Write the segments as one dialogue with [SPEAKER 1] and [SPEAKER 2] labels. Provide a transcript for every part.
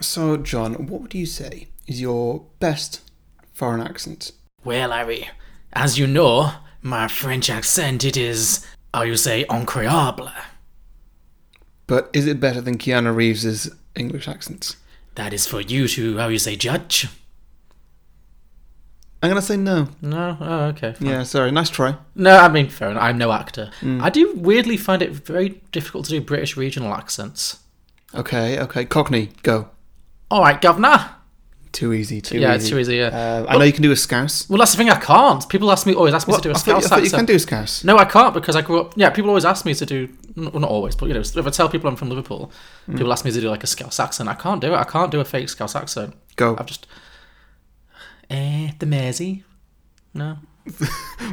[SPEAKER 1] So, John, what would you say is your best foreign accent?
[SPEAKER 2] Well, Harry, as you know, my French accent it is, how you say, incroyable.
[SPEAKER 1] But is it better than Keanu Reeves's English accent?
[SPEAKER 2] That is for you to, how you say, judge.
[SPEAKER 1] I'm gonna say no.
[SPEAKER 2] No, oh, okay. fine.
[SPEAKER 1] Yeah, sorry. Nice try.
[SPEAKER 2] No, I mean, fair enough. I'm no actor.
[SPEAKER 1] Mm.
[SPEAKER 2] I do weirdly find it very difficult to do British regional accents.
[SPEAKER 1] Okay, okay. Cockney, go.
[SPEAKER 2] All right, governor.
[SPEAKER 1] Too easy. Too
[SPEAKER 2] Yeah,
[SPEAKER 1] easy.
[SPEAKER 2] it's too easy. Yeah.
[SPEAKER 1] Uh, I know you can do a scouse.
[SPEAKER 2] well, that's the thing. I can't. People ask me always ask me to do a
[SPEAKER 1] I thought,
[SPEAKER 2] Scouse
[SPEAKER 1] I thought you
[SPEAKER 2] accent.
[SPEAKER 1] can do a scouse.
[SPEAKER 2] No, I can't because I grew up. Yeah, people always ask me to do. n- Well, not always, but you know, if I tell people I'm from Liverpool,
[SPEAKER 1] Mm.
[SPEAKER 2] people ask me to do like a Scouse accent. I can't do it. I can't do a fake Scouse accent.
[SPEAKER 1] Go.
[SPEAKER 2] I've just. Eh, the Mersey. No,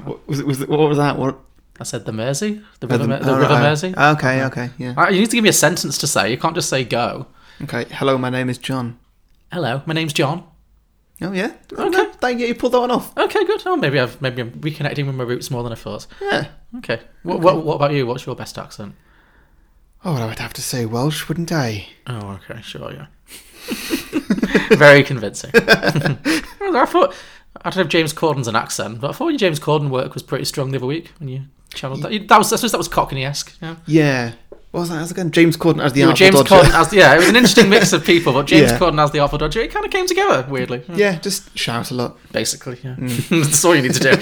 [SPEAKER 1] What was it? Was it what was that? What?
[SPEAKER 2] I said the Mersey. Uh, The
[SPEAKER 1] oh,
[SPEAKER 2] River, Mer- the
[SPEAKER 1] oh,
[SPEAKER 2] River
[SPEAKER 1] right,
[SPEAKER 2] Mersey.
[SPEAKER 1] oh, Okay, okay, yeah.
[SPEAKER 2] Alright, you need to give me a sentence to say. You can't just say go.
[SPEAKER 1] Okay. Hello, my name is John.
[SPEAKER 2] Hello, my name's John.
[SPEAKER 1] Oh yeah. Okay. Thank you. You pulled that one off.
[SPEAKER 2] Okay, good. Oh, maybe I've maybe I'm reconnecting with my roots more than I thought.
[SPEAKER 1] Yeah.
[SPEAKER 2] Okay. What what, what about you? What's your best accent?
[SPEAKER 1] Oh, well, I would have to say Welsh, wouldn't I?
[SPEAKER 2] Oh, okay, sure, yeah. Very convincing. I thought I don't know if James Corden's an accent, but I thought your James Corden work was pretty strong the other week when you channeled that. You- That was that's just that was Cockney-esque. Yeah.
[SPEAKER 1] Yeah. What was that as again? James Corden as the
[SPEAKER 2] You were
[SPEAKER 1] Artful
[SPEAKER 2] James
[SPEAKER 1] Dodger.
[SPEAKER 2] Corden as yeah, it was an interesting mix of people, but James
[SPEAKER 1] Yeah. Hmm.
[SPEAKER 2] Corden as the Awful Dodger, it kind of came together weirdly.
[SPEAKER 1] Yeah, just shout a lot.
[SPEAKER 2] Basically, yeah.
[SPEAKER 1] Hmm.
[SPEAKER 2] that's all you need to do.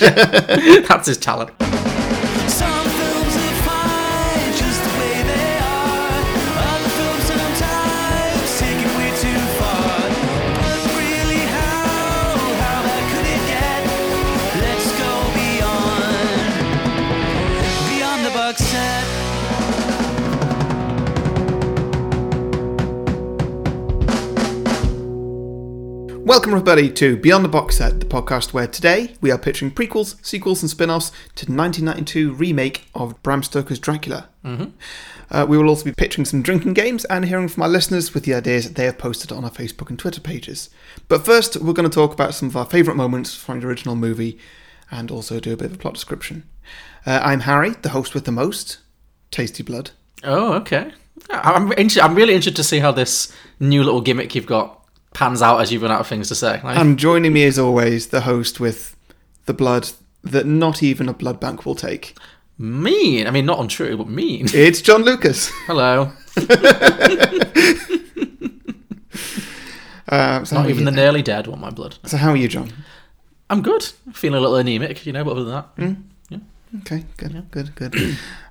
[SPEAKER 2] that's his talent.
[SPEAKER 3] Some films are fine just the way they are. Other films sometimes take it way too far. But really, how how bad could it get? Let's go beyond beyond the box set.
[SPEAKER 1] Welcome, everybody, to Beyond the Box Set, the podcast where today we are pitching prequels, sequels, and spin offs to the 1992 remake of Bram Stoker's Dracula. Mm-hmm. Uh, we will also be pitching some drinking games and hearing from our listeners with the ideas that they have posted on our Facebook and Twitter pages. But first, we're going to talk about some of our favourite moments from the original movie and also do a bit of a plot description. Uh, I'm Harry, the host with the most tasty blood.
[SPEAKER 2] Oh, okay. I'm inter- I'm really interested to see how this new little gimmick you've got pans out as you run out of things to say. Like,
[SPEAKER 1] And joining me, as always, the host with the blood that not even a blood bank will take.
[SPEAKER 2] mean. I mean, not untrue, but mean.
[SPEAKER 1] It's John Lucas.
[SPEAKER 2] Hello.
[SPEAKER 1] Uh, so how
[SPEAKER 2] Not
[SPEAKER 1] are
[SPEAKER 2] even
[SPEAKER 1] you?
[SPEAKER 2] the nearly dead want my blood.
[SPEAKER 1] So how are you, John?
[SPEAKER 2] I'm good. Feeling a little anemic, you know. But other than
[SPEAKER 1] Hmm.
[SPEAKER 2] that,
[SPEAKER 1] Okay, good, good, good.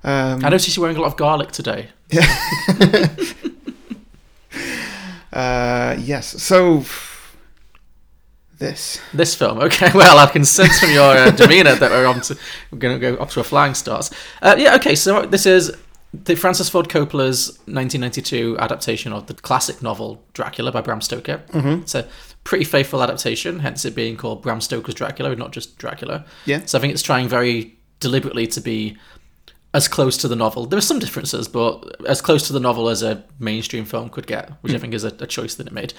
[SPEAKER 1] Um,
[SPEAKER 2] I noticed you're wearing a lot of garlic today.
[SPEAKER 1] uh, yes. So this.
[SPEAKER 2] This film, okay. Well, I can sense from your uh, demeanour that we're on to we're going to go off to a flying start. Uh, yeah, okay. So this is the Francis Ford Coppola's 1992 adaptation of the classic novel Dracula by Bram Stoker. Mm-hmm. It's a pretty faithful adaptation, hence it being called Bram Stoker's Dracula, and not just Dracula.
[SPEAKER 1] Yeah.
[SPEAKER 2] So I think it's trying very deliberately to be as close to the novel. There are some differences, but as close to the novel as a mainstream film could get, which I think is a, a choice that it made.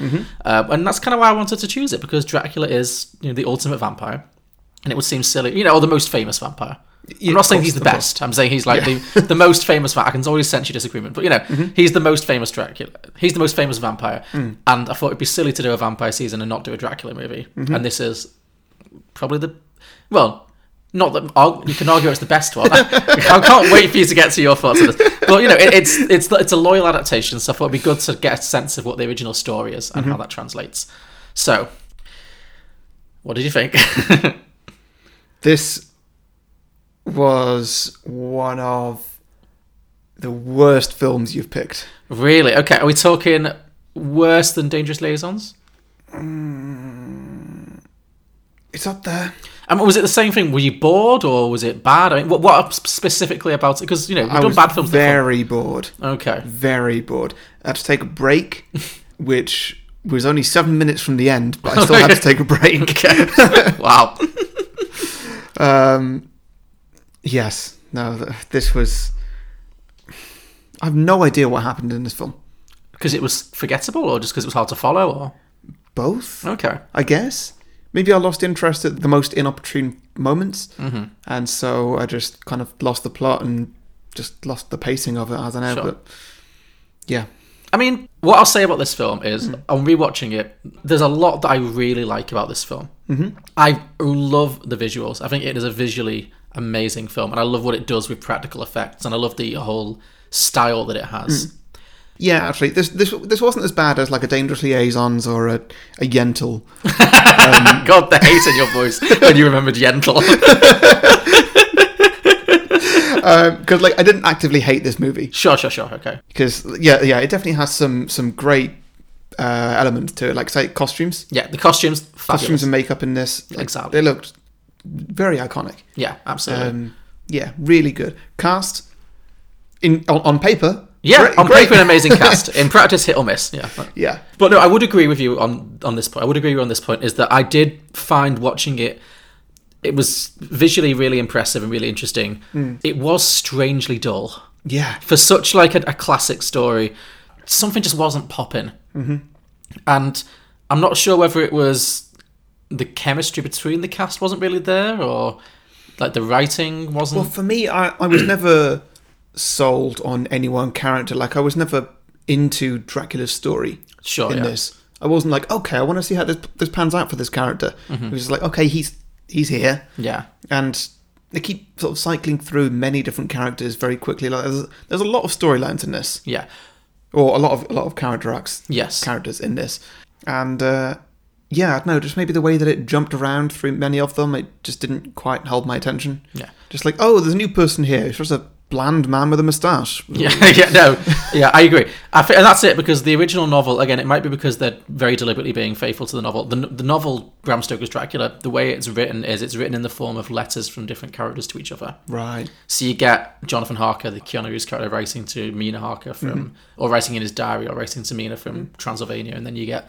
[SPEAKER 2] Uh, and that's kind of why I wanted to choose it because Dracula is you know the ultimate vampire, and it would seem silly, you know, or the most famous vampire.
[SPEAKER 1] Yeah,
[SPEAKER 2] I'm not
[SPEAKER 1] of
[SPEAKER 2] saying
[SPEAKER 1] course,
[SPEAKER 2] he's the
[SPEAKER 1] of course.
[SPEAKER 2] best. I'm saying he's like the, the most famous. va- I can always sense your disagreement, but you know, he's the most famous Dracula. He's the most famous vampire, and I thought it'd be silly to do a vampire season and not do a Dracula movie. And this is probably the well not that I'll- you can argue it's the best one. I, can't wait for you to get to your thoughts on this. But you know, it, it's it's it's a loyal adaptation, so I thought it'd be good to get a sense of what the original story is and how that translates. So, what did you think?
[SPEAKER 1] This was one of the worst films you've picked.
[SPEAKER 2] really? Okay, are we talking worse than Dangerous Liaisons?
[SPEAKER 1] It's up there.
[SPEAKER 2] And Um, was it the same thing? Were you bored or was it bad? I mean, what, what specifically about it? Because you know, we've
[SPEAKER 1] I
[SPEAKER 2] done
[SPEAKER 1] was
[SPEAKER 2] bad films before.
[SPEAKER 1] very bored.
[SPEAKER 2] Okay.
[SPEAKER 1] Very bored. I had to take a break, which was only seven minutes from the end, but I still had to take a break.
[SPEAKER 2] Okay. wow.
[SPEAKER 1] Um, yes. No, th- this was. I have no idea what happened in this film.
[SPEAKER 2] Because it was forgettable, or just because it was hard to follow, or
[SPEAKER 1] Both,
[SPEAKER 2] okay.
[SPEAKER 1] I guess. Maybe I lost interest at the most inopportune moments, and so I just kind of lost the plot and just lost the pacing of it. I don't know,
[SPEAKER 2] Sure.
[SPEAKER 1] but yeah,
[SPEAKER 2] I mean, what I'll say about this film is,
[SPEAKER 1] Mm-hmm.
[SPEAKER 2] on rewatching it, there's a lot that I really like about this film. Mm-hmm. I love the visuals. I think it is a visually amazing film, and I love what it does with practical effects, and I love the whole style that it has.
[SPEAKER 1] Mm. Yeah, actually, this this this wasn't as bad as like a Dangerous Liaisons or a, a Yentl.
[SPEAKER 2] God, the hate in your voice when you remembered Yentl.
[SPEAKER 1] Because like I didn't actively hate this movie.
[SPEAKER 2] sure, sure, sure. Okay.
[SPEAKER 1] Because yeah, yeah, it definitely has some some great uh, elements to it, like say costumes,
[SPEAKER 2] Yeah, the costumes, fabulous.
[SPEAKER 1] costumes and makeup in this. Like,
[SPEAKER 2] Exactly.
[SPEAKER 1] they looked very iconic.
[SPEAKER 2] yeah, absolutely.
[SPEAKER 1] Um, yeah, really good cast. In on, on paper,
[SPEAKER 2] yeah,
[SPEAKER 1] great-
[SPEAKER 2] on
[SPEAKER 1] great.
[SPEAKER 2] paper, an amazing cast. In practice, hit or miss. Yeah.
[SPEAKER 1] Yeah,
[SPEAKER 2] But no, I would agree with you on on this point. I would agree with you on this point is that I did find watching it it was visually really impressive and really interesting.
[SPEAKER 1] Hmm.
[SPEAKER 2] It was strangely dull
[SPEAKER 1] yeah,
[SPEAKER 2] for such like a, a classic story. Something just wasn't popping, mm-hmm. and I'm not sure whether it was the chemistry between the cast wasn't really there or like the writing wasn't.
[SPEAKER 1] Well, for me, I, I was never sold on any one character. Like, I was never into Dracula's story
[SPEAKER 2] Sure,
[SPEAKER 1] in
[SPEAKER 2] Oh, yeah.
[SPEAKER 1] this. I wasn't like, okay, I want to see how this, this pans out for this character.
[SPEAKER 2] Mm-hmm.
[SPEAKER 1] It was just like, okay, he's he's here.
[SPEAKER 2] yeah,
[SPEAKER 1] And they keep sort of cycling through many different characters very quickly. Like, there's, there's a lot of storylines in this,
[SPEAKER 2] yeah,
[SPEAKER 1] or a lot of a lot of character arcs,
[SPEAKER 2] yes,
[SPEAKER 1] characters in this. And uh, yeah, I don't know, just maybe the way that it jumped around through many of them, it just didn't quite hold my attention.
[SPEAKER 2] yeah.
[SPEAKER 1] Just like, oh, there's a new person here. It's just a bland man with a moustache.
[SPEAKER 2] Yeah, yeah, no, yeah, I agree. I think, and that's it because the original novel, again, it might be because they're very deliberately being faithful to the novel. The, the novel Bram Stoker's Dracula, the way it's written is it's written in the form of letters from different characters to each other.
[SPEAKER 1] Right.
[SPEAKER 2] So you get Jonathan Harker, the Keanu Reeves character, writing to Mina Harker from,
[SPEAKER 1] Mm-hmm.
[SPEAKER 2] or writing in his diary, or writing to Mina from Transylvania, and then you get.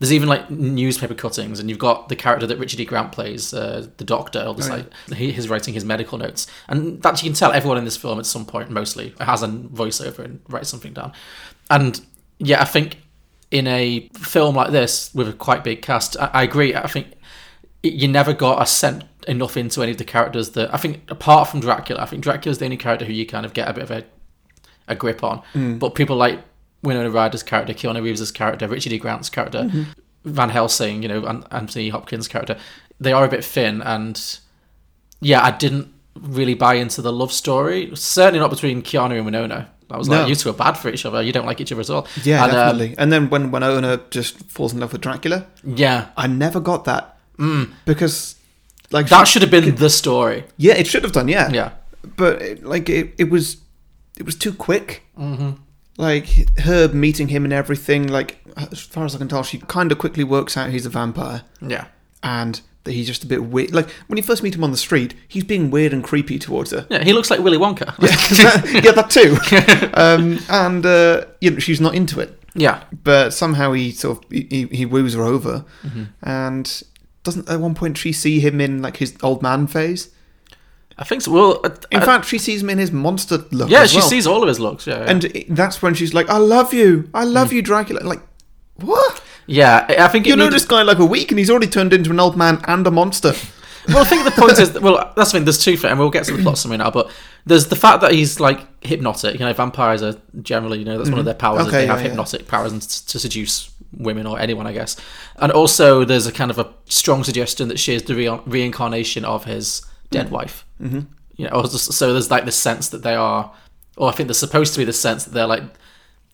[SPEAKER 2] There's even like newspaper cuttings, and you've got the character that Richard E. Grant plays, uh, the doctor, or the
[SPEAKER 1] Oh, yeah.
[SPEAKER 2] site- he, he's writing his medical notes, and that you can tell everyone in this film at some point, mostly, has a voiceover and writes something down. And yeah, I think in a film like this with a quite big cast, I, I agree. I think it- you never got a sent enough into any of the characters that I think apart from Dracula, I think Dracula's the only character who you kind of get a bit of a, a grip on.
[SPEAKER 1] Mm.
[SPEAKER 2] But people like Winona Ryder's character, Keanu Reeves's character, Richard E. Grant's character,
[SPEAKER 1] Mm-hmm.
[SPEAKER 2] Van Helsing, you know, An- Anthony Hopkins' character, they are a bit thin and yeah, I didn't really buy into the love story. Certainly not between Keanu and Winona. I was
[SPEAKER 1] No.
[SPEAKER 2] like, you two are bad for each other. You don't like each other at all.
[SPEAKER 1] Yeah,
[SPEAKER 2] And, um,
[SPEAKER 1] definitely. and then when Winona just falls in love with Dracula,
[SPEAKER 2] yeah,
[SPEAKER 1] I never got that. Mm. Because, like,
[SPEAKER 2] that should have been the story.
[SPEAKER 1] yeah, it should have done, yeah.
[SPEAKER 2] Yeah,
[SPEAKER 1] But, it, like, it, it was it was too quick. Mm-hmm. Like, her meeting him and everything, like, as far as I can tell, she kind of quickly works out he's a vampire
[SPEAKER 2] yeah,
[SPEAKER 1] and that he's just a bit weird. Like, when you first meet him on the street, he's being weird and creepy towards her.
[SPEAKER 2] yeah. He looks like Willy Wonka.
[SPEAKER 1] yeah, that too. Um, and uh, you know, she's not into it,
[SPEAKER 2] yeah.
[SPEAKER 1] but somehow he sort of he, he- he woos her over,
[SPEAKER 2] Mm-hmm.
[SPEAKER 1] and doesn't at one point she see him in like his old man phase?
[SPEAKER 2] I think so. Well, uh,
[SPEAKER 1] In
[SPEAKER 2] uh,
[SPEAKER 1] fact, she sees him in his monster look.
[SPEAKER 2] yeah,
[SPEAKER 1] as
[SPEAKER 2] she
[SPEAKER 1] well.
[SPEAKER 2] sees all of his looks. Yeah, yeah.
[SPEAKER 1] and it- that's when she's like, "I love you, I love
[SPEAKER 2] Mm.
[SPEAKER 1] you, Dracula." Like, what?
[SPEAKER 2] yeah, I I think
[SPEAKER 1] You
[SPEAKER 2] it
[SPEAKER 1] know
[SPEAKER 2] needed-
[SPEAKER 1] this guy like a week, and he's already turned into an old man and a monster.
[SPEAKER 2] Well, I think the point is, well, that's the thing. There's two things, and we'll get to the plot summary now. But there's the fact that he's like hypnotic. You know, vampires are generally, you know, that's one of their powers. is
[SPEAKER 1] Mm-hmm. Okay,
[SPEAKER 2] they have
[SPEAKER 1] yeah, yeah.
[SPEAKER 2] hypnotic powers and s- to seduce women or anyone, I guess. And also, there's a kind of a strong suggestion that she is the re- reincarnation of his dead
[SPEAKER 1] Mm.
[SPEAKER 2] wife. Mm-hmm. You know, or just- so there's like this sense that they are, or I think there's supposed to be this sense that they're like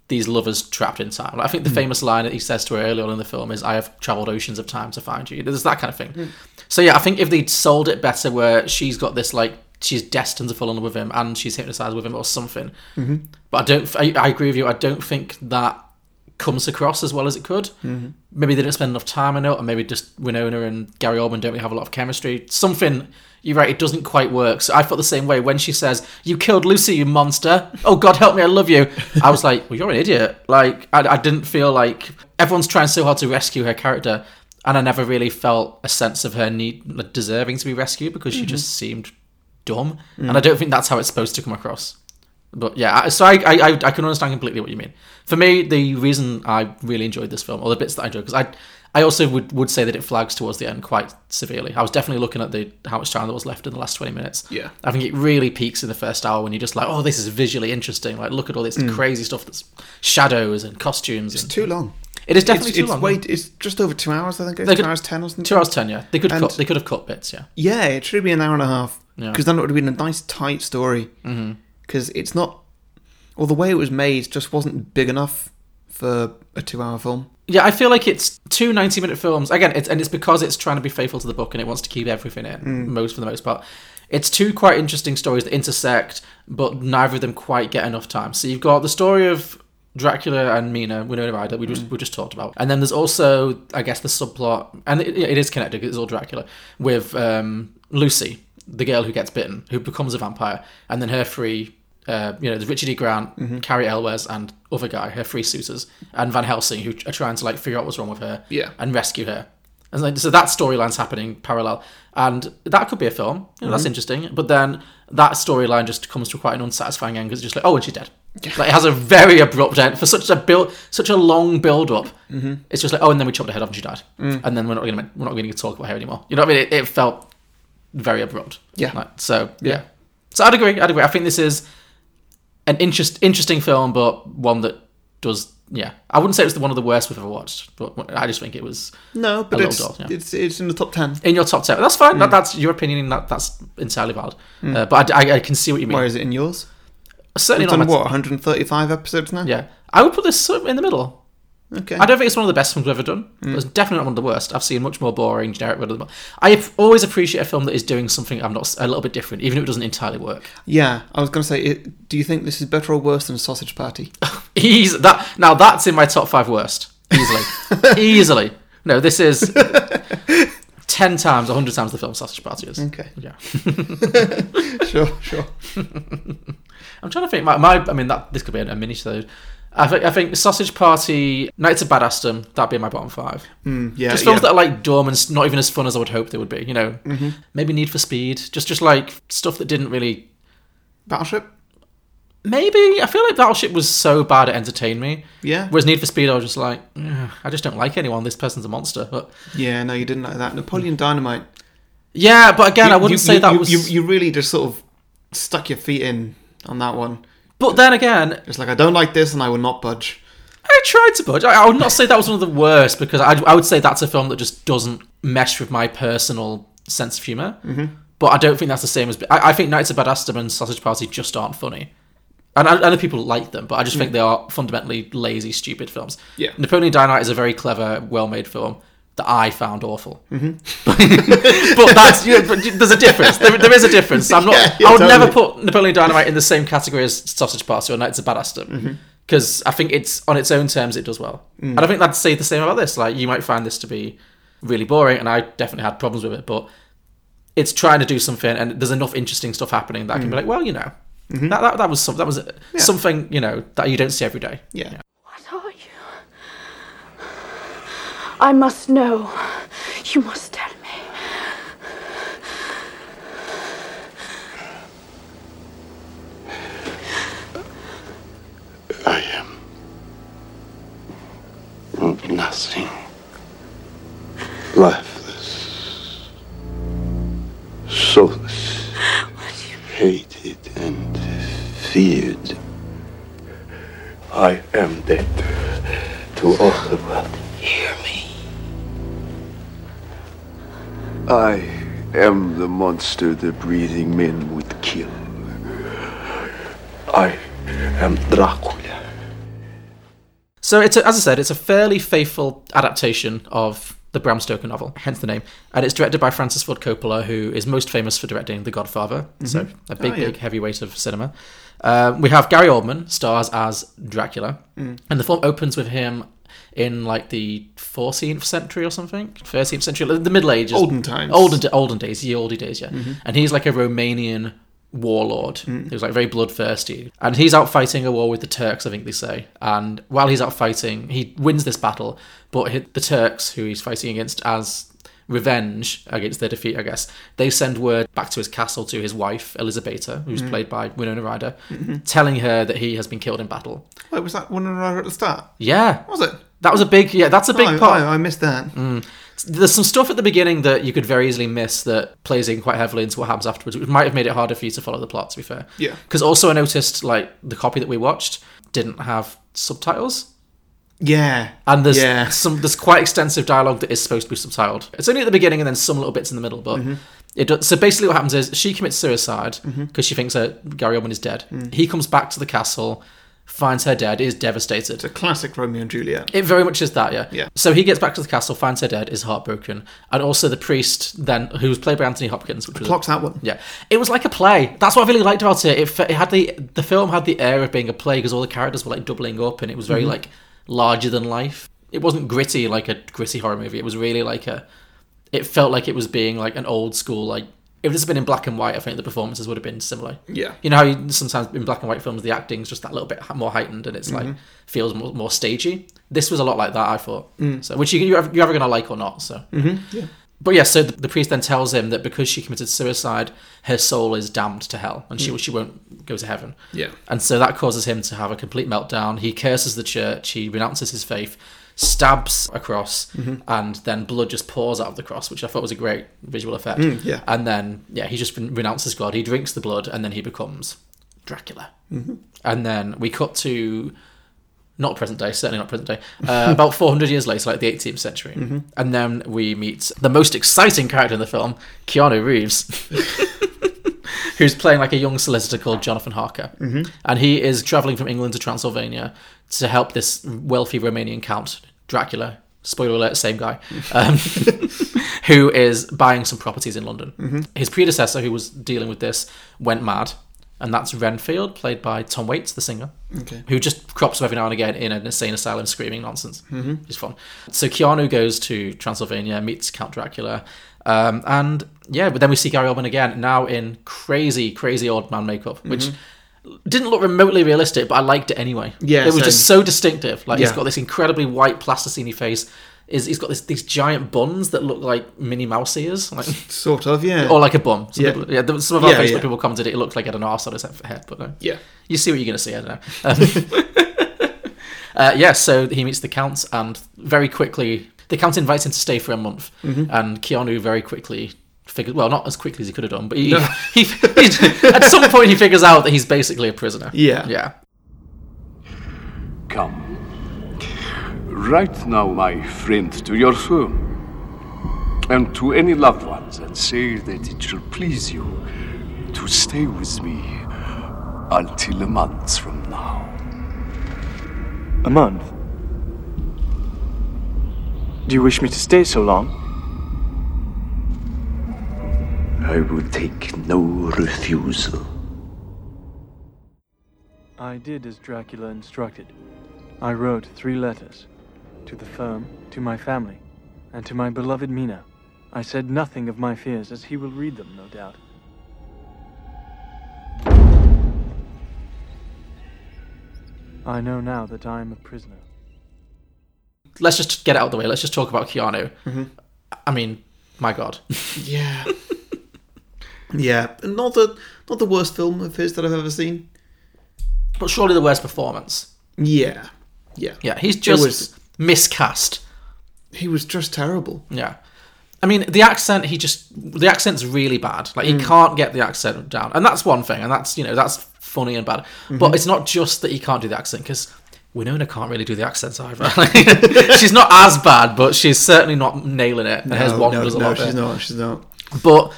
[SPEAKER 2] these lovers trapped in time. Like, I think the famous line that he says to her early on in the film is, "I have traveled oceans of time to find you." There's that kind of thing. So yeah, I think if they'd sold it better, where she's got this like she's destined to fall in love with him and she's hypnotized with him or something. But I don't. I, I agree with you. I don't think that comes across as well as it could. Maybe they didn't spend enough time on it, or maybe just Winona and Gary Oldman don't really have a lot of chemistry. Something. You're right. It doesn't quite work. So I felt the same way when she says, "You killed Lucy, you monster! Oh God, help me! I love you." I was like, "Well, you're an idiot." Like I, I didn't feel like everyone's trying so hard to rescue her character, and I never really felt a sense of her need like, deserving to be rescued because she just seemed dumb, and I don't think that's how it's supposed to come across. But yeah, I- so I, I I I can understand completely what you mean. For me, the reason I really enjoyed this film, or the bits that I enjoyed, because I I also would, would say that it flags towards the end quite severely. I was definitely looking at the how much time there was left in the last twenty minutes.
[SPEAKER 1] Yeah.
[SPEAKER 2] I think it really peaks in the first hour when you're just like, oh, this is visually interesting. Like, look at all this crazy stuff that's shadows and costumes.
[SPEAKER 1] Mm. It's
[SPEAKER 2] and,
[SPEAKER 1] too long.
[SPEAKER 2] It is definitely
[SPEAKER 1] it's,
[SPEAKER 2] too
[SPEAKER 1] it's
[SPEAKER 2] long.
[SPEAKER 1] Way, it's just over two hours, I think. It's
[SPEAKER 2] They
[SPEAKER 1] two
[SPEAKER 2] could-
[SPEAKER 1] hours ten or something.
[SPEAKER 2] Two hours ten, yeah. They could
[SPEAKER 1] And-
[SPEAKER 2] cut. They could have cut bits, yeah.
[SPEAKER 1] Yeah, it should be an hour and a half.
[SPEAKER 2] Yeah. Mm-hmm.
[SPEAKER 1] Because then it would have been a nice tight story. Because it's not. Well, the way it was made just wasn't big enough for a two-hour film.
[SPEAKER 2] Yeah, I feel like it's two 90 minute films. Again, it's and it's because it's trying to be faithful to the book and it wants to keep everything in most for the most part. It's two quite interesting stories that intersect, but neither of them quite get enough time. So you've got the story of Dracula and Mina, Winona Ryder, we just we just talked about, and then there's also, I guess, the subplot, and it, it is connected. 'cause It's all Dracula with um, Lucy, the girl who gets bitten, who becomes a vampire, and then her three uh, you know, there's Richard E. Grant, Carrie Elwes, and other guy, her free suitors, and Van Helsing, who are trying to like figure out what's wrong with her
[SPEAKER 1] Yeah.
[SPEAKER 2] and rescue her. And like, so that storyline's happening parallel, and that could be a film. You know, That's interesting. But then that storyline just comes to quite an unsatisfying end because it's just like, oh, and she's dead. Like, it has a very abrupt end for such a build, such a long build up. It's just like, oh, and then we chopped her head off and she died, and then we're not going to we're not going to talk about her anymore. You know what I mean? It, it felt very abrupt.
[SPEAKER 1] Yeah.
[SPEAKER 2] Like, so
[SPEAKER 1] Yeah.
[SPEAKER 2] yeah. So I'd agree. I'd agree. I think this is an interest, interesting film, but one that does. Yeah, I wouldn't say it's the one of the worst we've ever watched, but I just think it was
[SPEAKER 1] No, but
[SPEAKER 2] little
[SPEAKER 1] it's
[SPEAKER 2] dull, yeah.
[SPEAKER 1] it's it's in the top ten.
[SPEAKER 2] in your top ten. That's fine.
[SPEAKER 1] Mm.
[SPEAKER 2] That, that's your opinion. and That that's entirely valid. Uh, but I, I, I can see what you mean.
[SPEAKER 1] Where is it in yours?
[SPEAKER 2] Certainly
[SPEAKER 1] We've
[SPEAKER 2] not.
[SPEAKER 1] done
[SPEAKER 2] My,
[SPEAKER 1] what 135 episodes now.
[SPEAKER 2] Yeah, I would put this sort of in the middle.
[SPEAKER 1] Okay.
[SPEAKER 2] I don't think it's one of the best films we've ever done.
[SPEAKER 1] Mm.
[SPEAKER 2] But it's definitely not one of the worst. I've seen much more boring, generic. one of the- I always appreciate a film that is doing something I'm not a little bit different, even if it doesn't entirely work.
[SPEAKER 1] Yeah, I was going to say, it, do you think this is better or worse than Sausage Party?
[SPEAKER 2] He's that now. That's in my top five worst easily, easily. No, this is ten times, hundred times the film Sausage Party is.
[SPEAKER 1] Okay,
[SPEAKER 2] Yeah,
[SPEAKER 1] sure, sure.
[SPEAKER 2] I'm trying to think. My, my I mean, that this could be a, mini episode. I think I think Sausage Party, Nights of Badassdom, that'd be in my bottom five.
[SPEAKER 1] Mm, yeah,
[SPEAKER 2] Just films
[SPEAKER 1] yeah. Mm-hmm.
[SPEAKER 2] that are like dumb and s- not even as fun as I would hope they would be. You know, maybe Need for Speed, just just like stuff that didn't really.
[SPEAKER 1] Battleship.
[SPEAKER 2] Maybe I feel like Battleship was so bad it entertained me.
[SPEAKER 1] Yeah,
[SPEAKER 2] Whereas Need for Speed, I was just like, "Ugh, I just don't like anyone. This person's a monster. But
[SPEAKER 1] yeah. No, you didn't like that. Napoleon Dynamite.
[SPEAKER 2] Yeah, but again,
[SPEAKER 1] You-
[SPEAKER 2] I wouldn't
[SPEAKER 1] you-
[SPEAKER 2] say
[SPEAKER 1] you-
[SPEAKER 2] that
[SPEAKER 1] you,
[SPEAKER 2] was.
[SPEAKER 1] You, you really just sort of stuck your feet in on that one.
[SPEAKER 2] but then again,
[SPEAKER 1] It's like I don't like this, and I will not budge.
[SPEAKER 2] I tried to budge. I, I would not say that was one of the worst because I, I would say that's a film that just doesn't mesh with my personal sense of humor. Mm-hmm. But I don't think that's the same as. I, I think Nights of Badassdom and Sausage Party just aren't funny. And I, I know people like them, but I just think they are fundamentally lazy, stupid films.
[SPEAKER 1] Mm. Yeah.
[SPEAKER 2] Napoleon Dynamite is a very clever, well-made film that I found awful.
[SPEAKER 1] Mm-hmm.
[SPEAKER 2] but that's you know, but there's a difference. There, there is a difference. I'm not.
[SPEAKER 1] Yeah, yeah,
[SPEAKER 2] I would
[SPEAKER 1] totally.
[SPEAKER 2] never put Napoleon Dynamite in the same category as Sausage Party or Knights of
[SPEAKER 1] Mm-hmm.
[SPEAKER 2] Badassdom because I think it's on its own terms it does well.
[SPEAKER 1] Mm.
[SPEAKER 2] And I think that'd say the same about this. Like you might find this to be really boring, and I definitely had problems with it, but it's trying to do something, and there's enough interesting stuff happening that I can be
[SPEAKER 1] Mm.
[SPEAKER 2] like, well, you know.
[SPEAKER 1] Mm-hmm.
[SPEAKER 2] That, that, that was some, that was something you know that you don't see every day.
[SPEAKER 1] Yeah.
[SPEAKER 4] What are you? I must know. You must tell me.
[SPEAKER 5] I am nothing lifeless, soulless, hated and feared. I am dead to all the world. Hear me. I am the monster the breathing men would kill. I am Dracula.
[SPEAKER 2] So it's a, as I said, it's a fairly faithful adaptation of the Bram Stoker novel, hence the name, and it's directed by Francis Ford Coppola, who is most famous for directing The Godfather. So a big,
[SPEAKER 1] Oh, yeah.
[SPEAKER 2] big heavyweight of cinema. Um, we have Gary Oldman stars as Dracula,
[SPEAKER 1] Mm.
[SPEAKER 2] and the film opens with him in like the 14th century or something, 13th century, the Middle Ages,
[SPEAKER 1] Olden times. Mm-hmm.
[SPEAKER 2] olden olden days, the oldie days, yeah. And he's like a Romanian warlord
[SPEAKER 1] Mm.
[SPEAKER 2] who's like very bloodthirsty, and he's out fighting a war with the Turks, I think they say. And while he's out fighting, he wins this battle, but hi- the Turks, who he's fighting against, as revenge against their defeat, I guess, they send word back to his castle to his wife, Elizabeta, who's
[SPEAKER 1] Mm-hmm.
[SPEAKER 2] played by Winona Ryder, telling her that he has been killed in battle.
[SPEAKER 1] Wait, was that one right at the start?
[SPEAKER 2] Yeah.
[SPEAKER 1] Was it?
[SPEAKER 2] That was a big, yeah, that's a big Mm.
[SPEAKER 1] I,
[SPEAKER 2] part.
[SPEAKER 1] Oh, I, I missed that.
[SPEAKER 2] There's some stuff at the beginning that you could very easily miss that plays in quite heavily into what happens afterwards, which might have made it harder for you to follow the plot, to be fair.
[SPEAKER 1] Yeah.
[SPEAKER 2] Because also I noticed, like, the copy that we watched didn't have subtitles.
[SPEAKER 1] Yeah.
[SPEAKER 2] And there's
[SPEAKER 1] Yeah.
[SPEAKER 2] some there's quite extensive dialogue that is supposed to be subtitled. It's only at the beginning and then some little bits in the middle, but
[SPEAKER 1] Mm-hmm.
[SPEAKER 2] it does, so basically what happens is she commits suicide because she thinks that Gary Oldman is dead.
[SPEAKER 1] Mm.
[SPEAKER 2] He comes back to the castle, finds her dead, is devastated.
[SPEAKER 1] The classic Romeo and Juliet.
[SPEAKER 2] It very much is that, yeah.
[SPEAKER 1] Yeah.
[SPEAKER 2] So he gets back to the castle, finds her dead, is heartbroken, and also the priest then, who was played by Anthony Hopkins, which was
[SPEAKER 1] Clocks that one.
[SPEAKER 2] yeah, it was like a play. That's what I really liked about it. It, fe- it had the the film had the air of being a play because all the characters were like doubling up, and it was very like larger than life. It wasn't gritty like a gritty horror movie. It was really like a. It felt like it was being like an old school like. If this had been in black and white, I think the performances would have been similar.
[SPEAKER 1] Yeah.
[SPEAKER 2] you know how you, sometimes in black and white films the acting's just that little bit more heightened and it's like feels more, more stagey. This was a lot like that, I thought. So, which you, you're ever- you're ever gonna like or not. So, but yeah, so the, the priest then tells him that because she committed suicide, her soul is damned to hell and she she won't go to heaven.
[SPEAKER 1] Yeah.
[SPEAKER 2] And so that causes him to have a complete meltdown. He curses the church, he renounces his faith, stabs a cross, and then blood just pours out of the cross, which I thought was a great visual effect.
[SPEAKER 1] yeah.
[SPEAKER 2] And then, yeah, he just ren- renounces God, he drinks the blood, and then he becomes Dracula. And then we cut to not present day, certainly not present day, uh, about 400 years later, like the 18th century. And then we meet the most exciting character in the film, Keanu Reeves, who's playing like a young solicitor called Jonathan Harker. And he is traveling from England to Transylvania to help this wealthy Romanian count, Dracula. Spoiler alert, same guy, um, who is buying some properties in London. His predecessor, who was dealing with this, went mad, and that's Renfield, played by Tom Waits, the singer
[SPEAKER 1] Okay.
[SPEAKER 2] who just crops up every now and again in an insane asylum screaming nonsense. Mm-hmm. It's fun. So Keanu goes to Transylvania, meets Count Dracula, um, and yeah, but then we see Gary Oldman again, now in crazy, crazy old man makeup, which didn't look remotely realistic, but I liked it anyway.
[SPEAKER 1] Mm-hmm. Yeah,
[SPEAKER 2] it was
[SPEAKER 1] same.
[SPEAKER 2] just so distinctive. Like
[SPEAKER 1] Yeah.
[SPEAKER 2] he's got this incredibly white plasticine face. Is he's got this, these giant buns that look like Minnie Mouse ears, like
[SPEAKER 1] Sort of, yeah.
[SPEAKER 2] or like a bum. Some
[SPEAKER 1] Yeah.
[SPEAKER 2] people, yeah, there was- some of our
[SPEAKER 1] Yeah,
[SPEAKER 2] Facebook
[SPEAKER 1] yeah.
[SPEAKER 2] people commented it looked like it had an arse on its head, but no.
[SPEAKER 1] yeah.
[SPEAKER 2] You see what you're going to see, I don't know. Um, uh, yeah, so he meets the Count, and very quickly, the Count invites him to stay for a month,
[SPEAKER 1] Mm-hmm.
[SPEAKER 2] and Keanu very quickly figures, well, not as quickly as he could have done, but he, he, he- at some point he figures out that he's basically a prisoner.
[SPEAKER 1] Yeah.
[SPEAKER 2] Yeah.
[SPEAKER 5] Come. Right now, my friend, to your home and to any loved ones, and say that it shall please you to stay with me until a month from now.
[SPEAKER 6] A month? Do you wish me to stay so long?
[SPEAKER 5] I will take no refusal.
[SPEAKER 6] I did as Dracula instructed. I wrote three letters to the firm, to my family, and to my beloved Mina. I said nothing of my fears, as he will read them, no doubt. I know now that I am a prisoner.
[SPEAKER 2] Let's just get it out of the way. Let's just talk about Keanu.
[SPEAKER 1] Mm-hmm.
[SPEAKER 2] I mean, my God.
[SPEAKER 1] Yeah. yeah. Not the not the worst film of his that I've ever seen.
[SPEAKER 2] But surely the worst performance.
[SPEAKER 1] Yeah. Yeah.
[SPEAKER 2] Yeah, he's just
[SPEAKER 1] was-
[SPEAKER 2] miscast.
[SPEAKER 1] He was just terrible.
[SPEAKER 2] Yeah. I mean, the accent, he just, the accent's really bad. Like, he
[SPEAKER 1] Mm.
[SPEAKER 2] can't get the accent down. And that's one thing. And that's, you know, that's funny and bad.
[SPEAKER 1] Mm-hmm.
[SPEAKER 2] But it's not just that he can't do the accent, because Winona can't really do the accents either. she's not as bad, but she's certainly not nailing it. And hers
[SPEAKER 1] No, Oh, no,
[SPEAKER 2] wanders a
[SPEAKER 1] no,
[SPEAKER 2] lot
[SPEAKER 1] she's
[SPEAKER 2] there.
[SPEAKER 1] not. She's not.
[SPEAKER 2] But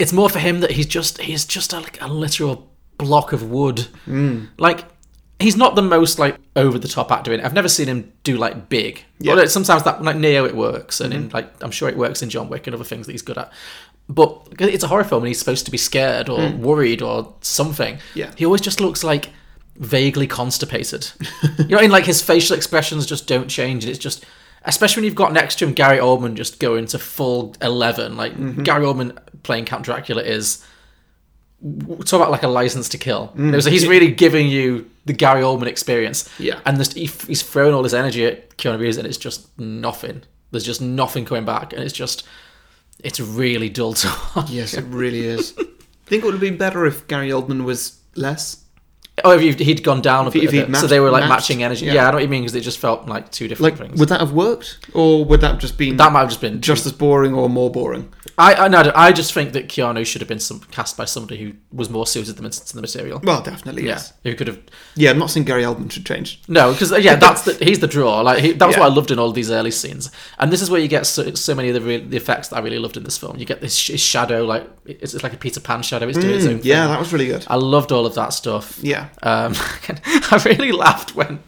[SPEAKER 2] it's more for him that he's just, he's just a, like, a literal block of wood.
[SPEAKER 1] Mm.
[SPEAKER 2] Like, he's not the most, like, over the top actor in it. I've never seen him do, like, big.
[SPEAKER 1] Yeah. Mm-hmm.
[SPEAKER 2] Although sometimes that, like, Neo, it works. And in, like, I'm sure it works in John Wick and other things that he's good at. But it's a horror film and he's supposed to be scared or worried or something.
[SPEAKER 1] Mm. Yeah.
[SPEAKER 2] He always just looks like vaguely constipated. you know what I mean? Like his facial expressions just don't change. And it's just, especially when you've got next to him Gary Oldman just going to full 11. Like
[SPEAKER 1] Mm-hmm.
[SPEAKER 2] Gary Oldman playing Count Dracula is. Talk about like a license to kill. You know, so he's really giving you the Gary Oldman experience.
[SPEAKER 1] Mm. Yeah.
[SPEAKER 2] And this, he, he's throwing all his energy at Keanu Reeves and it's just nothing. There's just nothing coming back. And it's just It's really dull to watch.
[SPEAKER 1] Yes, it really is. I think it would have been better if Gary Oldman was less.
[SPEAKER 2] Oh, if he'd- he'd gone down a
[SPEAKER 1] If he-
[SPEAKER 2] bit,
[SPEAKER 1] if he'd
[SPEAKER 2] a bit. so
[SPEAKER 1] matched-
[SPEAKER 2] they were like
[SPEAKER 1] matched,
[SPEAKER 2] matching energy.
[SPEAKER 1] yeah.
[SPEAKER 2] Yeah. I know what you mean because it just felt like two different
[SPEAKER 1] Like,
[SPEAKER 2] things.
[SPEAKER 1] would that have worked, or would that have just been
[SPEAKER 2] that might have just been
[SPEAKER 1] just as boring or more boring?
[SPEAKER 2] I I, no, I don't- I just think that Keanu should have been some, cast by somebody who was more suited to the, to the material.
[SPEAKER 1] Well, definitely
[SPEAKER 2] yeah,
[SPEAKER 1] yes.
[SPEAKER 2] who could have
[SPEAKER 1] Yeah, I'm not saying Gary Oldman should change.
[SPEAKER 2] No, because yeah, that's the he's the draw. Like he, that was
[SPEAKER 1] Yeah.
[SPEAKER 2] what I loved in all these early scenes, and this is where you get so, so many of the, re- the effects that I really loved in this film. You get this sh- his shadow, like it's, it's like a Peter Pan shadow. It's doing its own thing.
[SPEAKER 1] Mm, Yeah, that was really good.
[SPEAKER 2] I loved all of that stuff.
[SPEAKER 1] Yeah.
[SPEAKER 2] um, I really laughed when.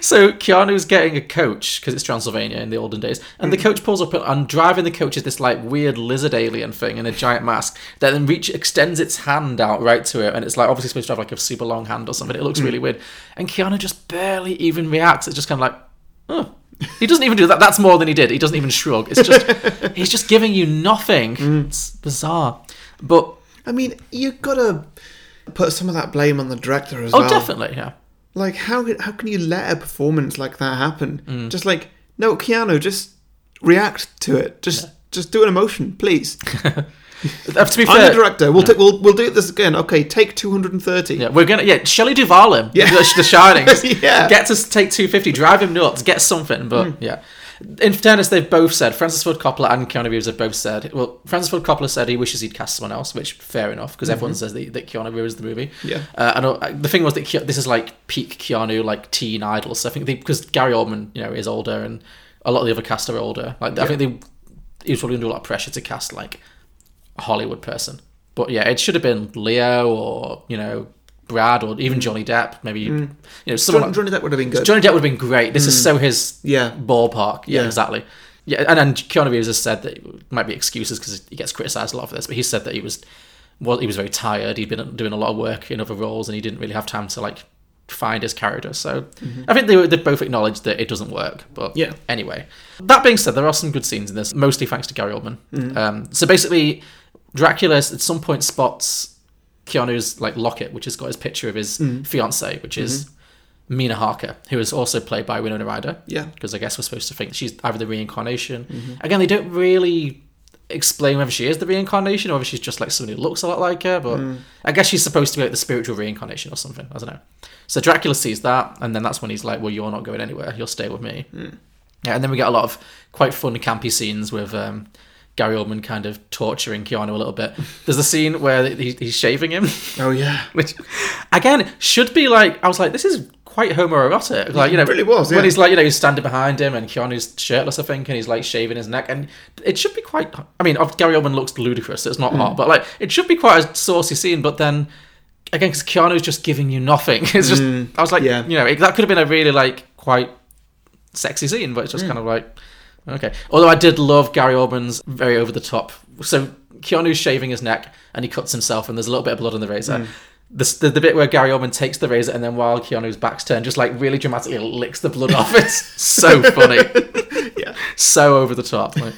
[SPEAKER 2] So Keanu's getting a coach because it's Transylvania in the olden days,
[SPEAKER 1] Hmm.
[SPEAKER 2] and the coach pulls up and driving the coach is this like weird lizard alien thing in a giant mask that then reach extends its hand out right to it, and it's like obviously supposed to have like a super long hand or something. It
[SPEAKER 1] Hmm.
[SPEAKER 2] looks really weird, and Keanu just barely even reacts. It's just kind of like, oh, he doesn't even do that. That's more than he did. He doesn't even shrug. It's just he's just giving you nothing.
[SPEAKER 1] Hmm.
[SPEAKER 2] It's bizarre, but oh,
[SPEAKER 1] I mean, you gotta put some of that blame on the director as
[SPEAKER 2] oh,
[SPEAKER 1] well.
[SPEAKER 2] definitely, yeah.
[SPEAKER 1] Like, how how can you let a performance like that happen?
[SPEAKER 2] Mm.
[SPEAKER 1] Just like, no, Keanu, just react to it. Just just do an emotion, please.
[SPEAKER 2] Uh, To be
[SPEAKER 1] I'm
[SPEAKER 2] fair,
[SPEAKER 1] the director. We'll take we'll we'll do this again. Okay, take 230.
[SPEAKER 2] Yeah, we're gonna yeah, Shelley Duvall him.
[SPEAKER 1] Yeah.
[SPEAKER 2] Yeah, the, the Shining.
[SPEAKER 1] Yeah. Mm.
[SPEAKER 2] get to take two fifty, drive him nuts, get something. But yeah, in fairness, they've both said Francis Ford Coppola and Keanu Reeves have both said. Well, Francis Ford Coppola said he wishes he'd cast someone else, which fair enough because everyone says that, that Keanu Reeves is the movie.
[SPEAKER 1] Mm-hmm. Yeah.
[SPEAKER 2] uh, and uh, the thing was that Ke- this is like peak Keanu, like teen idol. So I think they, because Gary Oldman, you know, is older and a lot of the other cast are older. Like I think they he was probably under a lot of pressure to cast like a Hollywood person. But yeah, it should have been Leo or you know Brad or even Johnny Depp. Maybe
[SPEAKER 1] Mm.
[SPEAKER 2] you know someone
[SPEAKER 1] Johnny, Johnny Depp would have been good. Hmm.
[SPEAKER 2] like, Johnny Depp would have been great. This is so his
[SPEAKER 1] Yeah.
[SPEAKER 2] ballpark. Yeah,
[SPEAKER 1] Yeah.
[SPEAKER 2] exactly. Yeah, and then Keanu Reeves has said that it might be excuses because he gets criticized a lot for this, but he said that he was well, he was very tired. He'd been doing a lot of work in other roles, and he didn't really have time to like find his character. So I think they, were, they both acknowledged that it doesn't work. But
[SPEAKER 1] Mm-hmm. Yeah.
[SPEAKER 2] anyway, that being said, there are some good scenes in this, mostly thanks to Gary Oldman.
[SPEAKER 1] Mm-hmm.
[SPEAKER 2] Um, so basically, Dracula at some point spots Keanu's like locket, which has got his picture of his fiancee, which is Mina Harker, who is also played by Winona Ryder.
[SPEAKER 1] Yeah.
[SPEAKER 2] because I guess we're supposed to think she's either the reincarnation. Again, they don't really explain whether she is the reincarnation or if she's just like someone who looks a lot like her. But I guess she's supposed to be like the spiritual reincarnation or something. I don't know. So Dracula sees that, and then that's when he's like, "Well, you're not going anywhere. You'll stay with me." Yeah, and then we get a lot of quite fun campy scenes with um, Gary Oldman kind of torturing Keanu a little bit. There's a scene where he, he's shaving him.
[SPEAKER 1] Oh yeah.
[SPEAKER 2] which again should be like I was like, this is quite homoerotic. Like you know,
[SPEAKER 1] really was, yeah.
[SPEAKER 2] when he's like you know he's standing behind him and Keanu's shirtless, I think, and he's like shaving his neck, and it should be quite. I mean, of- Gary Oldman looks ludicrous. so It's
[SPEAKER 1] Hmm.
[SPEAKER 2] not hot, but like it should be quite a saucy scene. But then again, because Keanu's just giving you nothing. It's just I was like,
[SPEAKER 1] Hmm. yeah.
[SPEAKER 2] you know, it, that could have been a really like quite sexy scene, but it's
[SPEAKER 1] Hmm.
[SPEAKER 2] just kind of like okay. Although I did love Gary Oldman's very over the top. So Keanu's shaving his neck and he cuts himself, and there's a little bit of blood on the razor. The, the, the bit where Gary Oldman takes the razor and then while Keanu's back's turned, just like really dramatically licks the blood off. It's so funny.
[SPEAKER 1] Yeah.
[SPEAKER 2] So over the top. Like.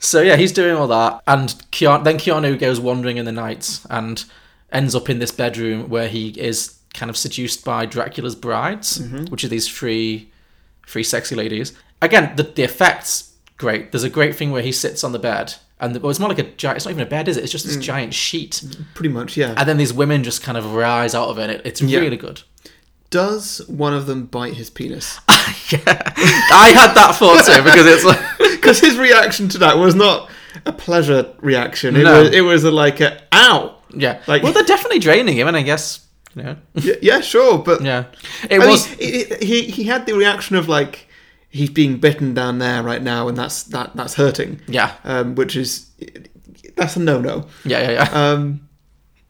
[SPEAKER 2] so yeah, he's doing all that, and Keanu, then Keanu goes wandering in the night and ends up in this bedroom where he is kind of seduced by Dracula's brides, which are these three three sexy ladies. Again, the, the effects great. There's a great thing where he sits on the bed, and the, well, it's more like a giant. It's not even a bed, is it? It's just this
[SPEAKER 1] Mm.
[SPEAKER 2] giant sheet,
[SPEAKER 1] Pretty much, yeah.
[SPEAKER 2] and then these women just kind of rise out of it. it it's really good.
[SPEAKER 1] Does one of them bite his penis?
[SPEAKER 2] yeah, I had that thought too because it's like.
[SPEAKER 1] Because his reaction to that was not a pleasure reaction. It
[SPEAKER 2] No.
[SPEAKER 1] was it was a like a ow.
[SPEAKER 2] Yeah.
[SPEAKER 1] Like-
[SPEAKER 2] well, they're definitely draining him, and I guess you know.
[SPEAKER 1] Y- yeah, sure, but
[SPEAKER 2] yeah. It
[SPEAKER 1] I
[SPEAKER 2] was.
[SPEAKER 1] mean, it, it, he he had the reaction of like he's being bitten down there right now, and that's that that's hurting.
[SPEAKER 2] yeah.
[SPEAKER 1] um, which is that's a no no.
[SPEAKER 2] Yeah. Yeah. Yeah.
[SPEAKER 1] Um,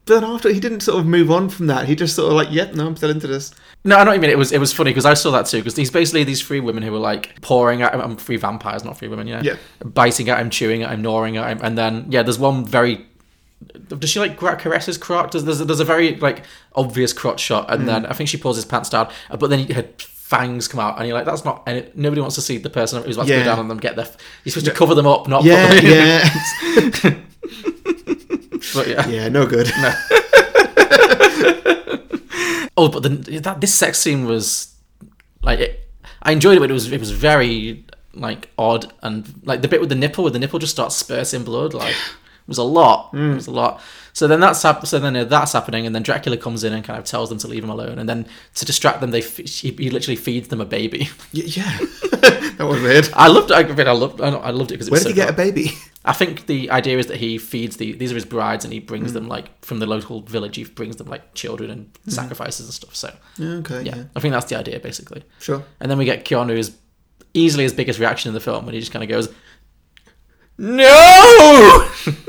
[SPEAKER 1] but then after he didn't sort of move on from that. He just sort of like, yep, no, I'm still into this.
[SPEAKER 2] no, I know what you mean. It was. It was funny because I saw that too. Because these basically these three women who were like pouring at him. I'm three vampires, not three women. Yeah.
[SPEAKER 1] Yeah.
[SPEAKER 2] Biting at him, chewing at him, gnawing at him, and then yeah, there's one very. Does she like gra- caress his crotch? There's, there's, a, there's a very like obvious crotch shot,
[SPEAKER 1] Mm.
[SPEAKER 2] and then I think she pulls his pants down, uh, but then her fangs come out, and you're like, that's not. And it, nobody wants to see the person who's about to
[SPEAKER 1] Yeah.
[SPEAKER 2] go down on them get their. f- You're supposed to cover them up, not.
[SPEAKER 1] Oh, Yeah,
[SPEAKER 2] put them-
[SPEAKER 1] yeah,
[SPEAKER 2] but yeah.
[SPEAKER 1] yeah. No good.
[SPEAKER 2] Oh, but the, that this sex scene was like it, I enjoyed it, but it was it was very like odd and like the bit with the nipple where the nipple just starts spurting blood like it was a lot
[SPEAKER 1] Mm.
[SPEAKER 2] it was a lot so then that's hap- so then uh, that's happening and then dracula comes in and kind of tells them to leave him alone and then to distract them they f- he, he literally feeds them a baby
[SPEAKER 1] Y- yeah, that was weird.
[SPEAKER 2] i loved i mean, i loved i know- I loved it because
[SPEAKER 1] Where did he get a baby?
[SPEAKER 2] I think the idea is that he feeds the these are his brides and he
[SPEAKER 1] Mm.
[SPEAKER 2] brings them like from the local village he brings them like children and
[SPEAKER 1] Mm-hmm.
[SPEAKER 2] sacrifices and stuff so
[SPEAKER 1] Okay,
[SPEAKER 2] yeah,
[SPEAKER 1] yeah,
[SPEAKER 2] I think that's the idea basically.
[SPEAKER 1] sure.
[SPEAKER 2] And then we get Keanu's easily his biggest reaction in the film when he just kind of goes, "No!"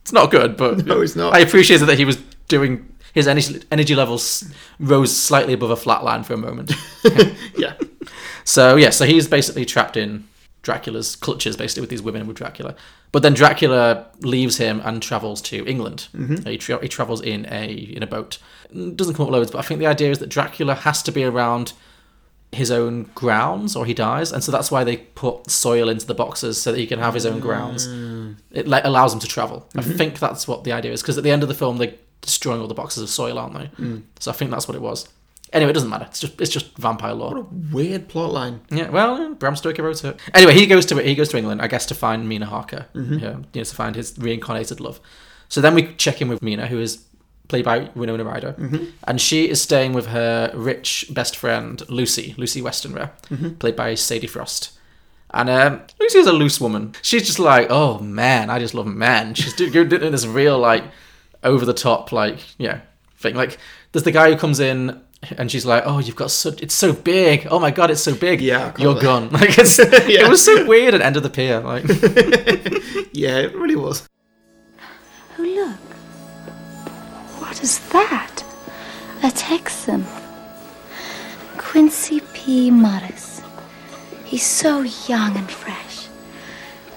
[SPEAKER 2] it's not good, but
[SPEAKER 1] No, it's not.
[SPEAKER 2] I appreciated that he was doing his energy energy levels rose slightly above a flat line for a moment. yeah. So yeah, so he's basically trapped in Dracula's clutches, basically with these women and with Dracula. But then Dracula leaves him and travels to England.
[SPEAKER 1] Mm-hmm.
[SPEAKER 2] He, tra- he travels in a in a boat. Doesn't come up loads, but I think the idea is that Dracula has to be around his own grounds or he dies and so that's why they put soil into the boxes so that he can have his own grounds it like, allows him to travel i think that's what the idea is because at the end of the film they're destroying all the boxes of soil aren't they so i think that's what it was anyway it doesn't matter it's just it's just vampire lore
[SPEAKER 1] Weird plot line.
[SPEAKER 2] yeah well yeah, bram stoker wrote it anyway he goes to he goes to england i guess to find mina harker yeah, you know, to find his reincarnated love so then we check in with mina who is played by winona ryder and she is staying with her rich best friend lucy lucy westenra played by sadie frost and um, Lucy is a loose woman. She's just like, oh man, I just love men. She's do- doing this real like over the top like yeah thing. Like there's the guy who comes in and she's like, oh, you've got such it's so big. Oh my god, it's so big.
[SPEAKER 1] Yeah, I can't
[SPEAKER 2] you're
[SPEAKER 1] believe-
[SPEAKER 2] gone. Like it's it was so weird at end of the pier. Like
[SPEAKER 1] Yeah, it really was.
[SPEAKER 4] Oh, look. What is that?
[SPEAKER 7] A Texan. Quincy P. Morris. He's so young and fresh.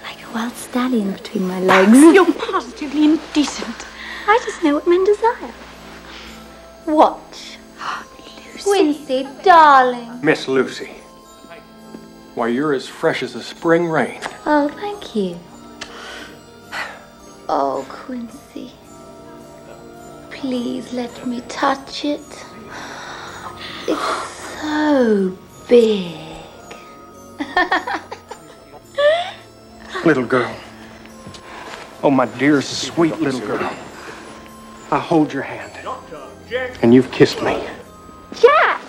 [SPEAKER 7] Like a wild stallion between my legs.
[SPEAKER 4] You're positively indecent.
[SPEAKER 7] I just know what men desire. Watch. Quincy, darling.
[SPEAKER 6] Miss Lucy. Why, you're as fresh as a spring rain.
[SPEAKER 7] Oh, thank you. Oh, Quincy. Please let me touch it. It's so big.
[SPEAKER 8] Little girl. Oh, my dear, sweet little girl. I hold your hand. And you've kissed me.
[SPEAKER 7] Jack!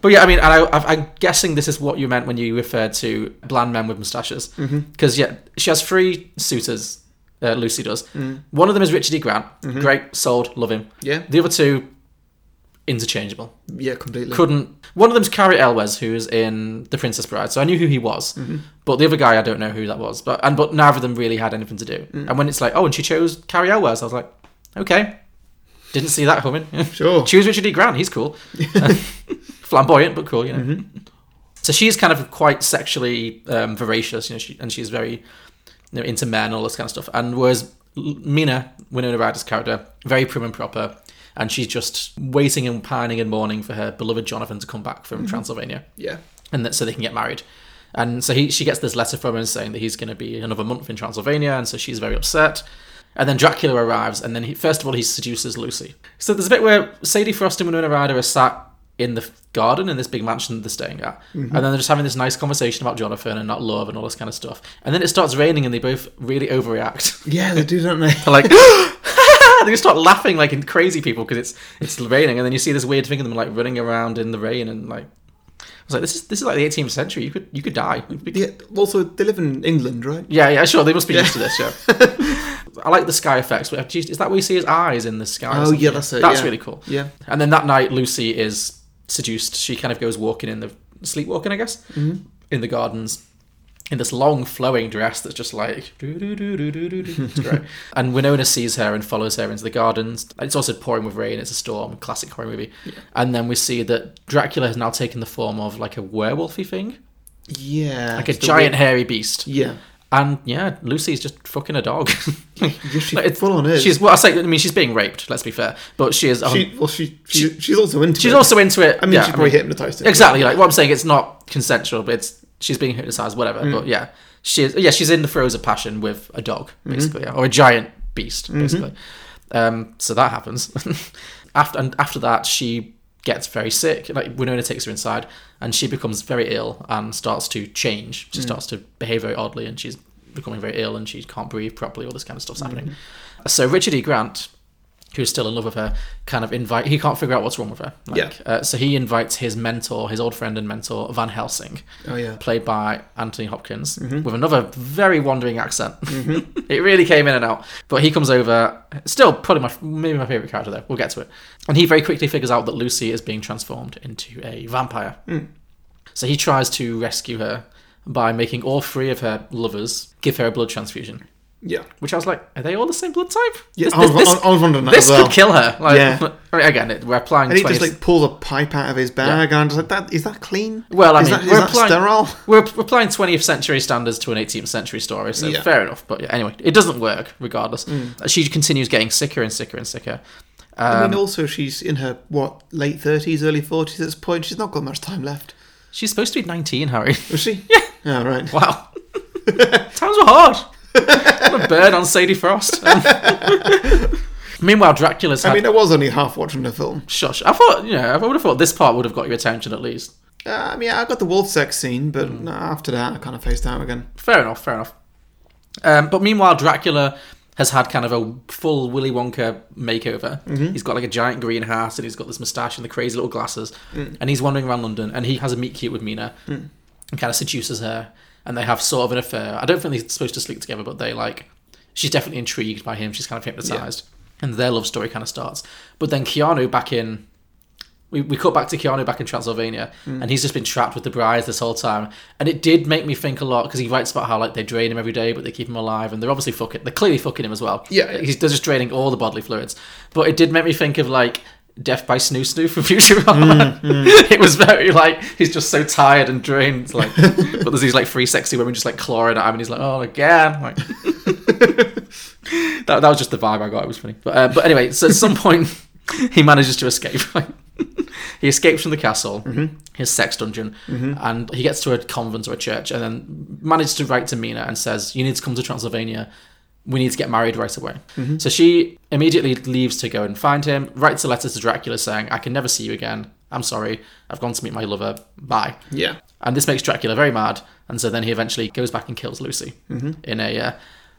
[SPEAKER 2] But yeah, I mean, and I, I- I'm guessing this is what you meant when you referred to bland men with mustaches. Because yeah, she has three suitors. Uh, Lucy does. One of them is Richard E. Grant. Great, sold, love him.
[SPEAKER 1] Yeah.
[SPEAKER 2] The other two, interchangeable.
[SPEAKER 1] Yeah, completely.
[SPEAKER 2] Couldn't. One of them's Carrie Elwes, who is in The Princess Bride. So I knew who he was. But the other guy, I don't know who that was. But and but neither of them really had anything to do. And when it's like, oh, and she chose Carrie Elwes, I was like, okay, didn't see that coming.
[SPEAKER 1] Sure.
[SPEAKER 2] Choose Richard E. Grant. He's cool. Flamboyant, but cool, you know. So she's kind of quite sexually um, voracious, you know, she, and she's very you know, into men and all this kind of stuff. And whereas L- Mina, Winona Ryder's character, very prim and proper, and she's just waiting and pining and mourning for her beloved Jonathan to come back from Transylvania
[SPEAKER 1] yeah.
[SPEAKER 2] and that so they can get married. And so he, she gets this letter from him saying that he's going to be another month in Transylvania, and so she's very upset. And then Dracula arrives, and then he, first of all he seduces Lucy. So there's a bit where Sadie Frost and Winona Ryder are sat in the garden in this big mansion that they're staying at, and then they're just having this nice conversation about Jonathan and not love and all this kind of stuff. And then it starts raining, and they both really overreact.
[SPEAKER 1] Yeah, they do, don't they?
[SPEAKER 2] They're like. They just start laughing like in crazy people because it's it's raining, and then you see this weird thing of them like running around in the rain and like I was like, this is this is like the 18th century. You could you could die.
[SPEAKER 1] yeah. Also, they live in England, right?
[SPEAKER 2] Yeah, yeah, sure. They must be used to this. Yeah. I like the sky effects. Where- geez, Is that where you see his eyes in the sky? or
[SPEAKER 1] Oh,
[SPEAKER 2] something?
[SPEAKER 1] yeah, that's it,
[SPEAKER 2] That's
[SPEAKER 1] yeah.
[SPEAKER 2] really cool.
[SPEAKER 1] Yeah.
[SPEAKER 2] And then that night, Lucy is seduced. She kind of goes walking in the sleepwalking, I guess,
[SPEAKER 1] Mm-hmm.
[SPEAKER 2] in the gardens. In this long flowing dress that's just like, doo, doo, doo, doo, doo, doo, doo. it's great. and Winona sees her and follows her into the gardens. It's also pouring with rain. It's a storm, classic horror movie. And then we see that Dracula has now taken the form of like a werewolfy thing,
[SPEAKER 1] Yeah.
[SPEAKER 2] like a
[SPEAKER 1] It's the
[SPEAKER 2] giant
[SPEAKER 1] weird-
[SPEAKER 2] hairy beast.
[SPEAKER 1] Yeah.
[SPEAKER 2] And yeah, Lucy's just fucking a dog.
[SPEAKER 1] Yeah, she
[SPEAKER 2] Like, it's-
[SPEAKER 1] full on is.
[SPEAKER 2] She's well, I say, I mean, she's being raped. Let's be fair, but she is. um,
[SPEAKER 1] she, well, she, she, she's also into.
[SPEAKER 2] she's
[SPEAKER 1] it.
[SPEAKER 2] also into it.
[SPEAKER 1] I mean,
[SPEAKER 2] yeah,
[SPEAKER 1] she's probably hypnotized. Him.
[SPEAKER 2] Exactly. Like what I'm saying, it's not consensual, but it's she's being hypnotized, whatever. But yeah, she is. Yeah, she's in the throes of passion with a dog, basically, or a giant beast, basically. Um, so that happens. after and after that, she gets very sick. Like Winona takes her inside, and she becomes very ill and starts to change. She starts to behave very oddly, and she's becoming very ill, and she can't breathe properly. All this kind of stuff's happening. So Richard E. Grant, who's still in love with her, kind of invite. He can't figure out what's wrong with her. Like,
[SPEAKER 1] Yeah.
[SPEAKER 2] Uh, so he invites his mentor, his old friend and mentor Van Helsing,
[SPEAKER 1] Oh, yeah. Mm-hmm.
[SPEAKER 2] played by Anthony Hopkins, with another very wandering accent. it really came in and out. But he comes over, still probably my maybe my favorite character though. We'll get to it. And he very quickly figures out that Lucy is being transformed into a vampire.
[SPEAKER 1] Hmm.
[SPEAKER 2] So he tries to rescue her by making all three of her lovers give her a blood transfusion.
[SPEAKER 1] Yeah.
[SPEAKER 2] Which I was like, are they all this same blood type?
[SPEAKER 1] Yeah, I was- I was wondering that
[SPEAKER 2] this
[SPEAKER 1] as well.
[SPEAKER 2] could kill her. Like,
[SPEAKER 1] Yeah.
[SPEAKER 2] I mean, again, it, we're applying.
[SPEAKER 1] And he
[SPEAKER 2] 20
[SPEAKER 1] just like pulls a pipe out of his bag, and I'm just like, that is that clean?
[SPEAKER 2] well, I
[SPEAKER 1] is
[SPEAKER 2] mean,
[SPEAKER 1] that,
[SPEAKER 2] we're,
[SPEAKER 1] is that
[SPEAKER 2] applying,
[SPEAKER 1] sterile?
[SPEAKER 2] we're we're applying 20th century standards to an 18th century story, so
[SPEAKER 1] Yeah. Mm.
[SPEAKER 2] fair enough. But yeah, anyway, it doesn't work regardless. Uh, She continues getting sicker and sicker and sicker.
[SPEAKER 1] I
[SPEAKER 2] Um,
[SPEAKER 1] mean, also she's in her what late thirties, early forties at this point. She's not got much time left,
[SPEAKER 2] She's supposed to be 19, Harry.
[SPEAKER 1] is she? Yeah. Oh, right.
[SPEAKER 2] Wow. Times were hard. what a bird on Sadie Frost. Um, Meanwhile, Dracula's had.
[SPEAKER 1] I mean, I was only half watching the film.
[SPEAKER 2] Shush. I thought, you know, I would have thought this part would have got your attention at least.
[SPEAKER 1] Uh, I mean, I got the wolf sex scene, but
[SPEAKER 2] Hmm.
[SPEAKER 1] no, after that, I kind of phased out again.
[SPEAKER 2] Fair enough, fair enough. Um, but meanwhile, Dracula has had kind of a full Willy Wonka makeover. He's got like a giant green hat and he's got this moustache and the crazy little glasses. And he's wandering around London and he has a meet cute with Mina and kind of seduces her. And they have sort of an affair. I don't think they're supposed to sleep together, but they like, she's definitely intrigued by him. She's kind of hypnotized. And their love story kind of starts. But then Keanu back in we, we cut back to Keanu back in Transylvania,
[SPEAKER 1] Hmm.
[SPEAKER 2] and he's just been trapped with the brides this whole time. And it did make me think a lot because he writes about how like they drain him every day, but they keep him alive, and they're obviously fucking, they're clearly fucking him as well.
[SPEAKER 1] Yeah, yeah.
[SPEAKER 2] he's they're just draining all the bodily fluids. But it did make me think of like Death by Snoo Snoo from Futurama.
[SPEAKER 1] Hmm,
[SPEAKER 2] it was very like he's just so tired and drained. Like, but there's these like three sexy women just like clawing at him, and he's like, oh again, like. that, that was just the vibe I got. It was funny. But, uh, but anyway, so at some point, he manages to escape. he escapes from the castle, his sex dungeon, and he gets to a convent or a church and then manages to write to Mina and says, You need to come to Transylvania. We need to get married right away. So she immediately leaves to go and find him, writes a letter to Dracula saying, I can never see you again. I'm sorry. I've gone to meet my lover. Bye.
[SPEAKER 1] Yeah.
[SPEAKER 2] And this makes Dracula very mad, and so then he eventually goes back and kills Lucy in a uh,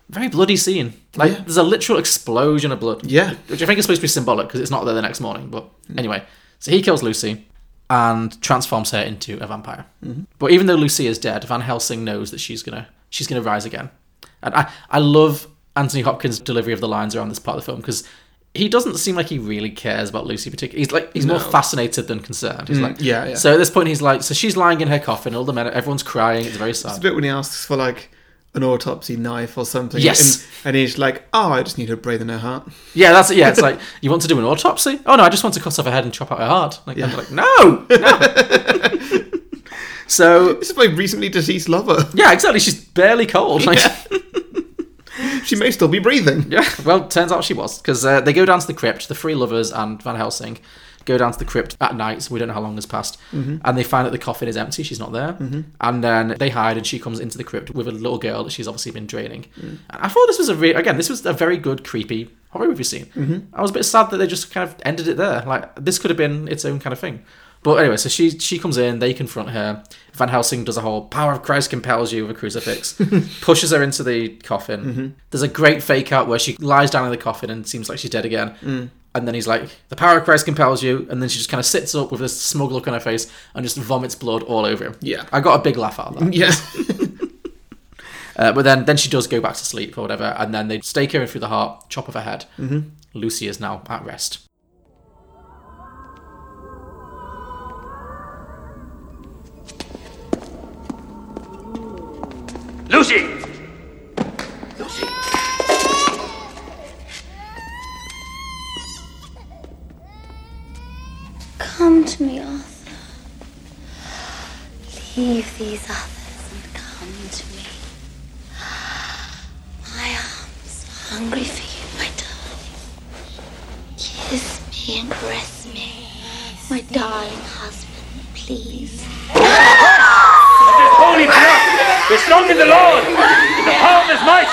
[SPEAKER 2] very bloody scene. Like
[SPEAKER 1] Mm-hmm. Yeah.
[SPEAKER 2] there's a literal explosion of blood.
[SPEAKER 1] Yeah. Mm.
[SPEAKER 2] which I think is supposed to be symbolic because it's not there the next morning. But anyway, so he kills Lucy and transforms her into a vampire.
[SPEAKER 1] Mm-hmm.
[SPEAKER 2] But even though Lucy is dead, Van Helsing knows that she's gonna she's gonna rise again. And I I love Anthony Hopkins' delivery of the lines around this part of the film because. He doesn't seem like he really cares about Lucy particularly. He's like he's more fascinated than concerned. He's like,
[SPEAKER 1] Mm. yeah, yeah.
[SPEAKER 2] So so at this point, he's like, so she's lying in her coffin. All the men, everyone's crying. It's very
[SPEAKER 1] It's a
[SPEAKER 2] sad.
[SPEAKER 1] bit when he asks for like an autopsy knife or something.
[SPEAKER 2] Yes.
[SPEAKER 1] And, and he's like, "Oh, I just need her breathing her heart."
[SPEAKER 2] Yeah, that's it. Yeah, it's like you want to do an autopsy. Oh no, I just want to cut off her head and chop out her heart. Like, I'm like, no, no. so
[SPEAKER 1] This is my recently deceased lover.
[SPEAKER 2] yeah, exactly. She's barely cold. Like, yeah.
[SPEAKER 1] She may still be breathing.
[SPEAKER 2] Well, turns out she was because uh, they go down to the crypt. The three lovers and Van Helsing go down to the crypt at night. So we don't know how long has passed, and they find that the coffin is empty. She's not there, and then they hide, and she comes into the crypt with a little girl that she's obviously been draining. And I thought this was a re- again, this was a very good creepy horror movie scene. I was a bit sad that they just kind of ended it there. Like this could have been its own kind of thing. But anyway, so she she comes in, they confront her. Van Helsing does a whole power of Christ compels you with a crucifix, pushes her into the coffin. There's a great fake out where she lies down in the coffin and seems like she's dead again. And then he's like, "The power of Christ compels you," and then she just kind of sits up with this smug look on her face and just vomits blood all over him.
[SPEAKER 1] Yeah. Mm-hmm.
[SPEAKER 2] I got a big laugh out of that.
[SPEAKER 1] Yeah.
[SPEAKER 2] Uh, but then, then she does go back to sleep or whatever, and then they stake her in through the heart, chop off her head. Mm-hmm. Lucy is now at rest.
[SPEAKER 9] Lucy! Lucy!
[SPEAKER 7] Come to me, Arthur. Leave these others and come to me. My arms are hungry for you, my darling. Kiss me and caress me. My darling husband, please.
[SPEAKER 9] Holy blood! You're strong in the Lord! The power of His might!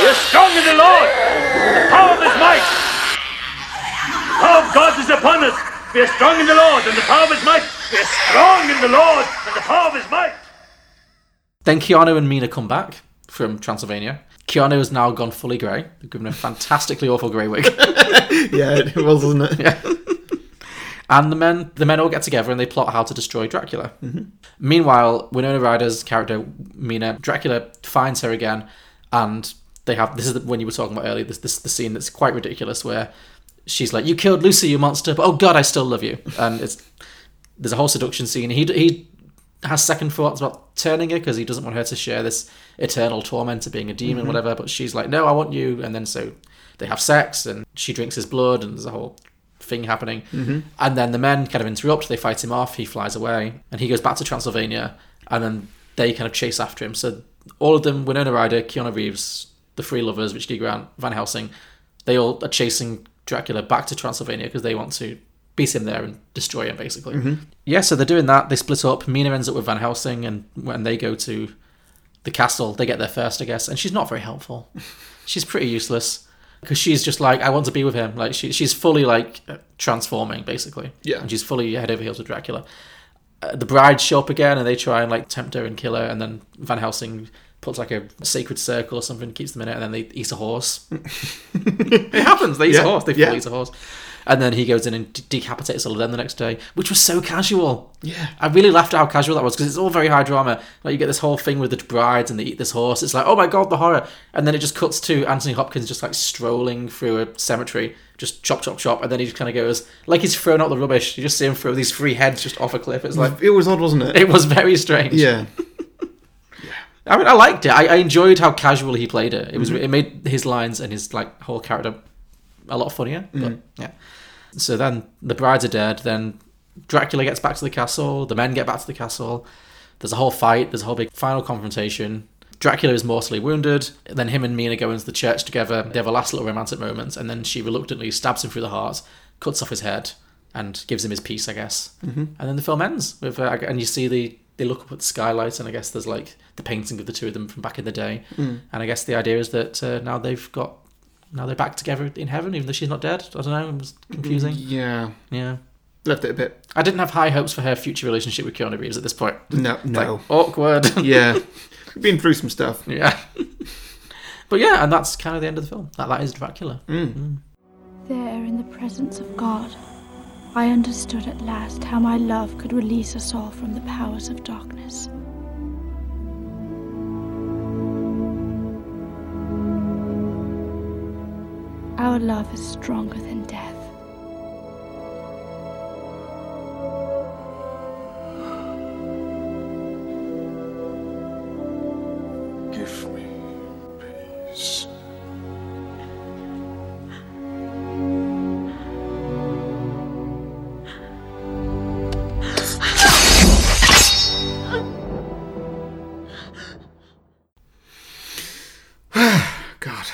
[SPEAKER 9] You're strong in the Lord! The power of His might! The power of God is upon us! Be strong in the Lord and the power of his might. Be strong in the Lord and the power of his might.
[SPEAKER 2] Then Keanu and Mina come back from Transylvania. Keanu has now gone fully grey, given a fantastically awful grey wig.
[SPEAKER 1] Yeah, it was, wasn't it?
[SPEAKER 2] And the men, the men all get together and they plot how to destroy Dracula. Meanwhile, Winona Ryder's character Mina, Dracula finds her again, and they have this is the, when you were talking about earlier. This this the scene that's quite ridiculous where she's like, "You killed Lucy, you monster!" But oh god, I still love you. And it's there's a whole seduction scene. He he has second thoughts about turning her because he doesn't want her to share this eternal torment of being a demon, whatever. But she's like, "No, I want you." And then so they have sex, and she drinks his blood, and there's a whole thing happening. And then the men kind of interrupt. They fight him off. He flies away, and he goes back to Transylvania. And then they kind of chase after him. So all of them, Winona Ryder, Keanu Reeves, the Three Lovers, Richard G. Grant, Van Helsing, they all are chasing Dracula back to Transylvania because they want to beat him there and destroy him, basically. Yeah, so they're doing that. They split up. Mina ends up with Van Helsing, and when they go to the castle, they get there first, I guess. And she's not very helpful. she's pretty useless because she's just like, I want to be with him. Like she, she's fully like uh, transforming, basically.
[SPEAKER 1] Yeah.
[SPEAKER 2] and she's fully head over heels with Dracula. Uh, the bride show up again, and they try and like tempt her and kill her, and then Van Helsing. Puts like a sacred circle or something, keeps them in it, and then they eat a horse. it happens. They eat
[SPEAKER 1] Yeah,
[SPEAKER 2] a horse. They
[SPEAKER 1] yeah.
[SPEAKER 2] fully eat a horse. And then he goes in and de- decapitates all of them the next day, which was so casual.
[SPEAKER 1] Yeah.
[SPEAKER 2] I really laughed at how casual that was because it's all very high drama. Like you get this whole thing with the brides and they eat this horse. It's like, oh my god, the horror! And then it just cuts to Anthony Hopkins just like strolling through a cemetery, just chop, chop, chop, and then he just kind of goes like he's thrown out the rubbish. You just see him throw these three heads just off a cliff. It's like
[SPEAKER 1] It was odd, wasn't it?
[SPEAKER 2] it was very strange.
[SPEAKER 1] yeah.
[SPEAKER 2] I mean, I liked it. I, I enjoyed how casual he played it. It was
[SPEAKER 1] Mm-hmm.
[SPEAKER 2] it made his lines and his like whole character a lot funnier. But
[SPEAKER 1] Mm-hmm.
[SPEAKER 2] yeah. So then the brides are dead. Then Dracula gets back to the castle. The men get back to the castle. There's a whole fight. There's a whole big final confrontation. Dracula is mortally wounded. Then him and Mina go into the church together. They have a last little romantic moment, and then she reluctantly stabs him through the heart, cuts off his head, and gives him his peace, I guess. Mm-hmm. And then the film ends with, uh, and you see the they look up at the skylight, and I guess there's like the painting of the two of them from back in the day. And I guess the idea is that uh, now they've got now they're back together in heaven, even though she's not dead. I don't know. It was
[SPEAKER 1] Mm-hmm.
[SPEAKER 2] confusing.
[SPEAKER 1] Yeah.
[SPEAKER 2] Yeah.
[SPEAKER 1] Left it a bit.
[SPEAKER 2] I didn't have high hopes for her future relationship with Keanu Reeves at this point.
[SPEAKER 1] No, no.
[SPEAKER 2] Like, awkward.
[SPEAKER 1] yeah. We've been through some stuff.
[SPEAKER 2] yeah. but yeah, and that's kind of the end of the film. That, that is Dracula.
[SPEAKER 4] There, in the presence of God, I understood at last how my love could release us all from the powers of darkness. Our love is stronger than death.
[SPEAKER 5] Give me peace.
[SPEAKER 1] God.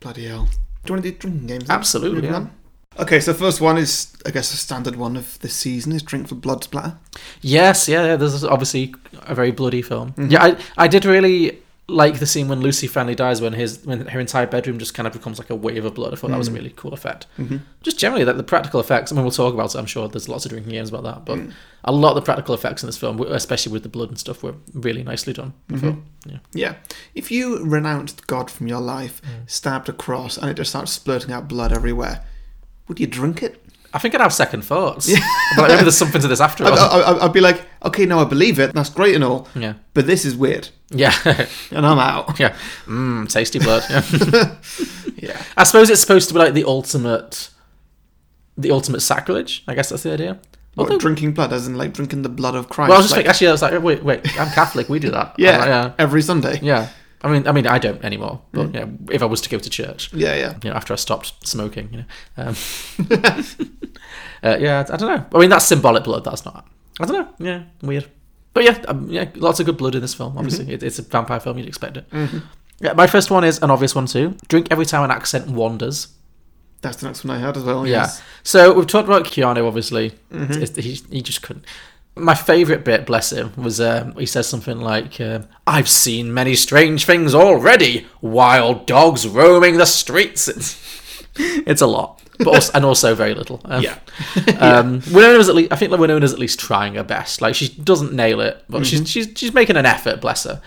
[SPEAKER 1] Bloody hell. Do you want to do drinking games? then?
[SPEAKER 2] Absolutely,
[SPEAKER 1] Moving
[SPEAKER 2] yeah.
[SPEAKER 1] on. Okay, so first one is, I guess, the standard one of this season is Drink for Blood Splatter.
[SPEAKER 2] Yes, yeah, yeah. This is obviously a very bloody film. Yeah, I, I did really like the scene when Lucy finally dies when his when her entire bedroom just kind of becomes like a wave of blood. I thought that was a really cool effect. Just generally, like the practical effects. I mean, we'll talk about it. I'm sure there's lots of drinking games about that, but a lot of the practical effects in this film, especially with the blood and stuff, were really nicely done. I thought. Yeah.
[SPEAKER 1] Yeah. If you renounced God from your life,
[SPEAKER 2] Mm.
[SPEAKER 1] stabbed a cross, and it just starts splurting out blood everywhere, would you drink it?
[SPEAKER 2] I think I'd have second thoughts. but maybe there's something to this after all.
[SPEAKER 1] I'd, I'd, I'd be like, okay, no, I believe it. That's great and all.
[SPEAKER 2] Yeah.
[SPEAKER 1] But this is weird.
[SPEAKER 2] yeah.
[SPEAKER 1] And I'm out.
[SPEAKER 2] Yeah. Mmm, tasty blood. Yeah. I suppose it's supposed to be like the ultimate the ultimate sacrilege. I guess that's the idea.
[SPEAKER 1] What,
[SPEAKER 2] Although-
[SPEAKER 1] drinking blood, as in like drinking the blood of Christ.
[SPEAKER 2] well, I was just
[SPEAKER 1] like-
[SPEAKER 2] like, actually I was like, wait, wait, I'm Catholic, we do that.
[SPEAKER 1] yeah,
[SPEAKER 2] I'm like,
[SPEAKER 1] every Sunday.
[SPEAKER 2] yeah. Yeah. I mean I mean I don't anymore. But yeah, if I was to go to church.
[SPEAKER 1] yeah, yeah.
[SPEAKER 2] You know, after I stopped smoking, you know. Um, uh, yeah, I don't know. I mean, that's symbolic blood. That's not. I don't know. Yeah, weird. But yeah, um, yeah, lots of good blood in this film. Obviously, it, it's a vampire film. You'd expect it. Yeah, my first one is an obvious one too. Drink every time an accent wanders.
[SPEAKER 1] That's the next one I had as well.
[SPEAKER 2] Yeah.
[SPEAKER 1] Yes. Mm-hmm.
[SPEAKER 2] So we've talked about Keanu, obviously. It's- He, he just couldn't. My favourite bit, bless him, was um, he says something like, um, I've seen many strange things already. Wild dogs roaming the streets. It's, it's a lot. but also, and also very little. Um,
[SPEAKER 1] Yeah.
[SPEAKER 2] um, Winona's at least. I think like, Winona's at least trying her best. Like she doesn't nail it, but
[SPEAKER 1] Mm-hmm.
[SPEAKER 2] she's she's she's making an effort. Bless her.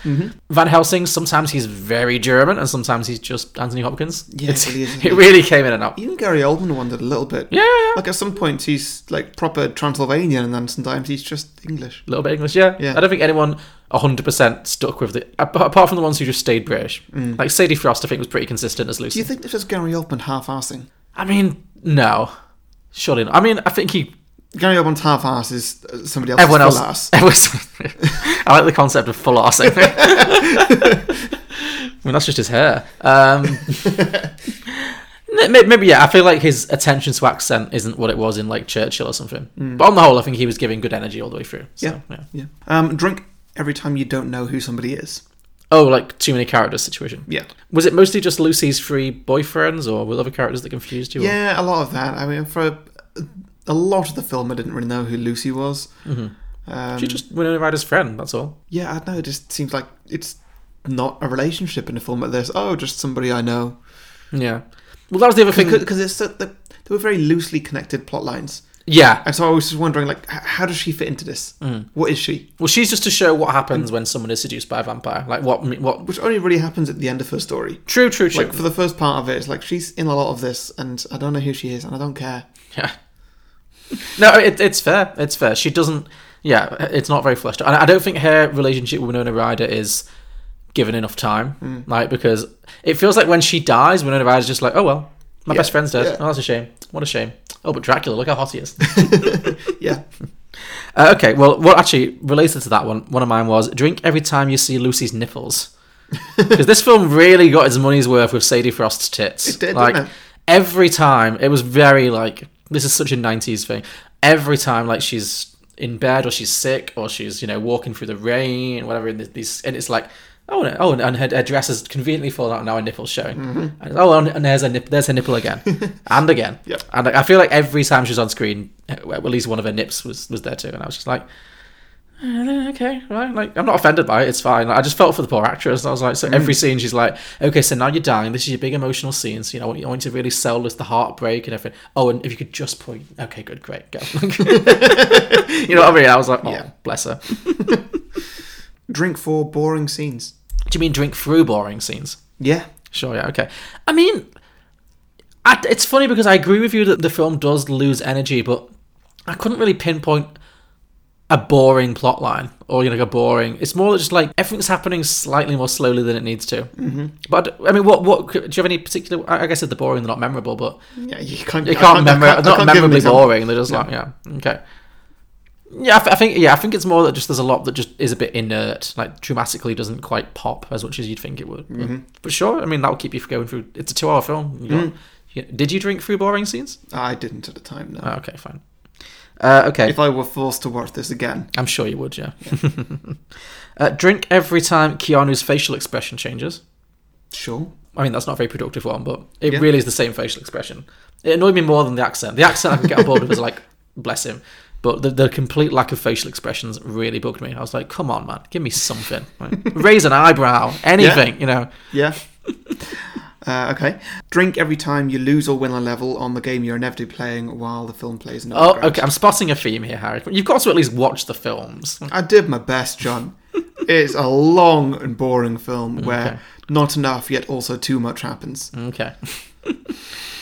[SPEAKER 2] Van Helsing. Sometimes he's very German, and sometimes he's just Anthony Hopkins.
[SPEAKER 1] Yeah,
[SPEAKER 2] It's-
[SPEAKER 1] it really is, isn't
[SPEAKER 2] it
[SPEAKER 1] it?
[SPEAKER 2] really came in and out.
[SPEAKER 1] Even Gary Oldman wondered a little bit.
[SPEAKER 2] Yeah, yeah, yeah.
[SPEAKER 1] Like at some points he's like proper Transylvanian, and then sometimes he's just English.
[SPEAKER 2] A little bit English, yeah.
[SPEAKER 1] Yeah.
[SPEAKER 2] I don't think anyone 100% stuck with it, ap- apart from the ones who just stayed British. Like Sadie Frost, I think, was pretty consistent as
[SPEAKER 1] Do Mm.
[SPEAKER 2] Lucy.
[SPEAKER 1] you think this is Gary Oldman half-assing?
[SPEAKER 2] I mean, no. Surely not. I mean, I think he.
[SPEAKER 1] Gary Oldman's half-ass is uh, somebody else's
[SPEAKER 2] Everyone
[SPEAKER 1] full
[SPEAKER 2] else.
[SPEAKER 1] ass.
[SPEAKER 2] Everyone I like the concept of full arsing. I mean, that's just his hair. Um, n- may- maybe, yeah, I feel like his attention to accent isn't what it was in, like, Churchill or something. But on the whole, I think he was giving good energy all the way through. So,
[SPEAKER 1] Mm. Yeah.
[SPEAKER 2] yeah.
[SPEAKER 1] Yeah. Um, drink every time you don't know who somebody is.
[SPEAKER 2] Oh, like, too many characters situation.
[SPEAKER 1] Yeah.
[SPEAKER 2] Was it mostly just Lucy's three boyfriends, or were other characters that confused you? or-
[SPEAKER 1] Yeah, a lot of that. I mean, for a, a lot of the film, I didn't really know who Lucy was. Mm-hmm. Um,
[SPEAKER 2] She just Winona Ryder's friend. That's all.
[SPEAKER 1] yeah, I don't know. It just seems like it's not a relationship in a film like this. Oh, just somebody I know.
[SPEAKER 2] Yeah. Well, that was the other thing.
[SPEAKER 1] Because it's so, they they were very loosely connected plot lines,
[SPEAKER 2] yeah.
[SPEAKER 1] and so I was just wondering, like, h- how does she fit into this?
[SPEAKER 2] Mm.
[SPEAKER 1] What is she?
[SPEAKER 2] Well, she's just to show what happens when someone is seduced by a vampire. Like what? What?
[SPEAKER 1] Which only really happens at the end of her story.
[SPEAKER 2] True. True. True.
[SPEAKER 1] Like for the first part of it, it's like she's in a lot of this, and I don't know who she is, and I don't care.
[SPEAKER 2] yeah. No, it, it's fair. It's fair. She doesn't. Yeah, it's not very fleshed out, and I don't think her relationship with Winona Ryder is given enough time.
[SPEAKER 1] Hmm.
[SPEAKER 2] Like because it feels like when she dies, Winona Ryder's just like, oh well, my best friend's dead.
[SPEAKER 1] yeah.
[SPEAKER 2] Oh, that's a shame. What a shame. Oh, but Dracula, look how hot he is.
[SPEAKER 1] Yeah,
[SPEAKER 2] Uh, okay, well, well, actually, related to that one, one of mine was drink every time you see Lucy's nipples. Because this film really got its money's worth with Sadie Frost's tits.
[SPEAKER 1] It did, didn't
[SPEAKER 2] like,
[SPEAKER 1] it?
[SPEAKER 2] Every time, it was very like, this is such a 90s thing. Every time, like, she's in bed or she's sick or she's, you know, walking through the rain, whatever, and, these, and it's like, oh, no, oh, and- and her, her dress has conveniently fallen out and now her nipple's showing.
[SPEAKER 1] Mm-hmm.
[SPEAKER 2] And, oh, and, and there's, her nip, there's her nipple again. and again.
[SPEAKER 1] Yep.
[SPEAKER 2] And like, I feel like every time she was on screen, well, at least one of her nips was, was there too. And I was just like, "Eh, okay, right. Like, I'm not offended by it. It's fine. Like, I just felt for the poor actress. I was like, so every scene she's like, okay, so now you're dying. This is your big emotional scene. So, you know, I want you, I want you to really sell this, the heartbreak and everything. Oh, and if you could just point, okay, good, great, go. you know what I mean? I was like, oh,
[SPEAKER 1] Yeah.
[SPEAKER 2] bless her. Do
[SPEAKER 1] drink for boring scenes.
[SPEAKER 2] you mean drink through boring scenes?
[SPEAKER 1] Yeah,
[SPEAKER 2] Sure, yeah, okay. I mean, I, it's funny because I agree with you that the film does lose energy, but I couldn't really pinpoint a boring plot line or, you know, like a boring. It's more just like everything's happening slightly more slowly than it needs to. Mm-hmm. But, I mean, what, what, could- do you have any particular, I I guess they're boring, they're not memorable, but
[SPEAKER 1] yeah. You can't.
[SPEAKER 2] you
[SPEAKER 1] I
[SPEAKER 2] can't,
[SPEAKER 1] I
[SPEAKER 2] remember.
[SPEAKER 1] I
[SPEAKER 2] not
[SPEAKER 1] can't give an
[SPEAKER 2] memorably
[SPEAKER 1] example.
[SPEAKER 2] boring. They're just like, yeah, okay. Yeah, I, th- I think yeah, I think it's more that just there's a lot that just is a bit inert, like dramatically doesn't quite pop as much as you'd think it would.
[SPEAKER 1] Mm-hmm.
[SPEAKER 2] But sure, I mean that will keep you going through. It's a two-hour film. You
[SPEAKER 1] Mm.
[SPEAKER 2] got- you- did you drink through boring scenes?
[SPEAKER 1] Oh, I didn't at the time. No.
[SPEAKER 2] Oh, okay, fine. Uh, okay,
[SPEAKER 1] If I were forced to watch this again,
[SPEAKER 2] I'm sure you would. Yeah. uh, drink every time Keanu's facial expression changes.
[SPEAKER 1] sure.
[SPEAKER 2] I mean, that's not a very productive one, but it
[SPEAKER 1] Yeah.
[SPEAKER 2] really is the same facial expression. It annoyed me more than the accent. The accent I could get on board with was like, bless him. But the, the complete lack of facial expressions really bugged me. I was like, come on, man, give me something. Like, raise an eyebrow, anything, you know.
[SPEAKER 1] Yeah. Uh, okay. Drink every time you lose or win a level on the game you're inevitably playing while the film plays. in the
[SPEAKER 2] Oh,
[SPEAKER 1] background.
[SPEAKER 2] okay, I'm spotting a theme here, Harry. You've got to at least watch the films.
[SPEAKER 1] I did my best, John. it's a long and boring film where not enough yet also too much happens.
[SPEAKER 2] Okay.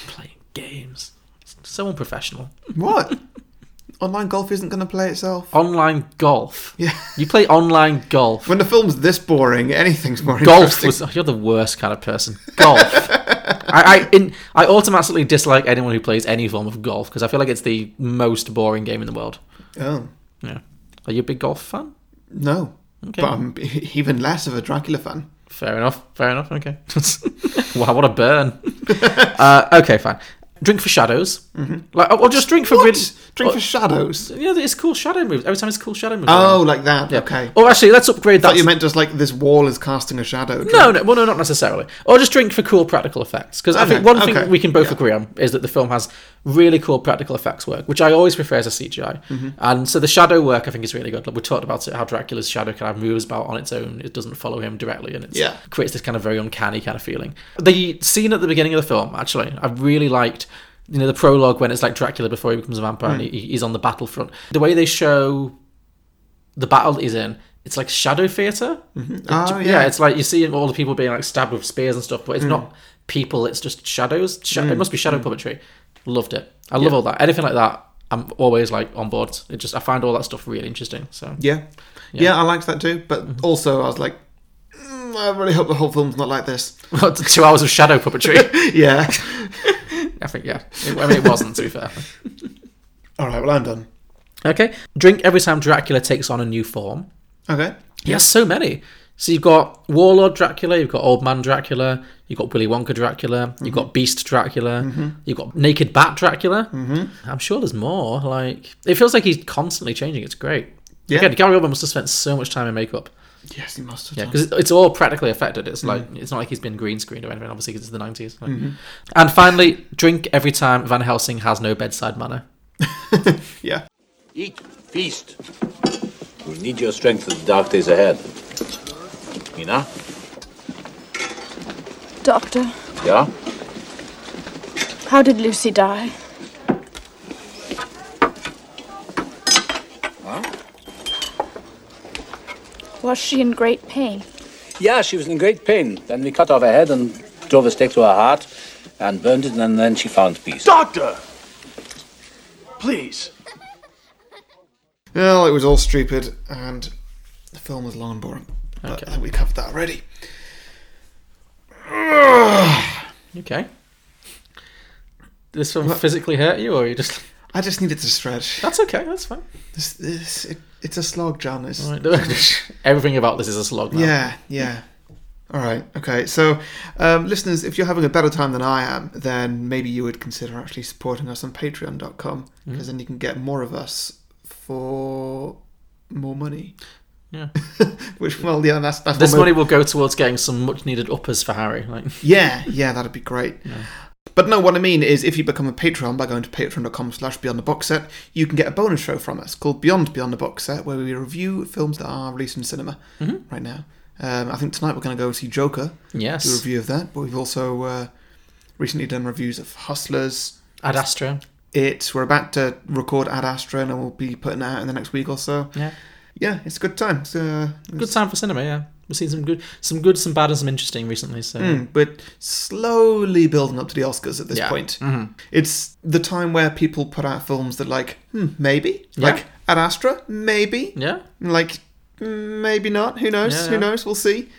[SPEAKER 2] Playing games. So unprofessional.
[SPEAKER 1] What? Online golf isn't going to play itself.
[SPEAKER 2] Online golf.
[SPEAKER 1] Yeah.
[SPEAKER 2] You play online golf.
[SPEAKER 1] When the film's this boring, anything's more
[SPEAKER 2] golf
[SPEAKER 1] interesting.
[SPEAKER 2] was oh, you're the worst kind of person golf I, I in I automatically dislike anyone who plays any form of golf because I feel like it's the most boring game in the world
[SPEAKER 1] Oh
[SPEAKER 2] yeah are you a big golf fan
[SPEAKER 1] no.
[SPEAKER 2] Okay.
[SPEAKER 1] But I'm e- even less of a Dracula fan.
[SPEAKER 2] fair enough fair enough okay wow what a burn uh, okay fine drink for shadows like or just drink for
[SPEAKER 1] Mm-hmm. What?
[SPEAKER 2] really-
[SPEAKER 1] Drink
[SPEAKER 2] or-
[SPEAKER 1] for shadows.
[SPEAKER 2] Oh. yeah it's cool shadow moves every time it's cool shadow moves
[SPEAKER 1] Oh, like that. Okay.
[SPEAKER 2] or actually let's upgrade that
[SPEAKER 1] But you meant just like this wall is casting a shadow.
[SPEAKER 2] No, no, well, no, not necessarily. Or just drink for cool practical effects. Because I
[SPEAKER 1] Okay,
[SPEAKER 2] think one thing
[SPEAKER 1] okay,
[SPEAKER 2] we can both
[SPEAKER 1] yeah.
[SPEAKER 2] agree on is that the film has really cool practical effects work, which I always prefer as a CGI.
[SPEAKER 1] Mm-hmm.
[SPEAKER 2] And so the shadow work, I think, is really good. Like we talked about it, how Dracula's shadow kind of moves about on its own; it doesn't follow him directly, and it
[SPEAKER 1] Yeah.
[SPEAKER 2] creates this kind of very uncanny kind of feeling. The scene at the beginning of the film, actually, I really liked. you know the prologue when it's like Dracula before he becomes a vampire
[SPEAKER 1] Mm.
[SPEAKER 2] and he, he's on the battlefront. The way they show the battle that he's in, it's like shadow theater.
[SPEAKER 1] Oh,
[SPEAKER 2] yeah. Mm.
[SPEAKER 1] yeah.
[SPEAKER 2] it's like you see all the people being like stabbed with spears and stuff, but it's not people. It's just shadows. Sha- It must be shadow puppetry. Loved it. I love all that. Anything like that, I'm always like on board. It just I find all that stuff really interesting. So
[SPEAKER 1] Yeah. yeah, I liked that too. But
[SPEAKER 2] Mm-hmm.
[SPEAKER 1] also, I was like, mm, I really hope the whole film's not like this.
[SPEAKER 2] two hours of shadow puppetry.
[SPEAKER 1] Yeah.
[SPEAKER 2] I think yeah. It- I mean, it wasn't to be fair.
[SPEAKER 1] All right. Well, I'm done.
[SPEAKER 2] Okay, drink every time Dracula takes on a new form.
[SPEAKER 1] Okay.
[SPEAKER 2] He has so many. So you've got Warlord Dracula, you've got Old Man Dracula, you've got Willy Wonka Dracula, you've got Beast Dracula, you've got Naked Bat Dracula. Mm-hmm. I'm sure there's more. Like it feels like he's constantly changing. It's great.
[SPEAKER 1] Yeah.
[SPEAKER 2] Again, Gary Oldman must have spent so much time in makeup
[SPEAKER 1] Yes, he must have.
[SPEAKER 2] yeah,
[SPEAKER 1] done.
[SPEAKER 2] because it's all practically affected. It's like it's not like he's been green screened or anything. Obviously, because it's the nineties. And finally, drink every time Van Helsing has no bedside manner.
[SPEAKER 1] yeah.
[SPEAKER 10] Eat, feast. You'll need your strength for the dark days ahead. Mina?
[SPEAKER 4] Doctor,
[SPEAKER 10] Yeah?
[SPEAKER 4] how did Lucy die? Was she in great pain?
[SPEAKER 10] Yeah, she was in great pain. Then we cut off her head and drove a stake to her heart and burned it, and then she found peace.
[SPEAKER 6] Doctor! Please.
[SPEAKER 1] Well, it was all stupid, and the film was long and boring. But I think we covered that already.
[SPEAKER 2] Okay. Did this film physically hurt you, or you just?
[SPEAKER 1] I just needed to stretch.
[SPEAKER 2] That's okay. That's fine.
[SPEAKER 1] This, this, it, it's a slog, John. It's,
[SPEAKER 2] Everything about this is a slog. Now.
[SPEAKER 1] Yeah, yeah. All right, okay. So, um, listeners, if you're having a better time than I am, then maybe you would consider actually supporting us on patreon.com
[SPEAKER 2] Mm-hmm.
[SPEAKER 1] because then you can get more of us for more money.
[SPEAKER 2] Yeah.
[SPEAKER 1] Which, well, yeah, that's, that's
[SPEAKER 2] This
[SPEAKER 1] one way-
[SPEAKER 2] money will go towards getting some much needed uppers for Harry. Like,
[SPEAKER 1] Yeah, yeah, that'd be great. But no, what I mean is if you become a Patreon by going to patreon.com slash beyond the box set, you can get a bonus show from us called Beyond Beyond the Box Set, where we review films that are released in cinema right now. Um, I think tonight we're going to go see Joker, do a
[SPEAKER 2] yes,
[SPEAKER 1] review of that, but we've also uh, recently done reviews of Hustlers.
[SPEAKER 2] Ad Astra.
[SPEAKER 1] It's we're about to record Ad Astra and we'll be putting it out in the next week or so.
[SPEAKER 2] Yeah.
[SPEAKER 1] Yeah, it's a good time. It's, uh,
[SPEAKER 2] Good time for cinema. Yeah, we've seen some good, some good, some bad, and some interesting recently. So
[SPEAKER 1] Hmm. but slowly building up to the Oscars at this
[SPEAKER 2] Yeah.
[SPEAKER 1] point. It's the time where people put out films that, like, hmm, maybe, like Ad Astra, maybe,
[SPEAKER 2] yeah,
[SPEAKER 1] like mm, maybe not. Who knows?
[SPEAKER 2] Yeah,
[SPEAKER 1] Who
[SPEAKER 2] yeah.
[SPEAKER 1] knows? We'll see.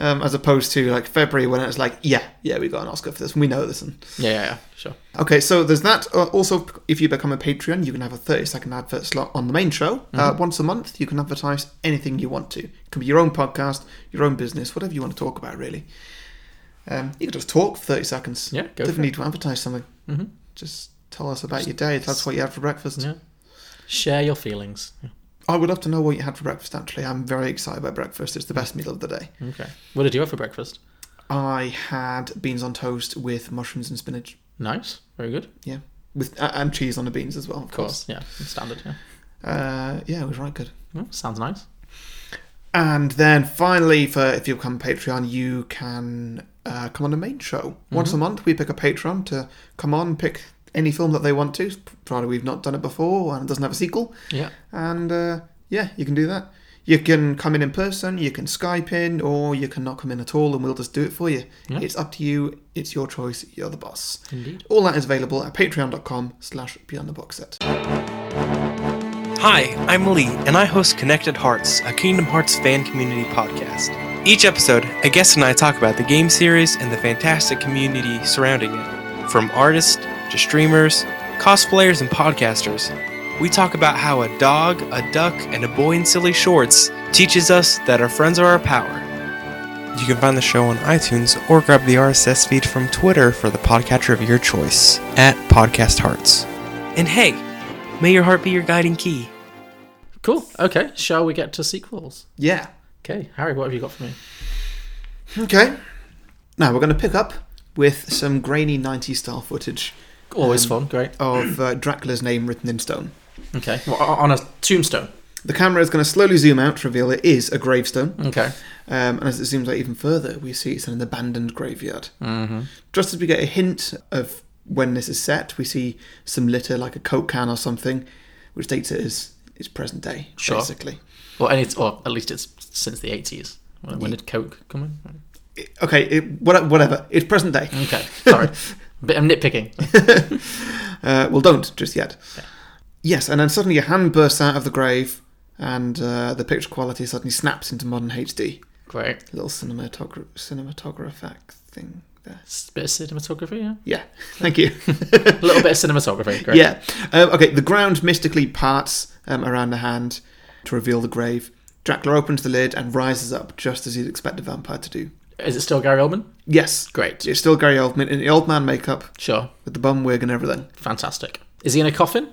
[SPEAKER 1] Um, as opposed to like February when it's like, yeah, yeah, we got an Oscar for this, and we know this one.
[SPEAKER 2] yeah, yeah, yeah. sure.
[SPEAKER 1] Okay, so there's that. Uh, also, if you become a Patreon, you can have a 30 second advert slot on the main show. Uh,
[SPEAKER 2] Mm-hmm.
[SPEAKER 1] once a month, you can advertise anything you want to. It can be your own podcast, your own business, whatever you want to talk about, really. Um, you can just talk for 30 seconds.
[SPEAKER 2] Yeah, go
[SPEAKER 1] Doesn't
[SPEAKER 2] for it.
[SPEAKER 1] need to advertise something. Mm-hmm. Just tell us about your day. That's what you had for breakfast.
[SPEAKER 2] Yeah. Share your feelings.
[SPEAKER 1] I would love to know what you had for breakfast, actually. I'm very excited about breakfast.
[SPEAKER 2] Mm.
[SPEAKER 1] It's the best meal of the day.
[SPEAKER 2] Okay. What did you have for breakfast?
[SPEAKER 1] I had beans on toast with mushrooms and spinach.
[SPEAKER 2] Nice. Very good. Of
[SPEAKER 1] Yeah. With, uh, and cheese on the beans as well, of course.
[SPEAKER 2] course. Yeah. Standard. Yeah.
[SPEAKER 1] Uh, yeah, it was right good.
[SPEAKER 2] Mm, sounds nice.
[SPEAKER 1] And then finally, for if you become Patreon, you can uh, come on the main show once a month. We pick a Patreon to come on, pick any film that they want to, provided we've not done it before and it doesn't have a sequel.
[SPEAKER 2] Yeah.
[SPEAKER 1] And uh, yeah, you can do that. You can come in in person, you can Skype in, or you can not come in at all, and we'll just do it for you. It's up to you. It's your choice. You're the boss. Indeed. All that is available at Patreon.com/slash Beyond the Box Set.
[SPEAKER 11] Hi, I'm Lee, and I host Connected Hearts, a Kingdom Hearts fan community podcast. Each episode, a guest and I talk about the game series and the fantastic community surrounding it. From artists to streamers, cosplayers, and podcasters, we talk about how a dog, a duck, and a boy in silly shorts teaches us that our friends are our power. You can find the show on iTunes or grab the RSS feed from Twitter for the podcatcher of your choice at Podcast Hearts. And hey, may your heart be your guiding key.
[SPEAKER 2] Cool. Okay. Shall we get to sequels?
[SPEAKER 1] Yeah.
[SPEAKER 2] Okay. Harry, what have you got for me?
[SPEAKER 1] Okay. Now we're going to pick up with some grainy 90s style footage
[SPEAKER 2] Always fun. Great.
[SPEAKER 1] of uh, Dracula's name written in stone.
[SPEAKER 2] Okay. Well, o- on a tombstone.
[SPEAKER 1] The camera is going to slowly zoom out to reveal it is a gravestone.
[SPEAKER 2] Okay.
[SPEAKER 1] Um, and as it zooms out even further, we see it's in an abandoned graveyard. Mm-hmm. Just as we get a hint of when this is set, we see some litter like a coke can or something, which dates it as it's present day,
[SPEAKER 2] Sure.
[SPEAKER 1] basically.
[SPEAKER 2] Or, and it's, or at least it's since the 80s. When, when did Coke come in?
[SPEAKER 1] Okay, it, what- whatever. It's present day.
[SPEAKER 2] Okay, sorry. Bit- I'm nitpicking.
[SPEAKER 1] uh, well, don't just yet. Yes, and then suddenly a hand bursts out of the grave, and uh, the picture quality suddenly snaps into modern HD.
[SPEAKER 2] Great.
[SPEAKER 1] A little cinematogra- cinematographic thing there.
[SPEAKER 2] bit of cinematography, yeah?
[SPEAKER 1] Yeah, thank you.
[SPEAKER 2] a little bit of cinematography, great.
[SPEAKER 1] Yeah. Um, okay, the ground mystically parts um, around the hand to reveal the grave. Dracula opens the lid and rises up just as you'd expect a vampire to do.
[SPEAKER 2] Is it still Gary Oldman?
[SPEAKER 1] Yes.
[SPEAKER 2] Great.
[SPEAKER 1] It's still Gary Oldman in the old man makeup.
[SPEAKER 2] Sure.
[SPEAKER 1] With the bum wig and everything.
[SPEAKER 2] Fantastic. Is he in a coffin?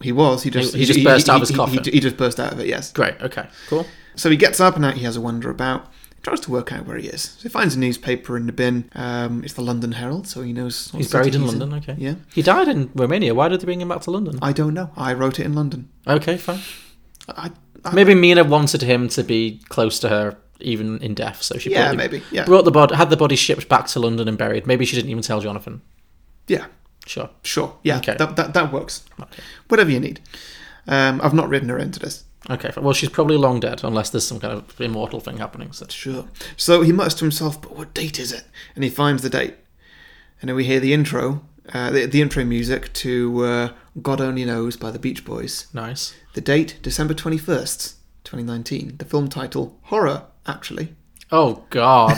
[SPEAKER 1] He was. He just
[SPEAKER 2] He- he just burst out of his
[SPEAKER 1] he-
[SPEAKER 2] coffin.
[SPEAKER 1] He, he just burst out of it. Yes.
[SPEAKER 2] Great. Okay. Cool.
[SPEAKER 1] So he gets up and out. He has a wander about. He tries to work out where he is. So he finds a newspaper in the bin. Um, it's the London Herald, so he knows. what
[SPEAKER 2] He's
[SPEAKER 1] city
[SPEAKER 2] buried in London, okay.
[SPEAKER 1] Yeah.
[SPEAKER 2] He died in Romania. Why did they bring him back to London?
[SPEAKER 1] I don't know. I wrote it in London.
[SPEAKER 2] Okay, fine.
[SPEAKER 1] I,
[SPEAKER 2] Maybe Mina wanted him to be close to her, even in death. So she
[SPEAKER 1] Yeah,
[SPEAKER 2] brought the-
[SPEAKER 1] maybe, yeah.
[SPEAKER 2] brought the body, had the body shipped back to London and buried. Maybe she didn't even tell Jonathan.
[SPEAKER 1] Yeah.
[SPEAKER 2] Sure.
[SPEAKER 1] Sure. Yeah.
[SPEAKER 2] Okay.
[SPEAKER 1] That, that that works. Whatever you need. Um, I've not written her into this.
[SPEAKER 2] Okay. fine. Well, she's probably long dead unless there's some kind of immortal thing happening. So.
[SPEAKER 1] Sure. So he mutters to himself, "But what date is it?" And he finds the date. And then we hear the intro, uh, the, the intro music to uh, "God Only Knows" by the Beach Boys.
[SPEAKER 2] Nice.
[SPEAKER 1] The date, December twenty first, twenty nineteen. The film title, horror, actually.
[SPEAKER 2] Oh God.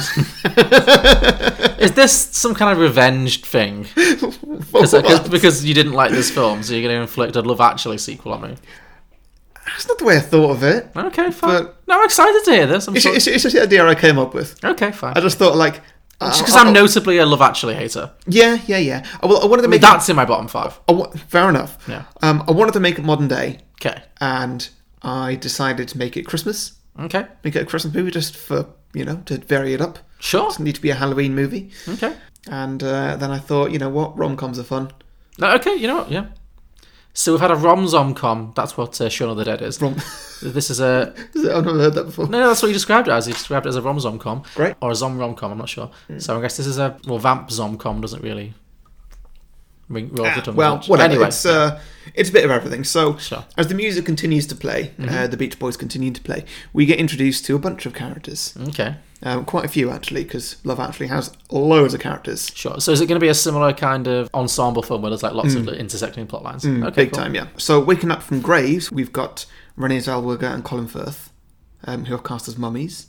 [SPEAKER 2] Is this some kind of revenge thing? 'Cause- 'cause- because you didn't like this film, so you're going to inflict a Love Actually sequel on me.
[SPEAKER 1] That's not the way I thought of it.
[SPEAKER 2] Okay, fine.
[SPEAKER 1] But
[SPEAKER 2] no, I'm excited to hear this. I'm
[SPEAKER 1] it's,
[SPEAKER 2] sort-
[SPEAKER 1] it's, it's just the idea I came up with.
[SPEAKER 2] okay, fine.
[SPEAKER 1] I just thought, like,
[SPEAKER 2] Just
[SPEAKER 1] I'll-
[SPEAKER 2] because I'm
[SPEAKER 1] I'll-
[SPEAKER 2] notably a Love Actually hater.
[SPEAKER 1] Yeah, yeah, yeah. I, well, I wanted to
[SPEAKER 2] I mean,
[SPEAKER 1] make
[SPEAKER 2] that's in my bottom five.
[SPEAKER 1] I wa- fair enough.
[SPEAKER 2] Yeah.
[SPEAKER 1] Um, I wanted to make it modern day,
[SPEAKER 2] Okay.
[SPEAKER 1] and I decided to make it Christmas.
[SPEAKER 2] Okay.
[SPEAKER 1] Make it a Christmas movie just for you know to vary it up.
[SPEAKER 2] Sure.
[SPEAKER 1] Doesn't need to be a Halloween movie.
[SPEAKER 2] Okay.
[SPEAKER 1] And uh, then I thought, you know what, rom coms are fun.
[SPEAKER 2] No, okay, you know what? Yeah. So we've had a romzomcom. That's what uh, Shaun of the Dead is.
[SPEAKER 1] Rom-
[SPEAKER 2] This is a
[SPEAKER 1] I've never heard that before.
[SPEAKER 2] no, no, that's what you described it as. You described it as a romzomcom,
[SPEAKER 1] Great. Hmm.
[SPEAKER 2] Or a zom romcom. I'm not sure. So I guess this is a well, vamp zomcom doesn't really ring roll off the
[SPEAKER 1] Ah,
[SPEAKER 2] tongue.
[SPEAKER 1] well,
[SPEAKER 2] much.
[SPEAKER 1] whatever.
[SPEAKER 2] Anyway,
[SPEAKER 1] It's, uh, it's a bit of everything. So,
[SPEAKER 2] Sure. Mm-hmm.
[SPEAKER 1] as the music continues to play, uh, the Beach Boys continue to play, we get introduced to a bunch of characters.
[SPEAKER 2] okay,
[SPEAKER 1] Um, quite a few, actually, because Love Actually has loads of characters.
[SPEAKER 2] sure. So is it going to be a similar kind of ensemble film where there's like lots of intersecting plot lines? okay,
[SPEAKER 1] Hmm. Big
[SPEAKER 2] cool.
[SPEAKER 1] time, yeah. So, waking up from graves, we've got Renée Zellweger and Colin Firth, um, who are cast as mummies.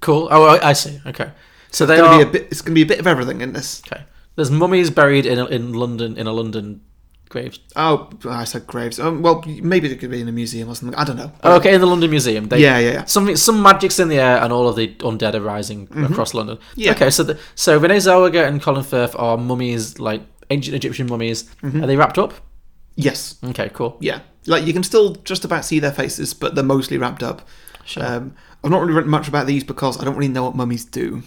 [SPEAKER 2] Cool. Oh, I, I see. Okay. So they
[SPEAKER 1] It's gonna
[SPEAKER 2] are.
[SPEAKER 1] be a bit. It's going to be a bit of everything in this.
[SPEAKER 2] okay. There's mummies buried in a, in London in a London grave.
[SPEAKER 1] Oh, I said graves. Um, well, maybe it could be in a museum or something. I don't know.
[SPEAKER 2] Oh, okay, in the London Museum. They,
[SPEAKER 1] Yeah, yeah, yeah.
[SPEAKER 2] Something, some magic's in the air, and all of the undead are rising across London.
[SPEAKER 1] Mm-hmm. Yeah.
[SPEAKER 2] Okay, so the, so Renee Zellweger and Colin Firth are mummies, like ancient Egyptian mummies.
[SPEAKER 1] Mm-hmm.
[SPEAKER 2] Are they wrapped up?
[SPEAKER 1] Yes.
[SPEAKER 2] Okay, cool.
[SPEAKER 1] Yeah, like you can still just about see their faces, but they're mostly wrapped up. Um, I've not really written much about these because I don't really know what mummies do.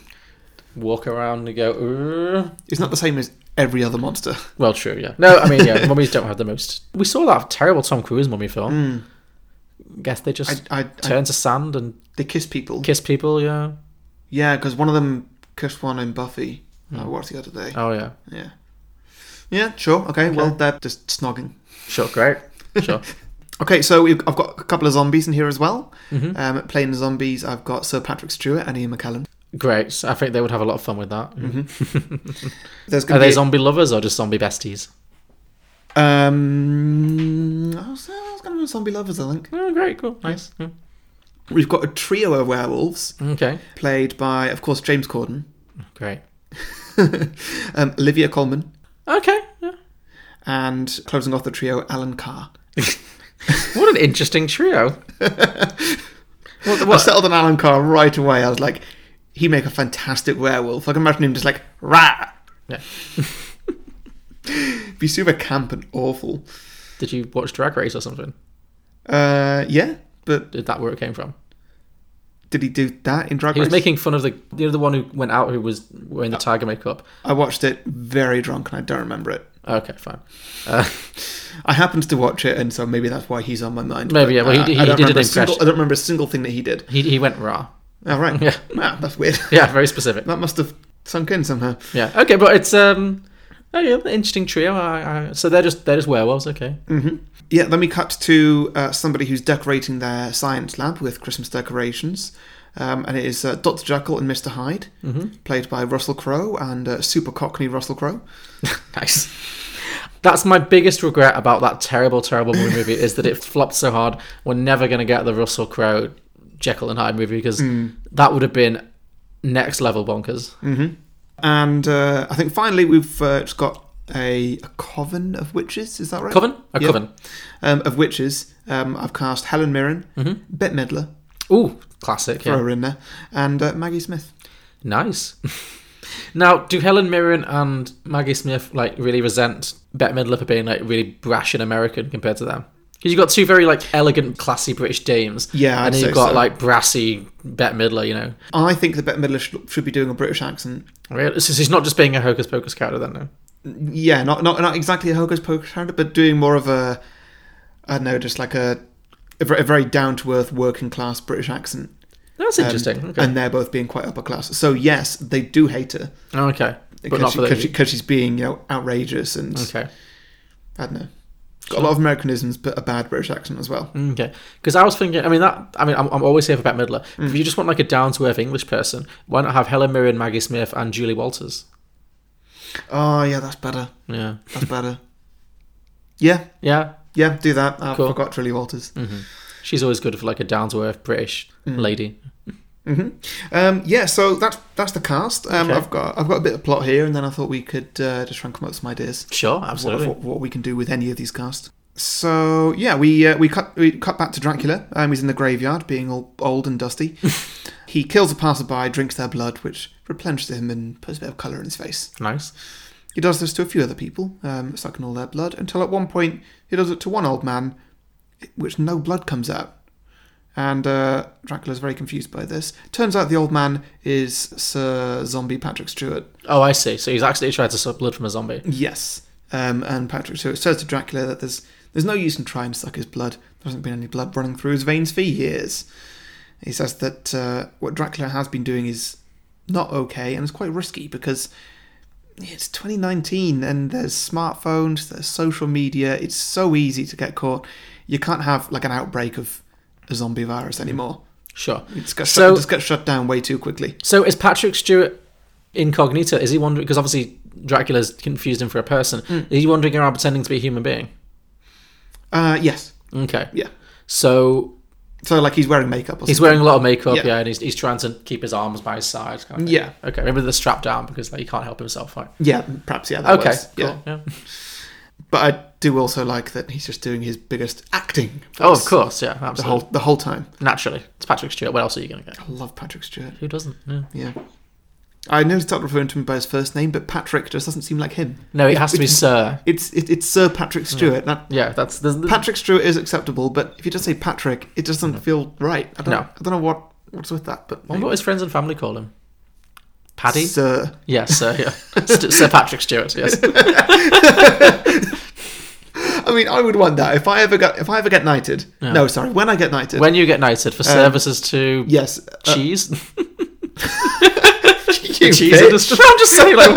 [SPEAKER 2] Walk around and go. "Urgh."
[SPEAKER 1] It's not the same as every other monster.
[SPEAKER 2] Well, true. Yeah. No, I mean, yeah, mummies don't have the most. We saw that terrible Tom Cruise mummy film. Guess they just
[SPEAKER 1] Mm. I- I-
[SPEAKER 2] turn to sand and
[SPEAKER 1] They kiss people.
[SPEAKER 2] kiss people. Yeah.
[SPEAKER 1] Yeah, because one of them kissed one in Buffy. I watched the other day.
[SPEAKER 2] Hmm. Oh yeah.
[SPEAKER 1] Yeah. Yeah, sure. Okay, well, they're just snogging.
[SPEAKER 2] Sure. Great. Sure.
[SPEAKER 1] Okay, so we've, I've got a couple of zombies in here as well.
[SPEAKER 2] Mm-hmm.
[SPEAKER 1] Um, playing the zombies, I've got Sir Patrick Stewart and Ian McKellen.
[SPEAKER 2] Great. So I think they would have a lot of fun with that.
[SPEAKER 1] Mm-hmm. There's
[SPEAKER 2] Are
[SPEAKER 1] gonna
[SPEAKER 2] they
[SPEAKER 1] be
[SPEAKER 2] zombie lovers or just zombie besties?
[SPEAKER 1] um, I was, I was going to do zombie lovers, I think.
[SPEAKER 2] Oh, great, cool, nice.
[SPEAKER 1] We've got a trio of werewolves.
[SPEAKER 2] Okay,
[SPEAKER 1] played by, of course, James Corden,
[SPEAKER 2] great.
[SPEAKER 1] um, Olivia Colman,
[SPEAKER 2] Okay, yeah.
[SPEAKER 1] and closing off the trio, Alan Carr.
[SPEAKER 2] what an interesting trio. what,
[SPEAKER 1] I
[SPEAKER 2] what,
[SPEAKER 1] settled on Alan Carr right away. I was like, he'd make a fantastic werewolf. I can imagine him just like, rah!
[SPEAKER 2] Yeah.
[SPEAKER 1] Be super camp and awful.
[SPEAKER 2] did you watch Drag Race or something?
[SPEAKER 1] Uh, yeah, but
[SPEAKER 2] Did that where it came from?
[SPEAKER 1] did he do that in Drag
[SPEAKER 2] He was
[SPEAKER 1] Race?
[SPEAKER 2] making fun of the the other one who went out who was wearing the tiger makeup.
[SPEAKER 1] I watched it very drunk and I don't remember it.
[SPEAKER 2] Okay, fine. Uh,
[SPEAKER 1] I happened to watch it, and so maybe that's why he's on my mind.
[SPEAKER 2] Maybe, yeah, well, he-
[SPEAKER 1] I- I
[SPEAKER 2] he- he
[SPEAKER 1] don't
[SPEAKER 2] did an
[SPEAKER 1] remember a
[SPEAKER 2] impression.
[SPEAKER 1] single- I don't remember a single thing that he did.
[SPEAKER 2] he he went raw.
[SPEAKER 1] All right.
[SPEAKER 2] Yeah.
[SPEAKER 1] Wow, that's weird.
[SPEAKER 2] Yeah, very specific.
[SPEAKER 1] That must have sunk in somehow.
[SPEAKER 2] Yeah. Okay, but it's um Oh yeah, interesting trio. I, I, so they're just they're just werewolves. Okay.
[SPEAKER 1] hmm Yeah, then we cut to uh, somebody who's decorating their science lab with Christmas decorations. Um, and it is uh, Dr. Jekyll and Mr. Hyde,
[SPEAKER 2] Mhm.
[SPEAKER 1] played by Russell Crowe and uh, Super Cockney Russell Crowe.
[SPEAKER 2] nice. That's my biggest regret about that terrible, terrible movie, movie is that it flopped so hard. We're never going to get the Russell Crowe Jekyll and Hyde movie because
[SPEAKER 1] Mm.
[SPEAKER 2] that would have been next level bonkers.
[SPEAKER 1] Mm-hmm. And uh, I think finally we've uh, just got a, a coven of witches. Is that right?
[SPEAKER 2] Coven? A coven.
[SPEAKER 1] Um, of witches. Um, I've cast Helen Mirren,
[SPEAKER 2] Mhm.
[SPEAKER 1] Bette Midler.
[SPEAKER 2] Ooh, classic.
[SPEAKER 1] Throw
[SPEAKER 2] yeah.
[SPEAKER 1] her in there, and uh, Maggie Smith.
[SPEAKER 2] Nice. now, do Helen Mirren and Maggie Smith like really resent Bette Midler for being like really brash and American compared to them? Because you've got two very like elegant, classy British dames.
[SPEAKER 1] Yeah, I'd
[SPEAKER 2] and then
[SPEAKER 1] say
[SPEAKER 2] you've got
[SPEAKER 1] so.
[SPEAKER 2] like brassy Bette Midler. You know,
[SPEAKER 1] I think that Bette Midler should, should be doing a British accent.
[SPEAKER 2] really, so she's not just being a hocus pocus character then. No.
[SPEAKER 1] Yeah, not not not exactly a hocus pocus character, but doing more of a, I don't know, just like a, a ver- a very down to earth working class British accent.
[SPEAKER 2] That's
[SPEAKER 1] Um,
[SPEAKER 2] interesting. okay.
[SPEAKER 1] And they're both being quite upper class. So yes, they do hate her.
[SPEAKER 2] Oh, okay, but
[SPEAKER 1] because
[SPEAKER 2] not for the
[SPEAKER 1] she, because she's being you know outrageous and
[SPEAKER 2] okay.
[SPEAKER 1] I don't know. Got a lot of Americanisms, but a bad British accent as well.
[SPEAKER 2] Okay, because I was thinking. I mean, that. I mean, I'm, I'm always here for Bette Midler. but If you just want like a down to earth English person, why not have Helen Mirren, Maggie Smith, and Julie Walters?
[SPEAKER 1] Oh yeah, that's better.
[SPEAKER 2] Yeah,
[SPEAKER 1] That's better. yeah,
[SPEAKER 2] yeah.
[SPEAKER 1] yeah, do that. I
[SPEAKER 2] Cool. Mm.
[SPEAKER 1] forgot Trilly Walters.
[SPEAKER 2] She's always good for like a down to earth British lady.
[SPEAKER 1] hmm Um, yeah, so that's that's the cast. Um,
[SPEAKER 2] Okay.
[SPEAKER 1] I've got I've got a bit of plot here, and then I thought we could uh, just try and come up with some ideas.
[SPEAKER 2] Sure,
[SPEAKER 1] of
[SPEAKER 2] absolutely.
[SPEAKER 1] What, of what, what we can do with any of these casts. So yeah, we uh, we cut we cut back to Dracula. Um, he's in the graveyard, being all old and dusty. he kills a passerby, drinks their blood, which replenishes him and puts a bit of colour in his face.
[SPEAKER 2] Nice.
[SPEAKER 1] He does this to a few other people, um, sucking all their blood, until at one point he does it to one old man, which no blood comes out. And uh, Dracula's very confused by this. Turns out the old man is Sir Zombie Patrick Stewart.
[SPEAKER 2] Oh, I see. So he's actually tried to suck blood from a zombie.
[SPEAKER 1] Yes. Um, and Patrick Stewart says to Dracula that there's there's no use in trying to suck his blood. There hasn't been any blood running through his veins for years. He says that uh, what Dracula has been doing is not okay and it's quite risky because it's 2019 and there's smartphones, there's social media. It's so easy to get caught. You can't have like an outbreak of a zombie virus anymore.
[SPEAKER 2] Sure.
[SPEAKER 1] It's got
[SPEAKER 2] Hmm. So-
[SPEAKER 1] shut, just got shut down way too quickly.
[SPEAKER 2] So is Patrick Stewart incognito? Is he wandering? Because obviously Dracula's confused him for a person. Is he wandering around pretending to be a human being?
[SPEAKER 1] Uh, yes.
[SPEAKER 2] Okay.
[SPEAKER 1] Yeah.
[SPEAKER 2] So
[SPEAKER 1] So like he's wearing makeup. Or
[SPEAKER 2] he's
[SPEAKER 1] something.
[SPEAKER 2] wearing a lot of makeup, yeah,
[SPEAKER 1] Yeah.
[SPEAKER 2] and he's, he's trying to keep his arms by his side. Kind of thing.
[SPEAKER 1] Yeah.
[SPEAKER 2] Okay. Remember they're strapped down because like, he can't help himself. Right.
[SPEAKER 1] Yeah, perhaps yeah. That
[SPEAKER 2] Okay.
[SPEAKER 1] works.
[SPEAKER 2] Cool.
[SPEAKER 1] Yeah.
[SPEAKER 2] yeah.
[SPEAKER 1] But I do also like that he's just doing his biggest acting.
[SPEAKER 2] Oh, of
[SPEAKER 1] voice
[SPEAKER 2] course. Yeah.
[SPEAKER 1] The
[SPEAKER 2] Absolutely.
[SPEAKER 1] whole the whole time.
[SPEAKER 2] Naturally, it's Patrick Stewart. What else are you going to get?
[SPEAKER 1] I love Patrick Stewart.
[SPEAKER 2] Who doesn't? Yeah.
[SPEAKER 1] Yeah. I nearly started referring to him by his first name, but Patrick just doesn't seem like him.
[SPEAKER 2] No, it has to be Sir.
[SPEAKER 1] It's it, it's Sir Patrick
[SPEAKER 2] Hmm.
[SPEAKER 1] Stewart. That
[SPEAKER 2] Yeah, that's there's,
[SPEAKER 1] Patrick Stewart is acceptable, but if you just say Patrick, it doesn't feel right. I don't
[SPEAKER 2] Hmm. No.
[SPEAKER 1] I don't know what what's with that, but
[SPEAKER 2] I wonder what his friends and family call him. Paddy?
[SPEAKER 1] Sir.
[SPEAKER 2] Yes, sir, yeah. St- sir Patrick Stewart, yes.
[SPEAKER 1] I mean, I would want that if I ever got if I ever get knighted. No, sorry, when I get knighted.
[SPEAKER 2] When you get knighted for services to
[SPEAKER 1] yes, uh,
[SPEAKER 2] cheese,
[SPEAKER 1] you
[SPEAKER 2] cheese
[SPEAKER 1] bitch.
[SPEAKER 2] industry. I'm just saying, like,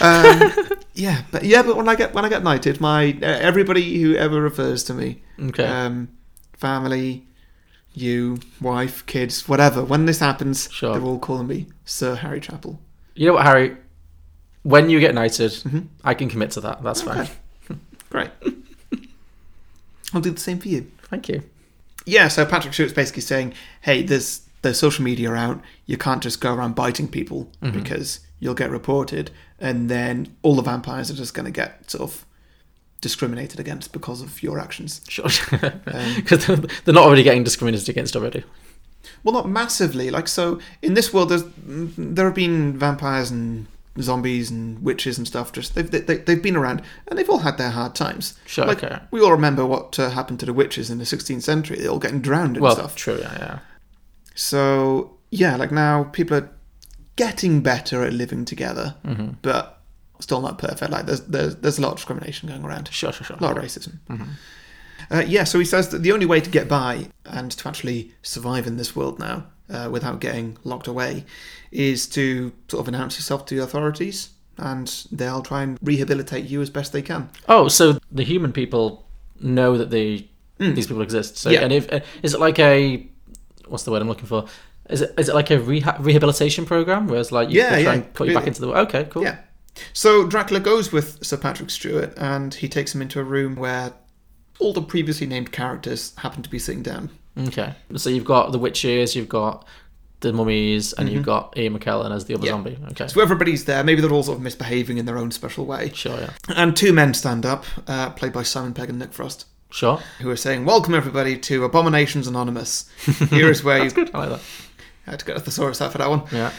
[SPEAKER 1] um, yeah, but yeah, but when I get when I get knighted, my uh, everybody who ever refers to me,
[SPEAKER 2] Okay.
[SPEAKER 1] um, family, you, wife, kids, whatever. When this happens,
[SPEAKER 2] Sure.
[SPEAKER 1] they're all calling me Sir Harry Chapel.
[SPEAKER 2] you know what, Harry? When you get knighted, I can commit to that. That's fine.
[SPEAKER 1] Great. I'll do the same for you.
[SPEAKER 2] Thank you.
[SPEAKER 1] Yeah, so Patrick Stewart's basically saying, "Hey, there's there's social media out. You can't just go around biting people because you'll get reported, and then all the vampires are just going to get sort of discriminated against because of your actions."
[SPEAKER 2] Sure. Because they're not already getting discriminated against already.
[SPEAKER 1] Well, not massively. Like so, in this world, there's there have been vampires and zombies and witches and stuff. Just they've they, they've been around, and they've all had their hard times.
[SPEAKER 2] Sure,
[SPEAKER 1] Like,
[SPEAKER 2] okay.
[SPEAKER 1] We all remember what uh, happened to the witches in the 16th century. They all getting drowned and
[SPEAKER 2] Well,
[SPEAKER 1] stuff.
[SPEAKER 2] true, yeah, yeah.
[SPEAKER 1] So yeah, like now people are getting better at living together,
[SPEAKER 2] Mm-hmm.
[SPEAKER 1] but still not perfect. Like there's there's there's a lot of discrimination going around.
[SPEAKER 2] Sure, sure, Mm-hmm. sure.
[SPEAKER 1] A lot of racism. Uh, yeah, so he says that the only way to get by and to actually survive in this world now uh, without getting locked away is to sort of announce yourself to the authorities and they'll try and rehabilitate you as best they can.
[SPEAKER 2] Oh, so the human people know that they these people exist. So
[SPEAKER 1] Yeah.
[SPEAKER 2] and if uh, is it like a what's the word I'm looking for? Is it is it like a reha- rehabilitation program where it's like you
[SPEAKER 1] Yeah,
[SPEAKER 2] they try
[SPEAKER 1] yeah,
[SPEAKER 2] and put you back
[SPEAKER 1] completely.
[SPEAKER 2] into the okay cool
[SPEAKER 1] Yeah. So Dracula goes with Sir Patrick Stewart and he takes him into a room where all the previously named characters happen to be sitting down.
[SPEAKER 2] okay. So you've got the witches, you've got the mummies, and
[SPEAKER 1] Mhm.
[SPEAKER 2] you've got Ian McKellen as the other
[SPEAKER 1] Yeah.
[SPEAKER 2] zombie. Okay,
[SPEAKER 1] So everybody's there. Maybe they're all sort of misbehaving in their own special way.
[SPEAKER 2] Sure, yeah.
[SPEAKER 1] And two men stand up, uh, played by Simon Pegg and Nick Frost.
[SPEAKER 2] Sure.
[SPEAKER 1] Who are saying, Welcome everybody to Abominations Anonymous. Here is where
[SPEAKER 2] That's
[SPEAKER 1] you.
[SPEAKER 2] good. I like that.
[SPEAKER 1] I had to get a thesaurus out for that one.
[SPEAKER 2] Yeah.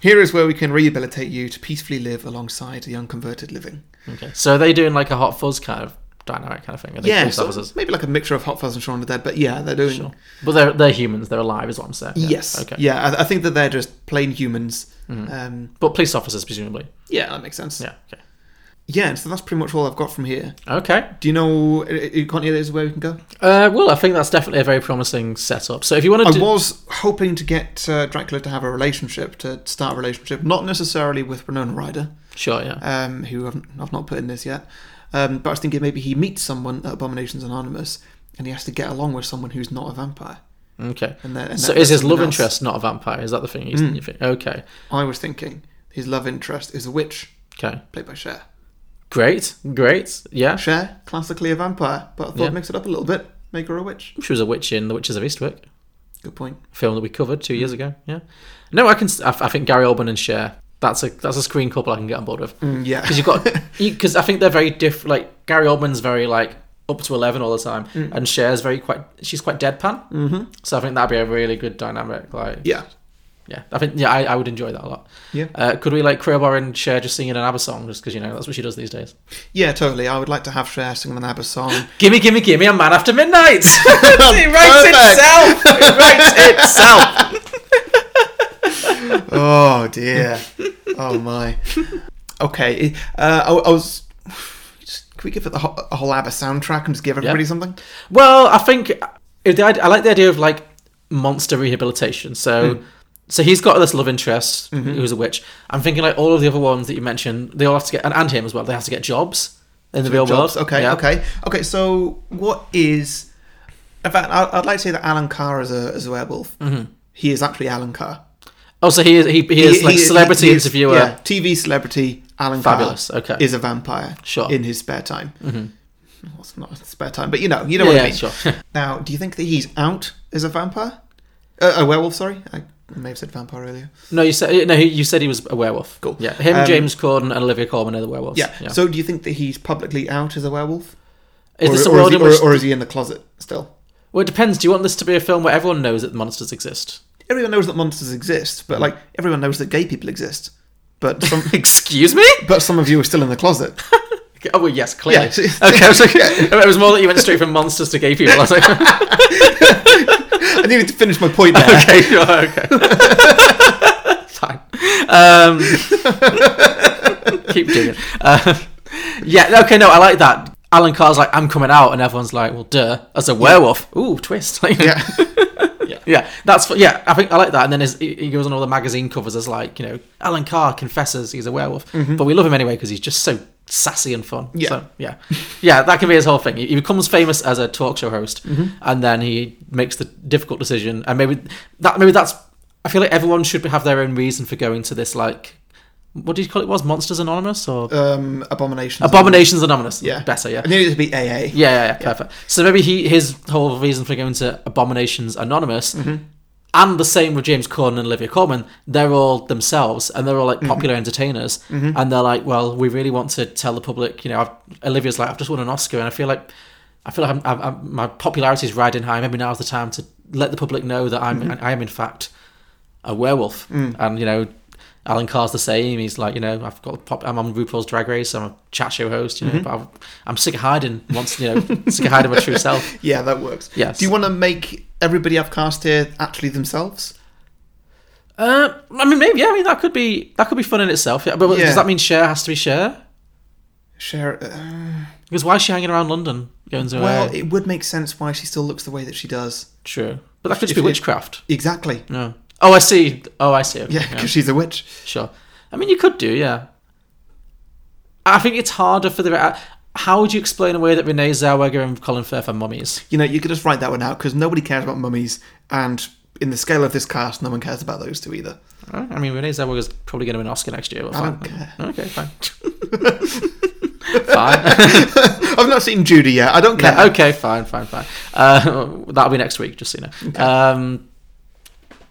[SPEAKER 1] Here is where we can rehabilitate you to peacefully live alongside the unconverted living.
[SPEAKER 2] okay. So are they doing like a hot fuzz kind of dynamic kind of thing? Are they
[SPEAKER 1] yeah,
[SPEAKER 2] police
[SPEAKER 1] so
[SPEAKER 2] officers?
[SPEAKER 1] maybe like a mixture of Hot Fuzz and Shaun of the Dead, but yeah, they're doing.
[SPEAKER 2] Sure. But they're they're humans. They're alive, is what I'm saying. Yeah.
[SPEAKER 1] Yes.
[SPEAKER 2] Okay.
[SPEAKER 1] Yeah, I, I think that they're just plain humans.
[SPEAKER 2] Mhm.
[SPEAKER 1] Um,
[SPEAKER 2] But police officers, presumably.
[SPEAKER 1] yeah, that makes sense.
[SPEAKER 2] Yeah. Okay.
[SPEAKER 1] Yeah, so that's pretty much all I've got from here.
[SPEAKER 2] Okay.
[SPEAKER 1] Do you know? You can't hear this where we can go.
[SPEAKER 2] Uh, well, I think that's definitely a very promising setup. So if you want
[SPEAKER 1] I
[SPEAKER 2] to do,
[SPEAKER 1] was hoping to get uh, Dracula to have a relationship, to start a relationship, not necessarily with Renona Ryder.
[SPEAKER 2] Sure, yeah.
[SPEAKER 1] Um, who I've, I've not put in this yet. Um, but I was thinking maybe he meets someone at Abominations Anonymous and he has to get along with someone who's not a vampire.
[SPEAKER 2] okay.
[SPEAKER 1] And that- and
[SPEAKER 2] so
[SPEAKER 1] that-
[SPEAKER 2] is
[SPEAKER 1] that's
[SPEAKER 2] his love
[SPEAKER 1] something else.
[SPEAKER 2] interest not a vampire? Is that the thing? You
[SPEAKER 1] Mm.
[SPEAKER 2] you think? Okay.
[SPEAKER 1] I was thinking his love interest is a witch,
[SPEAKER 2] Okay.
[SPEAKER 1] played by Cher.
[SPEAKER 2] Great. Great. Yeah.
[SPEAKER 1] Cher, classically a vampire, but I thought
[SPEAKER 2] Yeah.
[SPEAKER 1] mix it up a little bit, make her a witch.
[SPEAKER 2] She was a witch in The Witches of Eastwick,
[SPEAKER 1] Good point.
[SPEAKER 2] a film that we covered
[SPEAKER 1] Mm.
[SPEAKER 2] two years ago. Yeah. No, I can. s- I, I think Gary Oldman and Cher. That's a that's a screen couple I can get on board with.
[SPEAKER 1] Mm, yeah.
[SPEAKER 2] Because you've got because I think they're very different. Like Gary Oldman's very like up to eleven all the time,
[SPEAKER 1] Mm.
[SPEAKER 2] and Cher's very quite. She's quite deadpan.
[SPEAKER 1] Mm-hmm.
[SPEAKER 2] So I think that'd be a really good dynamic. Like
[SPEAKER 1] Yeah.
[SPEAKER 2] Yeah, I think yeah, I, I would enjoy that a lot.
[SPEAKER 1] Yeah.
[SPEAKER 2] Uh, could we like crowbar and share just singing an ABBA song just because you know that's what she does these days?
[SPEAKER 1] Yeah, totally. I would like to have Cher sing an ABBA song.
[SPEAKER 2] Gimme, gimme, gimme a man after midnight. it writes
[SPEAKER 1] Perfect.
[SPEAKER 2] itself. It writes itself.
[SPEAKER 1] oh dear. Oh my. Okay. Uh, I, I was. Can we give it the whole, a whole ABBA soundtrack and just give everybody something?
[SPEAKER 2] Well, I think if the, id- I like the idea of like monster rehabilitation. So.
[SPEAKER 1] Hmm.
[SPEAKER 2] So he's got this love interest
[SPEAKER 1] Mm-hmm.
[SPEAKER 2] who's a witch. I'm thinking like all of the other ones that you mentioned, they all have to get and, and him as well. They have to get jobs in the real
[SPEAKER 1] Jobs.
[SPEAKER 2] world.
[SPEAKER 1] Okay.
[SPEAKER 2] Yeah.
[SPEAKER 1] Okay. Okay. So what is? In fact, I, I'd like to say that Alan Carr is a is a werewolf. He is actually Alan Carr.
[SPEAKER 2] Oh, so he is he, he is like
[SPEAKER 1] he-
[SPEAKER 2] celebrity
[SPEAKER 1] he is-
[SPEAKER 2] interviewer.
[SPEAKER 1] yeah, TV celebrity Alan
[SPEAKER 2] Fabulous,
[SPEAKER 1] Carr.
[SPEAKER 2] okay.
[SPEAKER 1] Is a vampire.
[SPEAKER 2] Sure.
[SPEAKER 1] In his spare time. Mm-hmm. Well, it's not his spare time, but you know, you know
[SPEAKER 2] Yeah,
[SPEAKER 1] what I
[SPEAKER 2] yeah,
[SPEAKER 1] mean.
[SPEAKER 2] sure.
[SPEAKER 1] now, do you think that he's out as a vampire? Uh, a werewolf, sorry. I may have said vampire earlier.
[SPEAKER 2] No, you said no. he- You said he was a werewolf.
[SPEAKER 1] Cool.
[SPEAKER 2] Yeah, him,
[SPEAKER 1] Um,
[SPEAKER 2] James Corden, and Olivia Colman are the werewolves.
[SPEAKER 1] Yeah. So, do you think that he's publicly out as a werewolf?
[SPEAKER 2] is
[SPEAKER 1] or,
[SPEAKER 2] this a
[SPEAKER 1] or
[SPEAKER 2] world
[SPEAKER 1] is
[SPEAKER 2] in
[SPEAKER 1] he,
[SPEAKER 2] which?
[SPEAKER 1] or, or is he in the closet still?
[SPEAKER 2] well, it depends. Do you want this to be a film where everyone knows that monsters exist?
[SPEAKER 1] Everyone knows that monsters exist, but like everyone knows that gay people exist. But some,
[SPEAKER 2] Excuse me?
[SPEAKER 1] but some of you are still in the closet.
[SPEAKER 2] Okay, Oh well, yes, clearly.
[SPEAKER 1] Yeah.
[SPEAKER 2] Okay, I was like, it was more that you went straight from monsters to gay people. I was like,
[SPEAKER 1] I needed to finish my point there.
[SPEAKER 2] okay, sure, oh, okay, fine. Um, keep doing it. Um, yeah, okay, no, I like that. Alan Carr's like, I'm coming out, and everyone's like, well, duh, as a werewolf. Ooh, twist. Like,
[SPEAKER 1] Yeah.
[SPEAKER 2] Yeah, that's fu- yeah. I think I like that. And then his, he he goes on all the magazine covers as like you know, Alan Carr confesses he's a werewolf, but we love him anyway because he's just so sassy and fun.
[SPEAKER 1] Mm-hmm. Yeah.
[SPEAKER 2] so, yeah, yeah. That can be his whole thing. He he becomes famous as a talk show host,
[SPEAKER 1] Mm-hmm.
[SPEAKER 2] and then he makes the difficult decision. And maybe that maybe that's. I feel like everyone should have their own reason for going to this like. What did you call it? Was Monsters Anonymous or
[SPEAKER 1] Um, abominations.
[SPEAKER 2] Abominations Anonymous?
[SPEAKER 1] Yeah.
[SPEAKER 2] better. Yeah,
[SPEAKER 1] I needed to be AA.
[SPEAKER 2] yeah, yeah, yeah, perfect. So maybe he his whole reason for going to Abominations Anonymous, and the same with James Corden and Olivia Colman, they're all themselves and they're all like popular entertainers, and they're like, well, we really want to tell the public, you know, I've, Olivia's like, I've just won an Oscar, and I feel like, I feel like I'm, I'm, I'm, my popularity is riding high. Maybe now's the time to let the public know that I'm I am in fact a werewolf,
[SPEAKER 1] Mm.
[SPEAKER 2] and you know. Alan Carr's the same. He's like, you know, I've got pop. I'm on RuPaul's Drag Race. I'm a chat show host. You know,
[SPEAKER 1] Mm-hmm.
[SPEAKER 2] but I'm, I'm sick of hiding. Once you know, sick of hiding my true self.
[SPEAKER 1] Yeah, that works.
[SPEAKER 2] Yes.
[SPEAKER 1] Do you want to make everybody I've cast here actually themselves?
[SPEAKER 2] Uh, I mean, maybe. Yeah, I mean, that could be that could be fun in itself. Yeah, but but
[SPEAKER 1] Yeah.
[SPEAKER 2] does that mean Cher has to be Cher?
[SPEAKER 1] Share. Uh,
[SPEAKER 2] Because why is she hanging around London going to?
[SPEAKER 1] well,
[SPEAKER 2] uh,
[SPEAKER 1] it would make sense why she still looks the way that she does.
[SPEAKER 2] true. But that could
[SPEAKER 1] if-
[SPEAKER 2] just be
[SPEAKER 1] if-
[SPEAKER 2] witchcraft.
[SPEAKER 1] Exactly.
[SPEAKER 2] No. Oh, I see. Oh, I see. Okay,
[SPEAKER 1] Yeah, 'cause she's a witch.
[SPEAKER 2] Sure. I mean, you could do, yeah. I think it's harder for the. uh, How would you explain away that Renee Zellweger and Colin Firth are mummies?
[SPEAKER 1] You know, you could just write that one out because nobody cares about mummies, and in the scale of this cast, no one cares about those two either.
[SPEAKER 2] Huh? I mean, Renee Zellweger's probably going to win an Oscar next year. But
[SPEAKER 1] I
[SPEAKER 2] fine.
[SPEAKER 1] don't care.
[SPEAKER 2] Okay, fine. fine.
[SPEAKER 1] I've not seen Judy yet. I don't care.
[SPEAKER 2] No, okay, fine, fine, fine. Uh, that'll be next week, just so you know. Um,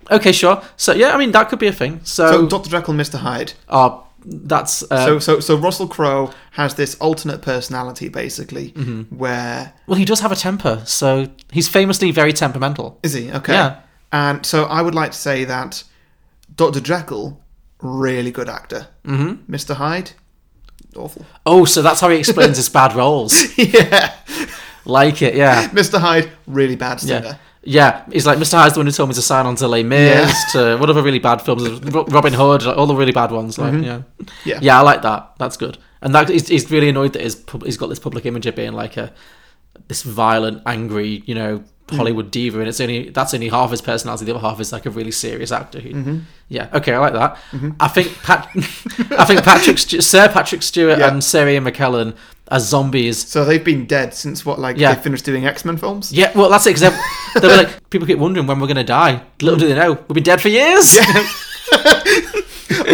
[SPEAKER 2] okay, sure. So, yeah, I mean, that could be a thing.
[SPEAKER 1] So
[SPEAKER 2] So,
[SPEAKER 1] Dr. Jekyll and Mr. Hyde.
[SPEAKER 2] uh, that's. Uh,
[SPEAKER 1] so so so Russell Crowe has this alternate personality basically
[SPEAKER 2] Mm-hmm.
[SPEAKER 1] where
[SPEAKER 2] well, he does have a temper, so he's famously very temperamental.
[SPEAKER 1] is he? Okay.
[SPEAKER 2] Yeah.
[SPEAKER 1] And so I would like to say that Dr. Jekyll really good actor. Mm-hmm. Mr. Hyde awful.
[SPEAKER 2] Oh, so that's how he explains his bad roles.
[SPEAKER 1] yeah.
[SPEAKER 2] Like it, yeah.
[SPEAKER 1] Mr. Hyde really bad singer.
[SPEAKER 2] Yeah. Yeah, he's like Mr. Hyde's the one who told me to sign on to Les Mis,
[SPEAKER 1] Yeah.
[SPEAKER 2] to what other really bad films, Ro- Robin Hood, like all the really bad ones. Like, yeah.
[SPEAKER 1] Mm-hmm. Yeah.
[SPEAKER 2] I like that. That's good. And that he's, he's really annoyed that his, pub- he's got this public image of being like a this violent, angry, you know,
[SPEAKER 1] Mm.
[SPEAKER 2] Hollywood diva, and it's only that's only half his personality. The other half is like a really serious actor. Who,
[SPEAKER 1] Mm-hmm.
[SPEAKER 2] Yeah, okay, I like that. I think Pat, I think Patrick, Stu- Sir Patrick Stewart
[SPEAKER 1] Yeah.
[SPEAKER 2] and Sarah Ian McKellen as zombies
[SPEAKER 1] So they've been dead since what like
[SPEAKER 2] Yeah.
[SPEAKER 1] they finished doing X-Men films?
[SPEAKER 2] Yeah, well, that's it. Because they were like, people keep wondering when we're going to die. Little do they know, we'll be dead for years.
[SPEAKER 1] I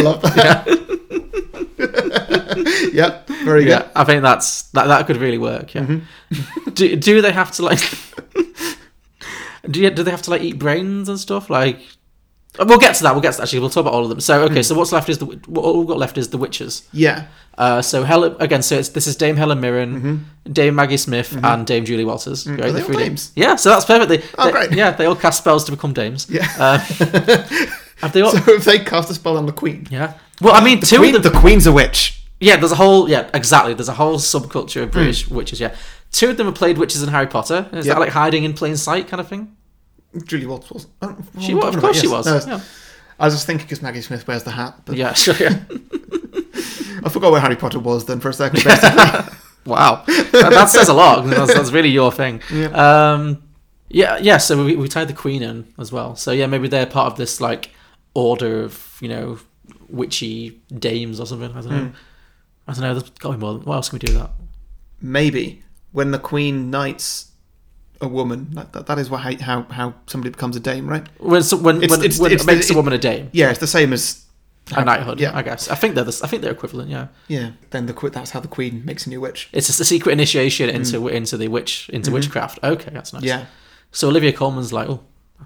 [SPEAKER 1] love that. yep, very good.
[SPEAKER 2] Yeah, I think that's that. That could really work. Yeah.
[SPEAKER 1] Mm-hmm.
[SPEAKER 2] do do they have to like? do you, do they have to like eat brains and stuff? Like, we'll get to that. We'll get to that, actually. We'll talk about all of them. So okay,
[SPEAKER 1] Mm-hmm.
[SPEAKER 2] so what's left is the what all we've got left is the witches.
[SPEAKER 1] Yeah.
[SPEAKER 2] Uh, so Helen again. So it's, this is Dame Helen Mirren, Dame Maggie Smith, and Dame Julie Walters. Great,
[SPEAKER 1] Mm-hmm. Mm, Are they
[SPEAKER 2] the
[SPEAKER 1] all
[SPEAKER 2] three
[SPEAKER 1] dames?
[SPEAKER 2] Yeah, so that's perfect. They,
[SPEAKER 1] Oh,
[SPEAKER 2] they-
[SPEAKER 1] great.
[SPEAKER 2] Yeah, they all cast spells to become dames.
[SPEAKER 1] Yeah.
[SPEAKER 2] Uh, have they all?
[SPEAKER 1] So if they cast a spell on the queen.
[SPEAKER 2] Yeah. Well, I mean, two
[SPEAKER 1] Queen,
[SPEAKER 2] of them.
[SPEAKER 1] the queen's a witch.
[SPEAKER 2] yeah, there's a whole. Yeah, exactly. There's a whole subculture
[SPEAKER 1] Hmm.
[SPEAKER 2] of British witches. Yeah, two of them have played witches in Harry Potter. Is
[SPEAKER 1] Yeah.
[SPEAKER 2] that like hiding in plain sight kind of thing?
[SPEAKER 1] Julie Walters was. I don't know what
[SPEAKER 2] She
[SPEAKER 1] I'm
[SPEAKER 2] was,
[SPEAKER 1] talking
[SPEAKER 2] of course,
[SPEAKER 1] about,
[SPEAKER 2] she
[SPEAKER 1] yes.
[SPEAKER 2] was.
[SPEAKER 1] No, it's-
[SPEAKER 2] yeah.
[SPEAKER 1] I was just thinking because Maggie Smith wears the hat, but
[SPEAKER 2] yeah, sure. Yeah.
[SPEAKER 1] I forgot where Harry Potter was then for a second. Basically.
[SPEAKER 2] wow, that, that says a lot. That's, that's really your thing. Yeah. Um, yeah, yeah. So we, we tied the Queen in as well. So yeah, maybe they're part of this like order of you know witchy dames or something. I don't
[SPEAKER 1] Hmm.
[SPEAKER 2] know. I don't know. There's got to be more. Than, what else can we do with that?
[SPEAKER 1] Maybe when the queen knights a woman, that, that, that is what, how, how how somebody becomes a dame, right?
[SPEAKER 2] When so, when
[SPEAKER 1] It's-
[SPEAKER 2] when,
[SPEAKER 1] it's-
[SPEAKER 2] when
[SPEAKER 1] it's
[SPEAKER 2] it
[SPEAKER 1] the-
[SPEAKER 2] makes
[SPEAKER 1] it-
[SPEAKER 2] a woman a dame.
[SPEAKER 1] Yeah, it's the same as
[SPEAKER 2] a knighthood.
[SPEAKER 1] yeah.
[SPEAKER 2] I guess. I think they're the, I think they're equivalent. Yeah,
[SPEAKER 1] yeah. Then the que- that's how the queen makes a new witch.
[SPEAKER 2] it's just a secret initiation into into the witch into witchcraft. Okay, that's nice.
[SPEAKER 1] Mm. Mm-hmm. Yeah,
[SPEAKER 2] So Olivia Coleman's like, oh,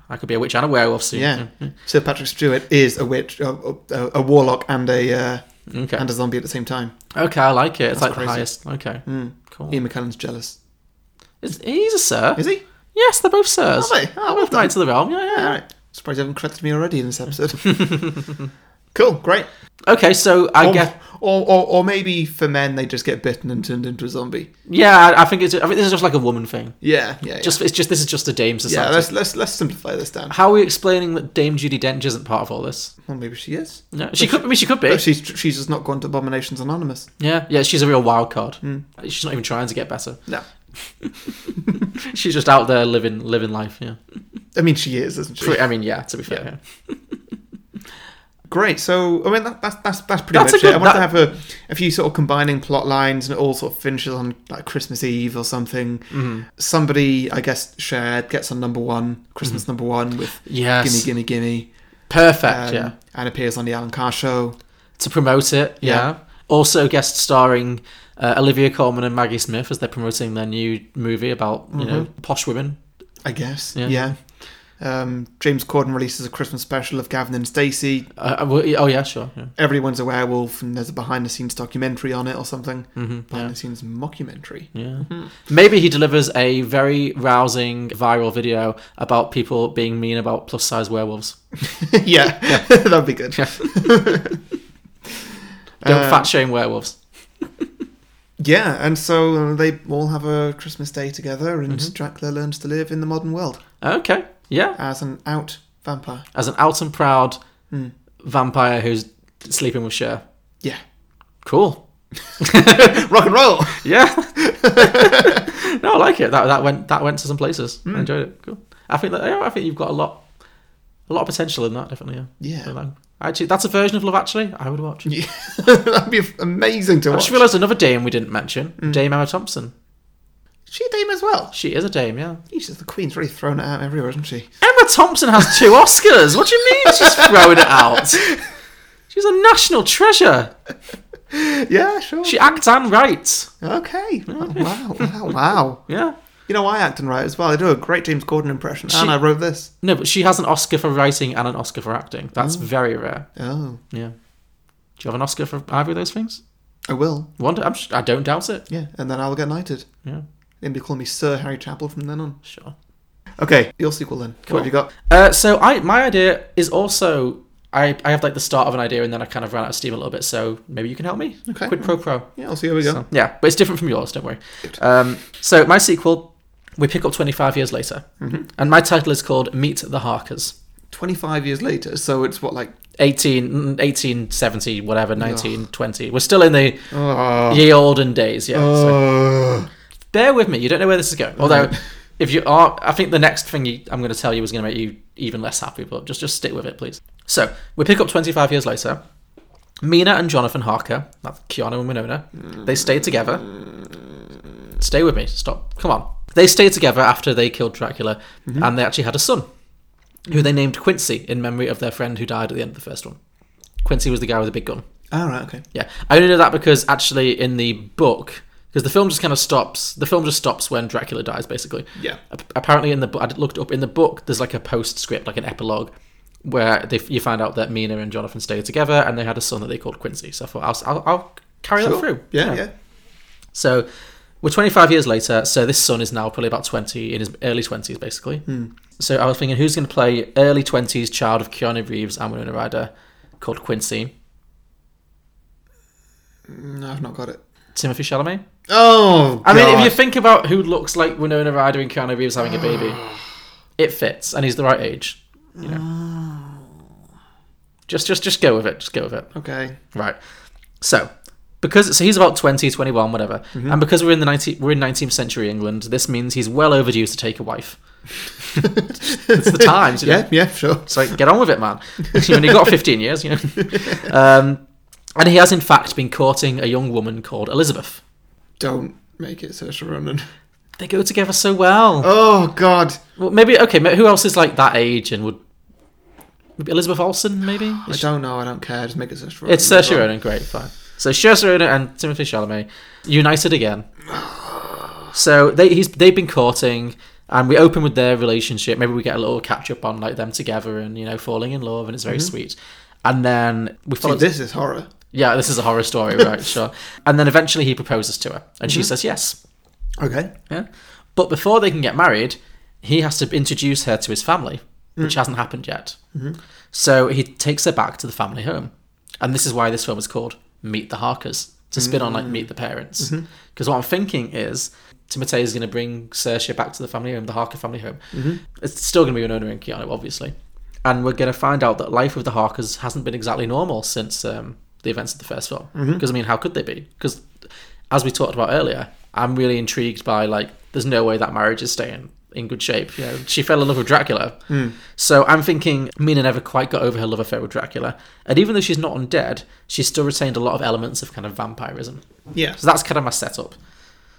[SPEAKER 2] I could be a witch and a werewolf soon.
[SPEAKER 1] yeah. Sir Patrick Stewart is a witch, a, a, a warlock, and a uh,
[SPEAKER 2] Mm. Okay.
[SPEAKER 1] and a zombie at the same time.
[SPEAKER 2] Okay, I like it. It's like
[SPEAKER 1] crazy. Mm.
[SPEAKER 2] the highest. Okay. Cool.
[SPEAKER 1] Ian McKellen's jealous.
[SPEAKER 2] Is- he's a sir.
[SPEAKER 1] Is he?
[SPEAKER 2] Yes, they're both sirs.
[SPEAKER 1] Are they? Oh, well
[SPEAKER 2] They're both
[SPEAKER 1] done.
[SPEAKER 2] knights of the realm. Yeah,
[SPEAKER 1] All
[SPEAKER 2] yeah.
[SPEAKER 1] right. Surprised you haven't credited me already in this episode. cool, great.
[SPEAKER 2] Okay, so I
[SPEAKER 1] Or,
[SPEAKER 2] guess.
[SPEAKER 1] or, or, or maybe for men, they just get bitten and turned into a zombie.
[SPEAKER 2] Yeah, I- I think it's. I think this is just like a woman thing.
[SPEAKER 1] Yeah, yeah, yeah.
[SPEAKER 2] Just Ah. it's just this is just a dame
[SPEAKER 1] yeah.
[SPEAKER 2] society.
[SPEAKER 1] Let's let's let's simplify this down.
[SPEAKER 2] How are we explaining that Dame Judy Dench isn't part of all this?
[SPEAKER 1] Well, maybe she is.
[SPEAKER 2] No, she could. I mean, she could be.
[SPEAKER 1] But she's she's just not gone to Abominations Anonymous.
[SPEAKER 2] Yeah, yeah, she's a real wild card.
[SPEAKER 1] Mm.
[SPEAKER 2] She's not even trying to get better.
[SPEAKER 1] No,
[SPEAKER 2] She's just out there living living life. Yeah,
[SPEAKER 1] I mean she is, isn't she?
[SPEAKER 2] Pretty- I mean, yeah. To be fair, yeah.
[SPEAKER 1] Great. So I mean that, that's that's that's pretty
[SPEAKER 2] That's
[SPEAKER 1] much
[SPEAKER 2] a
[SPEAKER 1] it. I
[SPEAKER 2] good-
[SPEAKER 1] wanted
[SPEAKER 2] that-
[SPEAKER 1] to have a, a few sort of combining plot lines, and it all sort of finishes on like Christmas Eve or something.
[SPEAKER 2] Mm-hmm.
[SPEAKER 1] Somebody, I guess, shared gets on number one, Christmas number one with
[SPEAKER 2] Mm-hmm. Yes.
[SPEAKER 1] gimme, gimme, gimme,
[SPEAKER 2] perfect.
[SPEAKER 1] um,
[SPEAKER 2] yeah,
[SPEAKER 1] and appears on the Alan Carr show.
[SPEAKER 2] to promote it. Yeah.
[SPEAKER 1] Yeah.
[SPEAKER 2] Also, guest starring uh, Olivia Colman and Maggie Smith as they're promoting their new movie about you know posh women.
[SPEAKER 1] I guess. Yeah.
[SPEAKER 2] Yeah.
[SPEAKER 1] Um, James Corden releases a Christmas special of Gavin and Stacey.
[SPEAKER 2] Uh, uh, well, yeah, oh yeah, sure. Yeah.
[SPEAKER 1] Everyone's a werewolf, and there's a behind the scenes documentary on it or something. behind the scenes mockumentary.
[SPEAKER 2] Yeah. Maybe he delivers a very rousing viral video about people being mean about plus size werewolves.
[SPEAKER 1] yeah, that'd be good.
[SPEAKER 2] Yeah. Don't fat shame werewolves.
[SPEAKER 1] Yeah, and so uh, they all have a Christmas day together, and Dracula learns to live in the modern world
[SPEAKER 2] Okay. Yeah.
[SPEAKER 1] as an out vampire.
[SPEAKER 2] As an out and proud vampire who's sleeping with Cher.
[SPEAKER 1] Yeah,
[SPEAKER 2] Cool.
[SPEAKER 1] rock and roll.
[SPEAKER 2] Yeah. no, I Hmm. like it. That that went that went to some places. I enjoyed it. Cool. I think that yeah, I think you've got a lot a lot of potential in that, definitely. Yeah.
[SPEAKER 1] Yeah.
[SPEAKER 2] So, like, Actually, that's a version of Love Actually. I would watch. Yeah.
[SPEAKER 1] That'd be amazing to
[SPEAKER 2] I
[SPEAKER 1] watch.
[SPEAKER 2] just realised another Dame we didn't mention, Dame Emma Thompson.
[SPEAKER 1] She a dame as well.
[SPEAKER 2] She is a Dame, yeah.
[SPEAKER 1] Jesus, the Queen's really thrown it out everywhere, isn't she?
[SPEAKER 2] Emma Thompson has two Oscars. What do you mean she's throwing it out? She's a national treasure.
[SPEAKER 1] Yeah, sure.
[SPEAKER 2] She acts and writes.
[SPEAKER 1] okay. Oh, wow. Wow. Wow.
[SPEAKER 2] Yeah.
[SPEAKER 1] You know, I act and write as well. I do a great James Gordon impression,
[SPEAKER 2] She-
[SPEAKER 1] and I wrote this.
[SPEAKER 2] No, but she has an Oscar for writing and an Oscar for acting. That's very rare.
[SPEAKER 1] Oh,
[SPEAKER 2] Yeah. Do you have an Oscar for either of those things?
[SPEAKER 1] I will.
[SPEAKER 2] Wonder, I'm, I don't doubt it.
[SPEAKER 1] Yeah, and then I'll get knighted.
[SPEAKER 2] Yeah.
[SPEAKER 1] Then they call me Sir Harry Chapel from then on.
[SPEAKER 2] Sure.
[SPEAKER 1] Okay, your sequel then.
[SPEAKER 2] Cool.
[SPEAKER 1] What have you got?
[SPEAKER 2] Uh, so I my idea is also I, I have like the start of an idea and then I kind of ran out of steam a little bit. So maybe you can help me.
[SPEAKER 1] Okay.
[SPEAKER 2] Quid pro quo.
[SPEAKER 1] Yeah, I'll see how we go.
[SPEAKER 2] So, yeah, but it's different from yours. Don't worry. Um, so my sequel, we pick up 25 years later,
[SPEAKER 1] Mm-hmm.
[SPEAKER 2] and my title is called Meet the Harkers.
[SPEAKER 1] 25 years later, so it's what, like,
[SPEAKER 2] 18, 18, 70, whatever, 19, 20. We're still in the
[SPEAKER 1] oh,
[SPEAKER 2] ye olden days. Yeah. so- bear with me. You don't know where this is going. Although, if you are, I think the next thing you, I'm going to tell you is going to make you even less happy. But just just stick with it, please. So we pick up 25 years later. Mina and Jonathan Harker, that's Keanu and Winona, they stay together. Stay with me. Stop. Come on. They stay together after they killed Dracula, and they actually had a son, who they named Quincy in memory of their friend who died at the end of the first one. Quincy was the guy with the big gun.
[SPEAKER 1] all right, okay.
[SPEAKER 2] Yeah, I only know that because actually in the book, because the film just kind of stops. The film just stops when Dracula dies, basically.
[SPEAKER 1] Yeah.
[SPEAKER 2] Ap- apparently, in the book, I looked up in the book. There's like a postscript, like an epilogue, where they, you find out that Mina and Jonathan stayed together, and they had a son that they called Quincy. So I thought I'll, I'll, I'll carry that
[SPEAKER 1] Sure.
[SPEAKER 2] through.
[SPEAKER 1] Yeah, yeah.
[SPEAKER 2] So we're 25 years later. So this son is now probably about 20 in his early 20s, basically.
[SPEAKER 1] Hmm.
[SPEAKER 2] So I was thinking, who's going to play early 20s child of Keanu Reeves and Winona Ryder, called Quincy?
[SPEAKER 1] No, I've not got it.
[SPEAKER 2] Timothy Chalamet.
[SPEAKER 1] Oh,
[SPEAKER 2] I mean, if you
[SPEAKER 1] God.
[SPEAKER 2] think about who looks like Winona Ryder and Keanu Reeves having a baby, it fits, and he's the right age. You know. Just, just, just go with it. Just go with it.
[SPEAKER 1] Okay.
[SPEAKER 2] Right. So, because so he's about 20, 21, whatever, and because we're in the 19, we're in nineteenth century England, this means he's well overdue to take a wife. it's the times. you know?
[SPEAKER 1] Yeah, yeah, sure.
[SPEAKER 2] It's like, get on with it, man. you only got 15 years, you know. Um, and he has, in fact, been courting a young woman called Elizabeth.
[SPEAKER 1] Don't make it Saoirse Ronan.
[SPEAKER 2] They go together so well.
[SPEAKER 1] Oh, God.
[SPEAKER 2] Well, maybe okay. ma- Who else is like that age and would maybe Elizabeth Olsen? Maybe
[SPEAKER 1] I don't know. I don't care. Just make it Saoirse Ronan.
[SPEAKER 2] it's Saoirse Ronan. Great, fine. So Saoirse Ronan and Timothy Chalamet united again. So they he's they've been courting, and we open with their relationship. Maybe we get a little catch up on like them together and you know falling in love, and it's very sweet. And then we follow
[SPEAKER 1] Dude, Mm-hmm. this is horror.
[SPEAKER 2] Yeah, this is a horror story, right? sure. And then eventually he proposes to her, and
[SPEAKER 1] Mm-hmm.
[SPEAKER 2] she says yes.
[SPEAKER 1] Okay.
[SPEAKER 2] Yeah. But before they can get married, he has to introduce her to his family, which hasn't happened yet. So he takes her back to the family home. And this is why this film is called Meet the Harkers, to spin on like Meet the Parents. Because what I'm thinking is Timotei is going to bring Saoirse back to the family home, the Harker family home. It's still going to be Winona and Keanu, obviously. And we're going to find out that life with the Harkers hasn't been exactly normal since um, the events of the first film. Because, I mean, how could they be? Because as we talked about earlier, I'm really intrigued by like there's no way that marriage is staying in good shape. You know, she fell in love with Dracula.
[SPEAKER 1] Hmm.
[SPEAKER 2] So I'm thinking Mina never quite got over her love affair with Dracula. And even though she's not undead, she still retained a lot of elements of kind of vampirism.
[SPEAKER 1] Yeah.
[SPEAKER 2] So that's kind of my setup.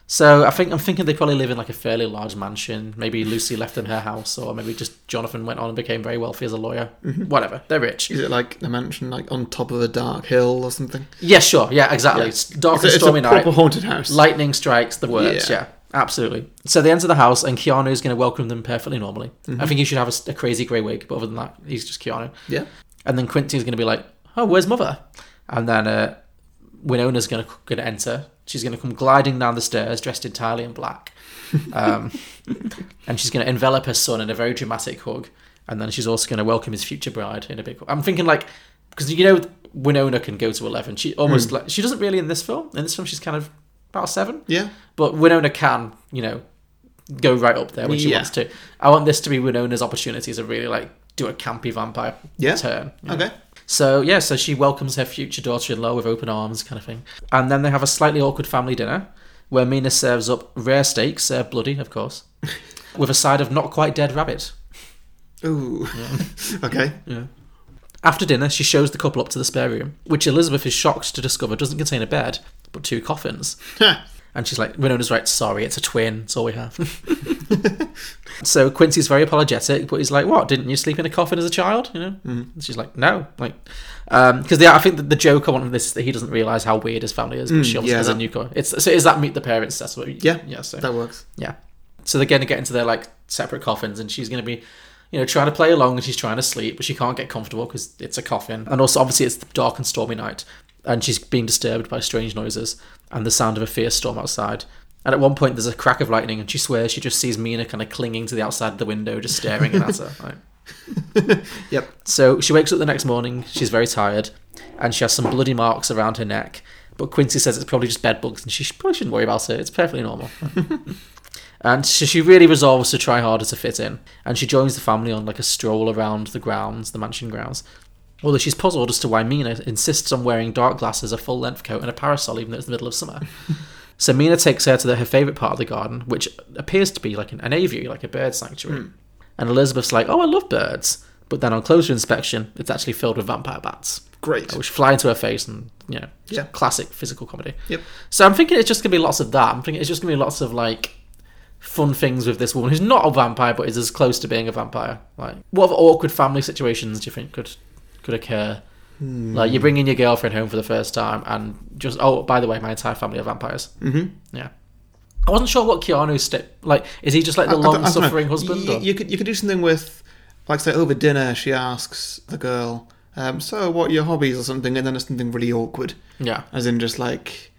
[SPEAKER 2] So I think I'm thinking they probably live in like a fairly large mansion. Maybe Lucy left them her house, or maybe just Jonathan went on and became very wealthy as a lawyer.
[SPEAKER 1] Mm-hmm.
[SPEAKER 2] Whatever, they're rich.
[SPEAKER 1] Is it like a mansion, like on top of a dark hill or something?
[SPEAKER 2] Yeah, sure, yeah, exactly. It's dark
[SPEAKER 1] It's,
[SPEAKER 2] and
[SPEAKER 1] a- it's a
[SPEAKER 2] stormy night.
[SPEAKER 1] proper haunted house.
[SPEAKER 2] Lightning strikes the works.
[SPEAKER 1] Yeah.
[SPEAKER 2] Yeah. absolutely. So they enter the house, and Keanu is going to welcome them perfectly normally. I think he should have a, s- a crazy grey wig, but other than that, he's just Keanu.
[SPEAKER 1] yeah.
[SPEAKER 2] And then Quincy's going to be like, "Oh, where's mother?" And then uh, Winona's going to going to enter. She's going to come gliding down the stairs, dressed entirely in black, um, and she's going to envelop her son in a very dramatic hug. And then she's also going to welcome his future bride in a big. hug. I'm thinking like because you know Winona can go to eleven. She almost like she doesn't really in this film. In this film, she's kind of about seven.
[SPEAKER 1] Hmm. Yeah.
[SPEAKER 2] But Winona can, you know, go right up there when she
[SPEAKER 1] Yeah.
[SPEAKER 2] wants to. I want this to be Winona's opportunity to really like do a campy vampire
[SPEAKER 1] Yeah.
[SPEAKER 2] turn. you know.
[SPEAKER 1] Okay.
[SPEAKER 2] So yeah, so she welcomes her future daughter-in-law with open arms, kind of thing. And then they have a slightly awkward family dinner where Mina serves up rare steaks, uh, bloody, of course, with a side of not quite dead rabbit.
[SPEAKER 1] Ooh. okay.
[SPEAKER 2] Yeah. After dinner, she shows the couple up to the spare room, which Elizabeth is shocked to discover doesn't contain a bed, but two coffins. and she's like, Winona's right, sorry, it's a twin, it's all we have. so Quincy's very apologetic, but he's like, What, didn't you sleep in a coffin as a child? You know?
[SPEAKER 1] Mm-hmm.
[SPEAKER 2] And she's like, No. Like, because they I think that the joke on this is that he doesn't realise how weird his family is, but
[SPEAKER 1] Mm,
[SPEAKER 2] she obviously
[SPEAKER 1] yeah,
[SPEAKER 2] has a
[SPEAKER 1] that-
[SPEAKER 2] new co- It's So is that Meet the Parents? That's what
[SPEAKER 1] Yeah.
[SPEAKER 2] Yeah, so.
[SPEAKER 1] That works.
[SPEAKER 2] Yeah. So they're going to get into their like separate coffins, and she's going to be, you know, trying to play along, and she's trying to sleep, but she can't get comfortable because it's a coffin, and also obviously it's the dark and stormy night, and she's being disturbed by strange noises and the sound of a fierce storm outside. And at one point, there's a crack of lightning, and she swears she just sees Mina kind of clinging to the outside of the window, just staring at her. Like,
[SPEAKER 1] Yep.
[SPEAKER 2] so she wakes up the next morning, she's very tired, and she has some bloody marks around her neck. But Quincy says it's probably just bed bugs, and she sh- probably shouldn't worry about it. It's perfectly normal. and so she really resolves to try harder to fit in, and she joins the family on like a stroll around the grounds, the mansion grounds. Although she's puzzled as to why Mina insists on wearing dark glasses, a full length coat, and a parasol, even though it's the middle of summer. so Mina takes her to the, her favourite part of the garden, which appears to be like an, an aviary, like a bird sanctuary. And Elizabeth's like, oh, I love birds. But then on closer inspection, it's actually filled with vampire bats. uh,
[SPEAKER 1] Great.
[SPEAKER 2] Which fly into her face and, you know,
[SPEAKER 1] Yeah.
[SPEAKER 2] classic physical comedy.
[SPEAKER 1] Yep.
[SPEAKER 2] So I'm thinking it's just going to be lots of that. I'm thinking it's just going to be lots of, like, fun things with this woman who's not a vampire but is as close to being a vampire. Like, what other awkward family situations do you think could could occur?
[SPEAKER 1] Hmm.
[SPEAKER 2] Like, you're bringing your girlfriend home for the first time and just, oh, by the way, my entire family are vampires.
[SPEAKER 1] Mm-hmm.
[SPEAKER 2] Yeah. I wasn't sure what Keanu's step like. Is he just like the long suffering husband?
[SPEAKER 1] You,
[SPEAKER 2] or?
[SPEAKER 1] you could you could do something with, like say over dinner, she asks the girl, um, "So what are your hobbies or something?" And then it's something really awkward,
[SPEAKER 2] Yeah.
[SPEAKER 1] as in just like,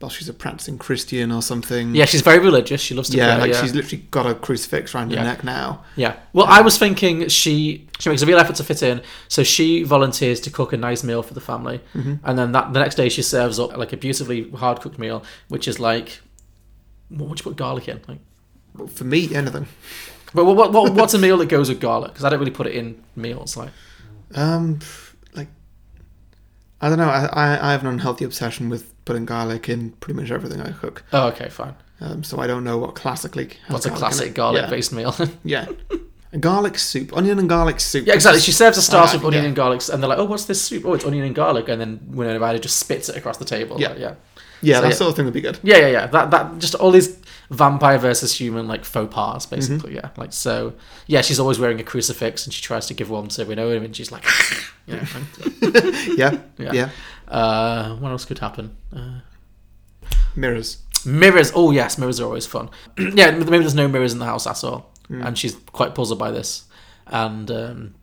[SPEAKER 1] well, she's a practicing Christian or something.
[SPEAKER 2] Yeah, she's very religious. She loves to
[SPEAKER 1] yeah,
[SPEAKER 2] pray.
[SPEAKER 1] like
[SPEAKER 2] yeah.
[SPEAKER 1] she's literally got a crucifix around
[SPEAKER 2] Yeah.
[SPEAKER 1] her neck now.
[SPEAKER 2] Yeah. Well, I was thinking she she makes a real effort to fit in, so she volunteers to cook a nice meal for the family,
[SPEAKER 1] Mhm.
[SPEAKER 2] and then that the next day she serves up like a beautifully hard cooked meal, which is like what would you put garlic in? Like,
[SPEAKER 1] But for me, anything.
[SPEAKER 2] but what, what, what what's a meal that goes with garlic? Because I don't really put it in meals. Like,
[SPEAKER 1] Um, like, I don't know. I, I I have an unhealthy obsession with putting garlic in pretty much everything I cook.
[SPEAKER 2] oh, okay, fine.
[SPEAKER 1] Um, so I don't know what classically. has
[SPEAKER 2] What's a
[SPEAKER 1] Oh, garlic in
[SPEAKER 2] classic
[SPEAKER 1] it.
[SPEAKER 2] garlic
[SPEAKER 1] Yeah.
[SPEAKER 2] based meal?
[SPEAKER 1] Yeah. garlic soup. Onion and garlic soup.
[SPEAKER 2] Yeah, exactly. She serves a starter
[SPEAKER 1] Alright,
[SPEAKER 2] with
[SPEAKER 1] Ah,
[SPEAKER 2] onion
[SPEAKER 1] yeah.
[SPEAKER 2] and garlic, and they're like, "Oh, what's this soup? Oh, it's onion and garlic." And then Winona Ryder just spits it across the table.
[SPEAKER 1] Yeah.
[SPEAKER 2] Like, yeah,
[SPEAKER 1] Yeah,
[SPEAKER 2] So,
[SPEAKER 1] that
[SPEAKER 2] yeah.
[SPEAKER 1] sort of thing would be good.
[SPEAKER 2] yeah, yeah, yeah. That that just all these vampire versus human like faux pas,
[SPEAKER 1] Mm-hmm.
[SPEAKER 2] basically. Yeah, like so. Yeah, she's always wearing a crucifix, and she tries to give one to Winona, and she's like, "Ah!" you know,
[SPEAKER 1] Yeah,
[SPEAKER 2] Yeah.
[SPEAKER 1] yeah.
[SPEAKER 2] uh, what else could happen? Uh,
[SPEAKER 1] Mirrors.
[SPEAKER 2] mirrors. Oh yes, mirrors are always fun. yeah, maybe there's no mirrors in the house at all,
[SPEAKER 1] Mm.
[SPEAKER 2] and she's quite puzzled by this. And um,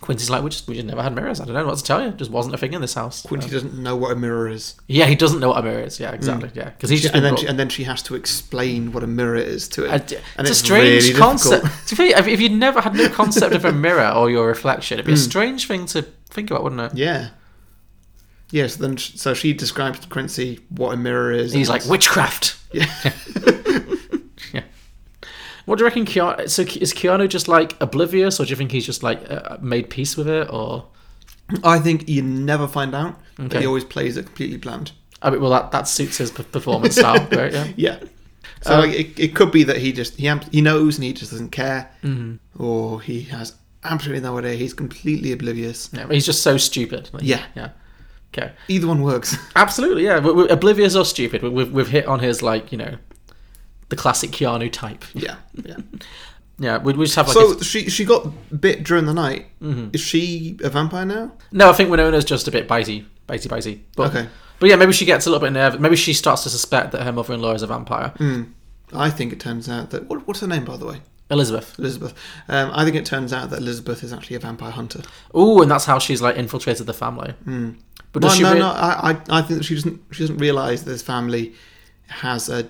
[SPEAKER 2] Quincy's like, "We just we just never had mirrors. I don't know what to tell you. Just wasn't a thing in this house."
[SPEAKER 1] Quincy
[SPEAKER 2] Um,
[SPEAKER 1] doesn't know what a mirror is,
[SPEAKER 2] Yeah, he doesn't know what a mirror is. Yeah, exactly. Yeah, because he's just
[SPEAKER 1] Mm. and
[SPEAKER 2] been
[SPEAKER 1] then
[SPEAKER 2] brought-
[SPEAKER 1] she, and then she has to explain what a mirror is to
[SPEAKER 2] I
[SPEAKER 1] it.
[SPEAKER 2] d-
[SPEAKER 1] and
[SPEAKER 2] it's a strange
[SPEAKER 1] really
[SPEAKER 2] concept.
[SPEAKER 1] difficult.
[SPEAKER 2] To be- if if you'd never had no concept of a mirror or your reflection, it'd be a strange thing to think about, wouldn't it?
[SPEAKER 1] Hmm. Yeah. Yeah. So then, sh- so she describes to Quincy what a mirror is.
[SPEAKER 2] He's
[SPEAKER 1] and
[SPEAKER 2] like witchcraft.
[SPEAKER 1] Yeah.
[SPEAKER 2] yeah. What do you reckon, Keanu? So Ke- is Keanu just like oblivious, or do you think he's just like uh, made peace with it, or?
[SPEAKER 1] I think you never find out.
[SPEAKER 2] Okay.
[SPEAKER 1] But he always plays it completely bland.
[SPEAKER 2] I mean, well, that, that suits his p- performance style, right? Yeah.
[SPEAKER 1] Yeah. So like, it, it could be that he just he am- he knows and he just doesn't care, mm or he has absolutely no idea. He's completely oblivious.
[SPEAKER 2] yeah. He's just so stupid. Like,
[SPEAKER 1] Yeah.
[SPEAKER 2] Yeah. Okay.
[SPEAKER 1] Either one works.
[SPEAKER 2] Absolutely, yeah. we we oblivious or stupid, we- we've, we've hit on his like you know, the classic Keanu type.
[SPEAKER 1] yeah, yeah.
[SPEAKER 2] Yeah, we, we just have like.
[SPEAKER 1] so
[SPEAKER 2] a-
[SPEAKER 1] she she got bit during the night. Is she a vampire now?
[SPEAKER 2] no, I think Winona's just a bit bitey, bitey, bitey. But,
[SPEAKER 1] Okay.
[SPEAKER 2] But yeah, maybe she gets a little bit nervous. Maybe she starts to suspect that her mother-in-law is a vampire.
[SPEAKER 1] Hmm. I think it turns out that what, what's her name by the way,
[SPEAKER 2] Elizabeth.
[SPEAKER 1] Elizabeth. Um, I think it turns out that Elizabeth is actually a vampire hunter.
[SPEAKER 2] Ooh, and that's how she's like infiltrated the family. But does
[SPEAKER 1] Well,
[SPEAKER 2] she?
[SPEAKER 1] Hmm. no,
[SPEAKER 2] rea-
[SPEAKER 1] no. I, I I think that she doesn't she doesn't realize this family has a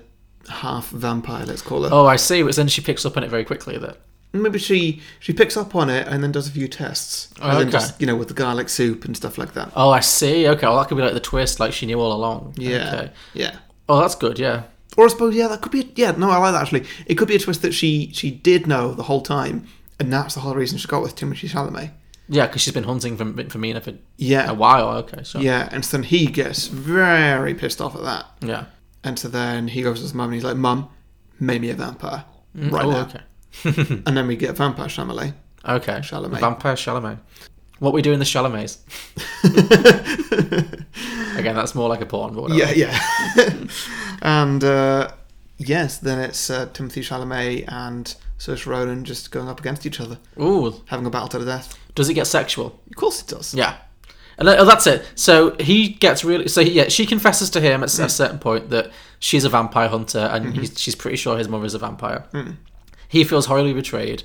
[SPEAKER 1] half vampire. Let's call her.
[SPEAKER 2] Oh, I see. But then she picks up on it very quickly. That
[SPEAKER 1] Maybe she she picks up on it and then does a few tests. And
[SPEAKER 2] Okay.
[SPEAKER 1] then just, you know, with the garlic soup and stuff like that.
[SPEAKER 2] oh, I see. Okay, well that could be like the twist. Like she knew all along.
[SPEAKER 1] Yeah.
[SPEAKER 2] Okay.
[SPEAKER 1] Yeah.
[SPEAKER 2] Oh, that's good. Yeah.
[SPEAKER 1] Or I suppose yeah, that could be a, yeah. No, I like that actually. It could be a twist that she she did know the whole time, and that's the whole reason she got with Timothy Chalamet.
[SPEAKER 2] Yeah, because she's been hunting for, for Mina for
[SPEAKER 1] Yeah.
[SPEAKER 2] a while. Okay, sure.
[SPEAKER 1] Yeah, and so then he gets very pissed off at that,
[SPEAKER 2] Yeah.
[SPEAKER 1] and so then he goes to his mum and he's like, "Mum, make me a vampire right
[SPEAKER 2] oh,
[SPEAKER 1] now."
[SPEAKER 2] okay.
[SPEAKER 1] and then we get Vampire Chalamet.
[SPEAKER 2] Okay.
[SPEAKER 1] Chalamet.
[SPEAKER 2] Vampire Chalamet. What we do in the Chalamets. Again, that's more like a porn, but whatever.
[SPEAKER 1] Yeah, yeah. and uh, yes, then it's uh, Timothy Chalamet and Saoirse Ronan just going up against each other,
[SPEAKER 2] Ooh.
[SPEAKER 1] having a battle to the death.
[SPEAKER 2] Does it get sexual?
[SPEAKER 1] Of course it does.
[SPEAKER 2] Yeah. And that- that's it. So he gets really. So yeah, she confesses to him at s- a certain point that she's a vampire hunter, and he's, she's pretty sure his mother is a vampire. He feels horribly betrayed.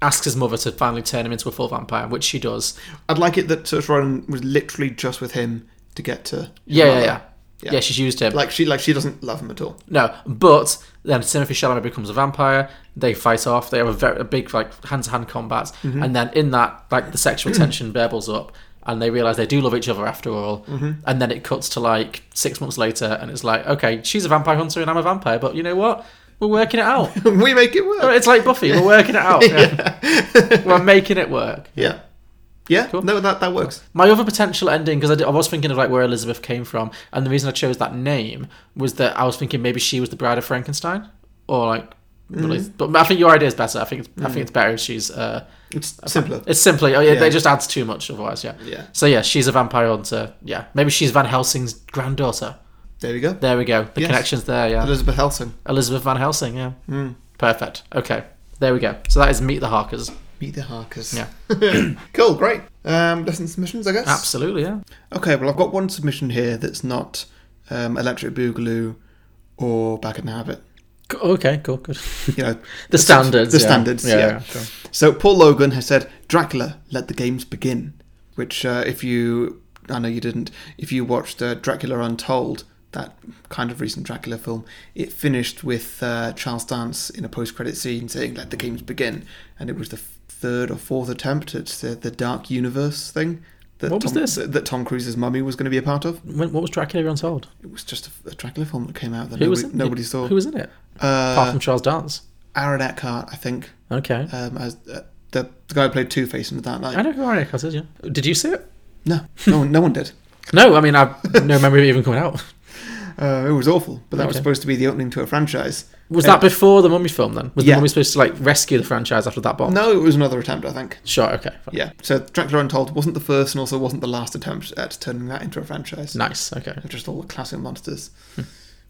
[SPEAKER 2] Asks his mother to finally turn him into a full vampire, which she does.
[SPEAKER 1] I'd like it that Saoirse Ronan was literally just with him to get to. his
[SPEAKER 2] Yeah, yeah,
[SPEAKER 1] mother.
[SPEAKER 2] yeah, yeah. she's used him.
[SPEAKER 1] Like she, like she doesn't love him at all.
[SPEAKER 2] No, but then Timothy Chalamet becomes a vampire. They fight off. They have a very a big like hand to hand combat, and then in that like the sexual tension burbles up, and they realize they do love each other after all. And then it cuts to like six months later, and it's like, okay, she's a vampire hunter and I'm a vampire, but you know what? We're working it out.
[SPEAKER 1] we make it work.
[SPEAKER 2] it's like Buffy. We're working it out. Yeah. We're making it work.
[SPEAKER 1] Yeah, yeah. No, that that works.
[SPEAKER 2] My other potential ending, because I, did- I was thinking of like where Elizabeth came from, and the reason I chose that name was that I was thinking maybe she was the bride of Frankenstein, or like,
[SPEAKER 1] Mm.
[SPEAKER 2] really- but I think your idea is better. I think it's, I think it's better if she's. Uh,
[SPEAKER 1] It's simpler.
[SPEAKER 2] it's simply, oh yeah,
[SPEAKER 1] Mm. Yeah.
[SPEAKER 2] they just adds too much otherwise, yeah.
[SPEAKER 1] Yeah.
[SPEAKER 2] So yeah, she's a vampire hunter. Yeah, maybe she's Van Helsing's granddaughter.
[SPEAKER 1] There we go.
[SPEAKER 2] There we go. The
[SPEAKER 1] Yes.
[SPEAKER 2] connections there, yeah.
[SPEAKER 1] Elizabeth Mm. Helsing.
[SPEAKER 2] Elizabeth Van Helsing, yeah. Perfect. Okay, there we go. So that is Meet the Harkers.
[SPEAKER 1] Meet the Harkers.
[SPEAKER 2] Yeah.
[SPEAKER 1] cool. Great. Um, lesson submissions, I guess.
[SPEAKER 2] Absolutely, yeah.
[SPEAKER 1] Okay. Well, I've got one submission here that's not um, Electric Boogaloo or Back in the Habit.
[SPEAKER 2] Co- Okay, cool, good.
[SPEAKER 1] You know,
[SPEAKER 2] The standards,
[SPEAKER 1] The
[SPEAKER 2] yeah.
[SPEAKER 1] standards.
[SPEAKER 2] Yeah,
[SPEAKER 1] Yeah.
[SPEAKER 2] yeah, sure.
[SPEAKER 1] So Paul Logan has said, "Dracula, let the games begin." Which, uh, if you, I know you didn't. If you watched uh, Dracula Untold, that kind of recent Dracula film, it finished with uh, Charles Dance in a post-credit scene saying, "Let the games begin," and it was the f- third or fourth attempt at uh, the Dark Universe thing. That
[SPEAKER 2] What was
[SPEAKER 1] Tom,
[SPEAKER 2] this?
[SPEAKER 1] That Tom Cruise's mummy was going to be a part of.
[SPEAKER 2] When, what was Dracula Untold?
[SPEAKER 1] It was just a, a Dracula film that came out that
[SPEAKER 2] Who
[SPEAKER 1] nobody,
[SPEAKER 2] was in,
[SPEAKER 1] nobody saw.
[SPEAKER 2] Who was in it? Apart
[SPEAKER 1] uh,
[SPEAKER 2] from Charles Dance.
[SPEAKER 1] Aaron Eckhart, I think
[SPEAKER 2] Okay.
[SPEAKER 1] um, as uh, the, the guy who played Two Face in Dark Knight.
[SPEAKER 2] I know who Aaron Eckhart is, yeah. Did you see it?
[SPEAKER 1] No, no, one- no one did.
[SPEAKER 2] No, I mean, I no memory of it even coming out.
[SPEAKER 1] Uh, it was awful, but that was
[SPEAKER 2] Okay.
[SPEAKER 1] supposed to be the opening to a franchise.
[SPEAKER 2] Was
[SPEAKER 1] And-
[SPEAKER 2] that before the Mummy film then? Was
[SPEAKER 1] Uh, Yeah.
[SPEAKER 2] the Mummy supposed to like rescue the franchise after that bomb?
[SPEAKER 1] No, it was another attempt, I think.
[SPEAKER 2] Sure, okay. fine.
[SPEAKER 1] Yeah. So Dracula Untold wasn't the first, and also wasn't the last attempt at turning that into a franchise.
[SPEAKER 2] Nice, okay.
[SPEAKER 1] They're just all the classic monsters,
[SPEAKER 2] Hmm.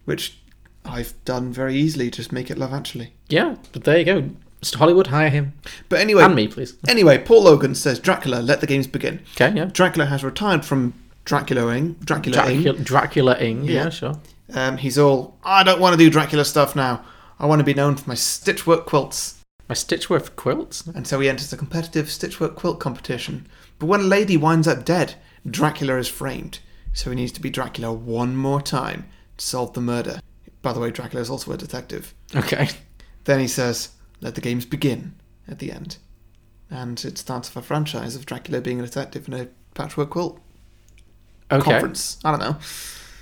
[SPEAKER 1] which I've done very easily. Just make it Love Actually.
[SPEAKER 2] Yeah, but there you go. Mr. Hollywood, hire him.
[SPEAKER 1] But anyway,
[SPEAKER 2] And me, please.
[SPEAKER 1] Anyway, Paul Logan says Dracula, let the games begin.
[SPEAKER 2] Okay, yeah.
[SPEAKER 1] Dracula has retired from Draculaing. Draculaing.
[SPEAKER 2] Dracula, Dracula Ing, yeah.
[SPEAKER 1] Yeah.
[SPEAKER 2] sure.
[SPEAKER 1] Um, he's all, I don't want to do Dracula stuff now. I want to be known for my stitchwork quilts.
[SPEAKER 2] My Stitchworth quilts?
[SPEAKER 1] And so he enters a competitive stitchwork quilt competition. But when a lady winds up dead, Dracula is framed. So he needs to be Dracula one more time to solve the murder. By the way, Dracula is also a detective.
[SPEAKER 2] Okay.
[SPEAKER 1] Then he says, Let the games begin at the end. And it starts off a franchise of Dracula being a detective in a patchwork quilt
[SPEAKER 2] Okay.
[SPEAKER 1] conference. I don't know.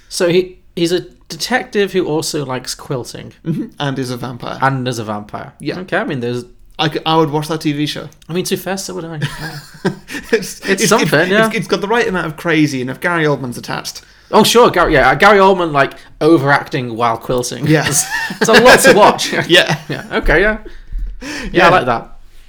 [SPEAKER 2] So he he's a detective who also likes quilting
[SPEAKER 1] And is a vampire. I
[SPEAKER 2] and is a vampire.
[SPEAKER 1] Yeah.
[SPEAKER 2] Okay, I mean, there's.
[SPEAKER 1] c- I would watch that TV show.
[SPEAKER 2] I mean, too fast, so would I.
[SPEAKER 1] it's,
[SPEAKER 2] something, yeah.
[SPEAKER 1] it's- it's got the right amount of crazy, and if Gary Oldman's attached,
[SPEAKER 2] Oh sure, Gary. Yeah, Gary Oldman like overacting while quilting.
[SPEAKER 1] yes,
[SPEAKER 2] it's a lot to watch.
[SPEAKER 1] yeah,
[SPEAKER 2] yeah. Okay. Yeah. yeah.
[SPEAKER 1] Yeah.
[SPEAKER 2] I like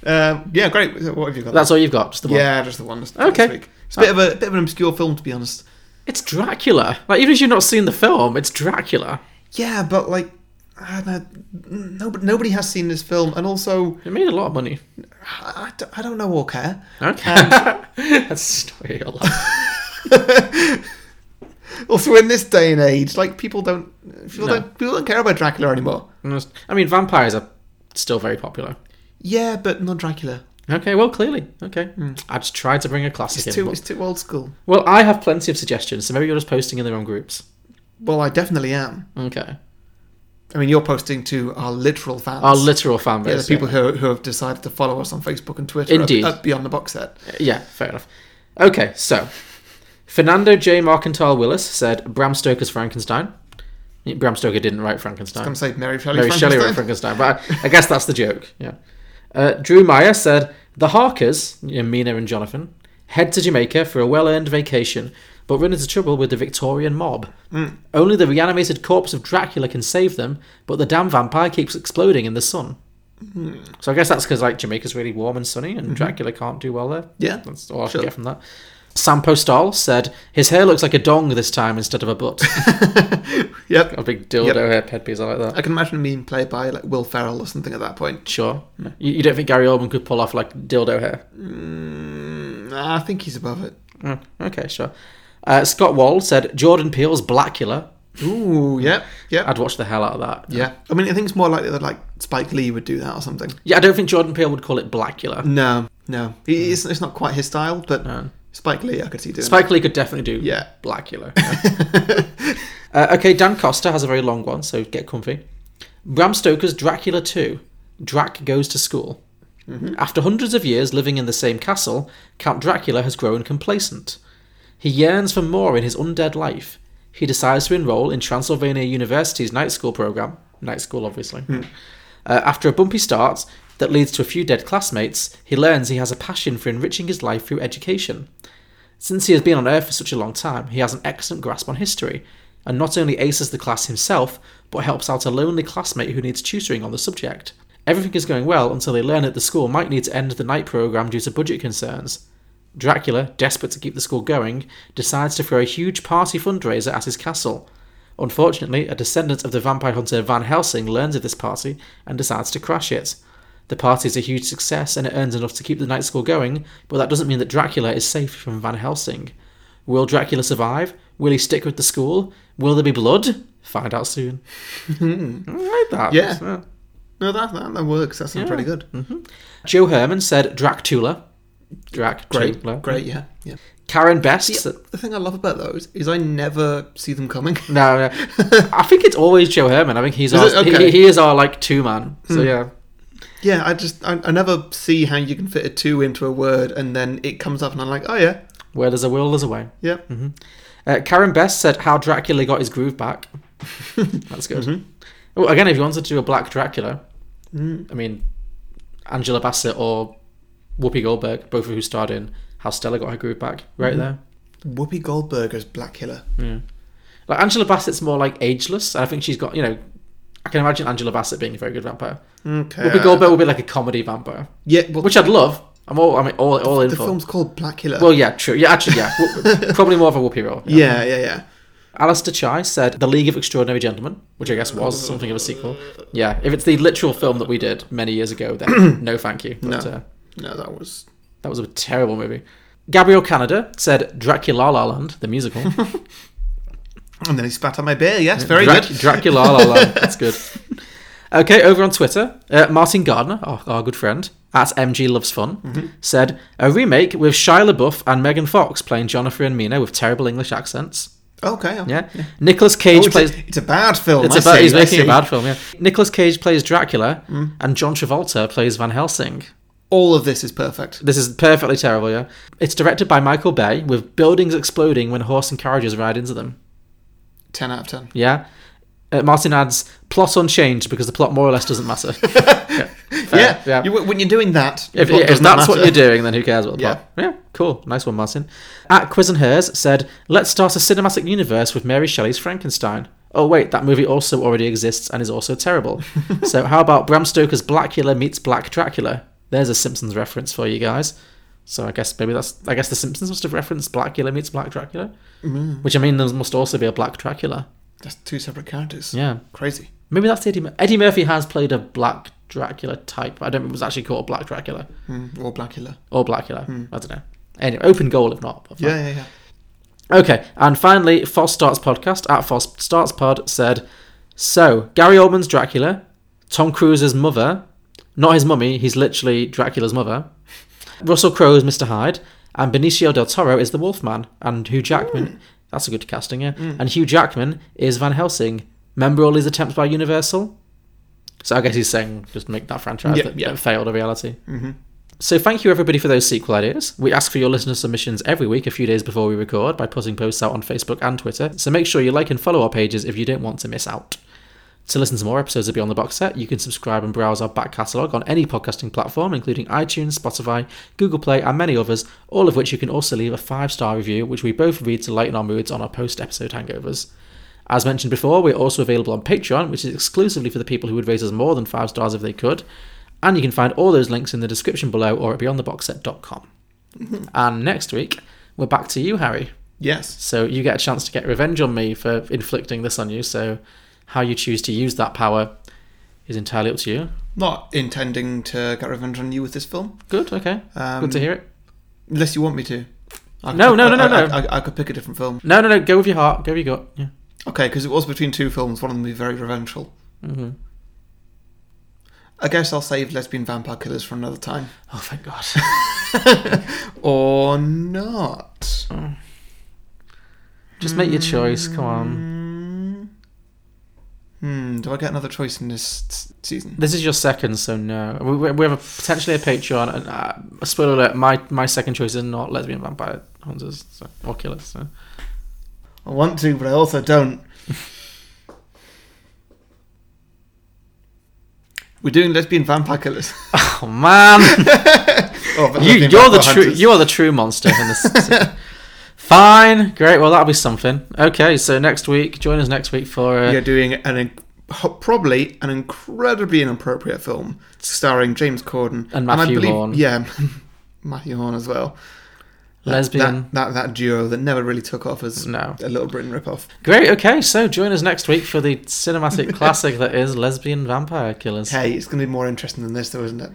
[SPEAKER 2] that.
[SPEAKER 1] um, yeah, great. So What have you got?
[SPEAKER 2] That's all you've got. Just the
[SPEAKER 1] there?
[SPEAKER 2] one.
[SPEAKER 1] yeah, just the one. This,
[SPEAKER 2] Okay. Uh,
[SPEAKER 1] this week. it's a bit of a bit of an obscure film, to be honest.
[SPEAKER 2] It's Dracula. Like even if you've not seen the film, it's Dracula.
[SPEAKER 1] Yeah, but like, I don't know, nobody nobody has seen this film, and also
[SPEAKER 2] It made a lot of money.
[SPEAKER 1] I, I don't, I don't know or care.
[SPEAKER 2] Okay.
[SPEAKER 1] Um,
[SPEAKER 2] That's the story of your life.
[SPEAKER 1] Also, in this day and age, like people don't people
[SPEAKER 2] No.
[SPEAKER 1] don't people don't care about Dracula anymore.
[SPEAKER 2] I mean, vampires are still very popular.
[SPEAKER 1] Yeah, but not Dracula.
[SPEAKER 2] Okay. Well, clearly. Okay. I just tried to bring a classic
[SPEAKER 1] Hmm. It's
[SPEAKER 2] in.
[SPEAKER 1] too
[SPEAKER 2] but-
[SPEAKER 1] it's too old school.
[SPEAKER 2] Well, I have plenty of suggestions, so maybe you're just posting in the wrong groups.
[SPEAKER 1] Well, I definitely am.
[SPEAKER 2] Okay.
[SPEAKER 1] I mean, you're posting to our literal fans.
[SPEAKER 2] Our literal fan base.
[SPEAKER 1] Yeah, the people who, who have decided to follow us on Facebook and Twitter.
[SPEAKER 2] Indeed.
[SPEAKER 1] At, at Beyond the Box Set.
[SPEAKER 2] Yeah, fair enough. Okay, so Fernando J. Markenthal Willis said Bram Stoker's Frankenstein. Bram Stoker didn't write Frankenstein.
[SPEAKER 1] I'm saying Mary Shelley.
[SPEAKER 2] Mary Shelley wrote Frankenstein, but I, I guess that's the joke. Yeah. Uh, Drew Meyer said the Harkers, you know, Mina and Jonathan, head to Jamaica for a well-earned vacation, but run into trouble with the Victorian mob. Only the reanimated corpse of Dracula can save them, but the damn vampire keeps exploding in the sun.
[SPEAKER 1] Hmm.
[SPEAKER 2] So I guess that's because like Jamaica's really warm and sunny, and Dracula can't do well there.
[SPEAKER 1] Yeah,
[SPEAKER 2] that's all I
[SPEAKER 1] sure.
[SPEAKER 2] should get from that. Sam Postal said his hair looks like a dong this time instead of a butt.
[SPEAKER 1] Yep.
[SPEAKER 2] a big dildo
[SPEAKER 1] Yep.
[SPEAKER 2] hair headpiece. I like that.
[SPEAKER 1] I can imagine him being played by like Will Ferrell or something at that point.
[SPEAKER 2] Sure. You, you don't think Gary Oldman could pull off like dildo hair?
[SPEAKER 1] Mm, I think he's above it.
[SPEAKER 2] Mm, okay, sure. Uh, Scott Wall said Jordan Peele's Blackula.
[SPEAKER 1] Ooh, yep, yep.
[SPEAKER 2] I'd watch the hell out of that.
[SPEAKER 1] Yeah, I mean, I think it's more likely that like Spike Lee would do that or something.
[SPEAKER 2] Yeah, I don't think Jordan Peele would call it Blackula.
[SPEAKER 1] No, no, He- it's, it's not quite his style, but Spike Lee, I could see doing.
[SPEAKER 2] Spike Lee could definitely do
[SPEAKER 1] Yeah.
[SPEAKER 2] Blackula. uh, okay, Dan Costa has a very long one, so get comfy. Bram Stoker's Dracula 2. Drac goes to school. After hundreds of years living in the same castle, Count Dracula has grown complacent. He yearns for more in his undead life. He decides to enroll in Transylvania University's night school program. Night school, obviously. Uh, after a bumpy start that leads to a few dead classmates, he learns he has a passion for enriching his life through education. Since he has been on Earth for such a long time, he has an excellent grasp on history, and not only aces the class himself, but helps out a lonely classmate who needs tutoring on the subject. Everything is going well until they learn that the school might need to end the night program due to budget concerns. Dracula, desperate to keep the school going, decides to throw a huge party fundraiser at his castle. Unfortunately, a descendant of the vampire hunter Van Helsing learns of this party and decides to crash it. The party is a huge success and it earns enough to keep the night school going, but that doesn't mean that Dracula is safe from Van Helsing. Will Dracula survive? Will he stick with the school? Will there be blood? Find out soon. I like that.
[SPEAKER 1] Yeah. No, that that, that works. That sounds
[SPEAKER 2] Yeah. Mm-hmm.
[SPEAKER 1] pretty good.
[SPEAKER 2] Joe Herman said Dracula. Dracula.
[SPEAKER 1] Great, great, yeah, yeah.
[SPEAKER 2] Karen Best.
[SPEAKER 1] See, the thing I love about those is I never see them coming.
[SPEAKER 2] No, no. I think it's always Joe Herman. I think he's
[SPEAKER 1] Is
[SPEAKER 2] our,
[SPEAKER 1] it? Okay.
[SPEAKER 2] he, he is our like two man. So
[SPEAKER 1] Hmm.
[SPEAKER 2] yeah.
[SPEAKER 1] yeah, I just I, I never see how you can fit a two into a word and then it comes up and I'm like, oh yeah,
[SPEAKER 2] Where there's a will, there's a way.
[SPEAKER 1] yeah.
[SPEAKER 2] Uh, Karen Best said how Dracula got his groove back. That's good.
[SPEAKER 1] Mm-hmm.
[SPEAKER 2] Well, again, if you wanted to do a black Dracula,
[SPEAKER 1] Mm.
[SPEAKER 2] I mean, Angela Bassett or Whoopi Goldberg, both of who starred in How Stella Got Her Groove Back, right
[SPEAKER 1] Mm-hmm.
[SPEAKER 2] there.
[SPEAKER 1] Whoopi Goldberg as Black Killer.
[SPEAKER 2] Like Angela Bassett's more like ageless, and I think she's got you know, I can imagine Angela Bassett being a very good vampire.
[SPEAKER 1] Okay.
[SPEAKER 2] Whoopi Goldberg would be like a comedy vampire,
[SPEAKER 1] Yeah, well,
[SPEAKER 2] which I'd love. I'm all I mean all all in
[SPEAKER 1] the
[SPEAKER 2] for.
[SPEAKER 1] film's called Black Killer.
[SPEAKER 2] Well, yeah, true. Yeah, actually, yeah, Whoop- probably more of a Whoopi role.
[SPEAKER 1] yeah, yeah, yeah.
[SPEAKER 2] Alistair Chai said The League of Extraordinary Gentlemen, which I guess was something of a sequel. Yeah, if it's the literal film that we did many years ago, then no thank you. But
[SPEAKER 1] No.
[SPEAKER 2] uh,
[SPEAKER 1] No, that was
[SPEAKER 2] that was a terrible movie. Gabriel Canada said Dracula La La Land, the musical.
[SPEAKER 1] And then he spat on my beer. Yes, very
[SPEAKER 2] Drac-
[SPEAKER 1] good.
[SPEAKER 2] Dracula La La Land. That's good. Okay, over on Twitter, uh, Martin Gardner, our, our good friend, at MG Loves Fun,
[SPEAKER 1] Mm-hmm.
[SPEAKER 2] said a remake with Shia LaBeouf and Megan Fox playing Jonathan and Mina with terrible English accents.
[SPEAKER 1] okay.
[SPEAKER 2] Yeah. Nicholas Cage
[SPEAKER 1] Oh, it's,
[SPEAKER 2] plays.
[SPEAKER 1] a, it's a bad film.
[SPEAKER 2] It's
[SPEAKER 1] I
[SPEAKER 2] a bad,
[SPEAKER 1] see,
[SPEAKER 2] he's
[SPEAKER 1] I
[SPEAKER 2] making a
[SPEAKER 1] see.
[SPEAKER 2] bad film, yeah. Nicolas Cage plays Dracula, and John Travolta plays Van Helsing.
[SPEAKER 1] All of this is perfect.
[SPEAKER 2] This is perfectly terrible, yeah. It's directed by Michael Bay, with buildings exploding when horse and carriages ride into them.
[SPEAKER 1] Ten out of ten.
[SPEAKER 2] Yeah. Uh, Martin adds plot unchanged because the plot more or less doesn't matter.
[SPEAKER 1] yeah,
[SPEAKER 2] yeah.
[SPEAKER 1] You- when you're doing that,
[SPEAKER 2] if,
[SPEAKER 1] the plot
[SPEAKER 2] if
[SPEAKER 1] does
[SPEAKER 2] that's
[SPEAKER 1] not
[SPEAKER 2] what
[SPEAKER 1] matter.
[SPEAKER 2] you're doing, then who cares about the
[SPEAKER 1] Yeah.
[SPEAKER 2] plot? Yeah, cool, nice one, Martin. At Quiz and Hers said, "Let's start a cinematic universe with Mary Shelley's Frankenstein." Oh wait, that movie also already exists and is also terrible. so how about Bram Stoker's Blackula meets Black Dracula? There's a Simpsons reference for you guys. So I guess maybe that's I guess the Simpsons must have referenced Blackula meets Black Dracula,
[SPEAKER 1] Mm.
[SPEAKER 2] which I mean there must also be a Black Dracula.
[SPEAKER 1] That's two separate characters.
[SPEAKER 2] Yeah,
[SPEAKER 1] Crazy.
[SPEAKER 2] Maybe that's Eddie. Mur- Eddie Murphy has played a Black Dracula type. I don't remember if it was actually called Black Dracula
[SPEAKER 1] Mm, or Blackula.
[SPEAKER 2] or Blackula. I don't know. Anyway, open goal if not.
[SPEAKER 1] Hmm. Yeah, yeah, yeah.
[SPEAKER 2] Okay, and finally, Foss Starts Podcast at Foss Starts Pod said, so Gary Oldman's Dracula, Tom Cruise's mother, not his mummy, he's literally Dracula's mother. Russell Crowe is Mr. Hyde, and Benicio del Toro is the Wolfman, and Hugh Jackman.
[SPEAKER 1] Hmm.
[SPEAKER 2] That's a good casting, yeah. And Hugh Jackman is Van Helsing. Remember all his attempts by Universal? So I guess he's saying just make that franchise
[SPEAKER 1] Yeah,
[SPEAKER 2] that,
[SPEAKER 1] yeah.
[SPEAKER 2] that failed a reality. So thank you everybody for those sequel ideas. We ask for your listener submissions every week a few days before we record by putting posts out on Facebook and Twitter. So make sure you like and follow our pages if you don't want to miss out. To listen to more episodes of Beyond the Box Set, you can subscribe and browse our back catalogue on any podcasting platform, including iTunes, Spotify, Google Play, and many others, all of which you can also leave a five star review, which we both read to lighten our moods on our post episode hangovers. As mentioned before, we're also available on Patreon, which is exclusively for the people who would rate us more than five stars if they could. And you can find all those links in the description below or at beyondtheboxset.com. And next week, we're back to you, Harry.
[SPEAKER 1] Yes.
[SPEAKER 2] So you get a chance to get revenge on me for inflicting this on you. So how you choose to use that power is entirely up to you.
[SPEAKER 1] Not intending to get revenge on you with this film,
[SPEAKER 2] Good, okay.
[SPEAKER 1] Um,
[SPEAKER 2] Good to hear it.
[SPEAKER 1] unless you want me to. I
[SPEAKER 2] No,
[SPEAKER 1] could-
[SPEAKER 2] no, no, no,
[SPEAKER 1] I- I-
[SPEAKER 2] no.
[SPEAKER 1] I, I could pick a different film.
[SPEAKER 2] No, no, no. Go with your heart. Go with your gut. Yeah.
[SPEAKER 1] Okay, because it was between two films. One of them would be very revengeful.
[SPEAKER 2] Mm-hmm.
[SPEAKER 1] I guess I'll save Lesbian Vampire Killers for another time.
[SPEAKER 2] Oh, thank God. Oh.
[SPEAKER 1] or not.
[SPEAKER 2] Just make your choice. Come on.
[SPEAKER 1] Hmm, do I get another choice in this s- season?
[SPEAKER 2] This is your second, so no. We, we we have a, potentially a Patreon, and uh, spoiler alert: my my second choice is not lesbian vampire hunters so, or killers. So.
[SPEAKER 1] I want to, but I also don't. We're doing Lesbian Vampire Killers.
[SPEAKER 2] Oh man,
[SPEAKER 1] Oh, but
[SPEAKER 2] you
[SPEAKER 1] Lesbian
[SPEAKER 2] you're the
[SPEAKER 1] Vampire
[SPEAKER 2] true
[SPEAKER 1] Hunters.
[SPEAKER 2] you're the true monster in this. Fine, great. Well, that'll be something. Okay, so next week, join us next week for uh,
[SPEAKER 1] You're doing an inc- ho- probably an incredibly inappropriate film starring James Corden
[SPEAKER 2] And Matthew Horn.
[SPEAKER 1] Yeah, Matthew Horn as well. That-
[SPEAKER 2] lesbian.
[SPEAKER 1] That, that that duo that never really took off as
[SPEAKER 2] No.
[SPEAKER 1] a Little Britain ripoff.
[SPEAKER 2] Great. Okay, so join us next week for the cinematic classic that is lesbian vampire killers.
[SPEAKER 1] Hey, it's going to be more interesting than this, though, isn't it?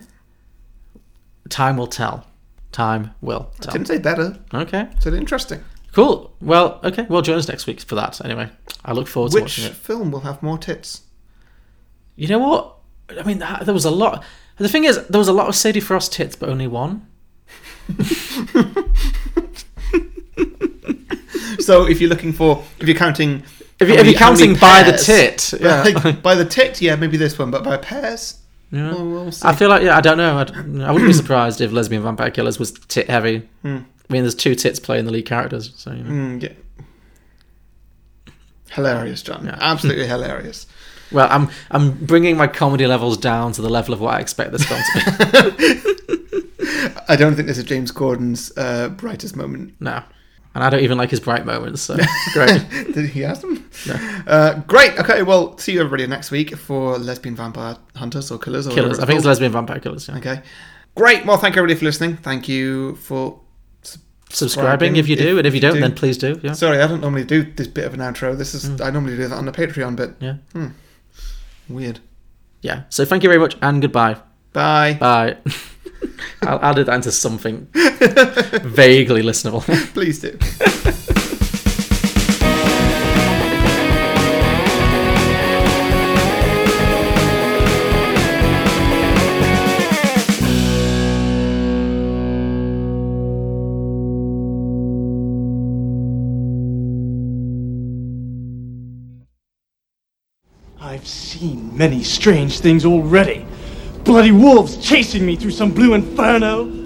[SPEAKER 2] Time will tell. Time will tell.
[SPEAKER 1] Didn't say better.
[SPEAKER 2] Okay.
[SPEAKER 1] Said interesting.
[SPEAKER 2] Cool. Well, okay. Well, join us next week for that. Anyway, I look forward to
[SPEAKER 1] Which
[SPEAKER 2] watching it.
[SPEAKER 1] film will have more tits?
[SPEAKER 2] You know what? I mean, th- there was a lot. The thing is, there was a lot of Sadie Frost tits, but only one.
[SPEAKER 1] So, if you're looking for, if you're counting,
[SPEAKER 2] If, you,
[SPEAKER 1] how
[SPEAKER 2] if you're
[SPEAKER 1] many- how many
[SPEAKER 2] counting by the
[SPEAKER 1] pairs-
[SPEAKER 2] tit, yeah.
[SPEAKER 1] Like, by the tit, yeah, maybe this one, but by pairs,
[SPEAKER 2] Yeah.
[SPEAKER 1] Well, we'll see.
[SPEAKER 2] I feel like yeah. I don't know. I, don't- I wouldn't be surprised if Lesbian Vampire Killers was tit heavy. I mean, there's two tits playing the lead characters, so you know.
[SPEAKER 1] Mm, yeah. Hilarious, John.
[SPEAKER 2] Yeah.
[SPEAKER 1] Absolutely hilarious.
[SPEAKER 2] Well, I'm I'm bringing my comedy levels down to the level of what I expect this film to be.
[SPEAKER 1] I don't think this is James Corden's uh, brightest moment.
[SPEAKER 2] no, and I don't even like his bright moments. So great.
[SPEAKER 1] Did he ask them? Uh, great. Okay. Well, see you everybody next week for lesbian vampire hunters or killers. Or
[SPEAKER 2] Killers.
[SPEAKER 1] whatever
[SPEAKER 2] I think it's
[SPEAKER 1] called.
[SPEAKER 2] Lesbian Vampire Killers. Yeah.
[SPEAKER 1] Okay. Great. Well, thank you everybody for listening. Thank you for.
[SPEAKER 2] Subscribing if you do, and if you don't, then please do. Yeah. Mm.
[SPEAKER 1] Sorry, I don't normally do this bit of an outro. This is I normally do that on the Patreon, but
[SPEAKER 2] Yeah.
[SPEAKER 1] weird.
[SPEAKER 2] Yeah. So thank you very much and goodbye.
[SPEAKER 1] Bye.
[SPEAKER 2] Bye. I'll I'll do that into something vaguely listenable.
[SPEAKER 1] Please do.
[SPEAKER 6] I've seen many strange things already. Bloody wolves chasing me through some blue inferno.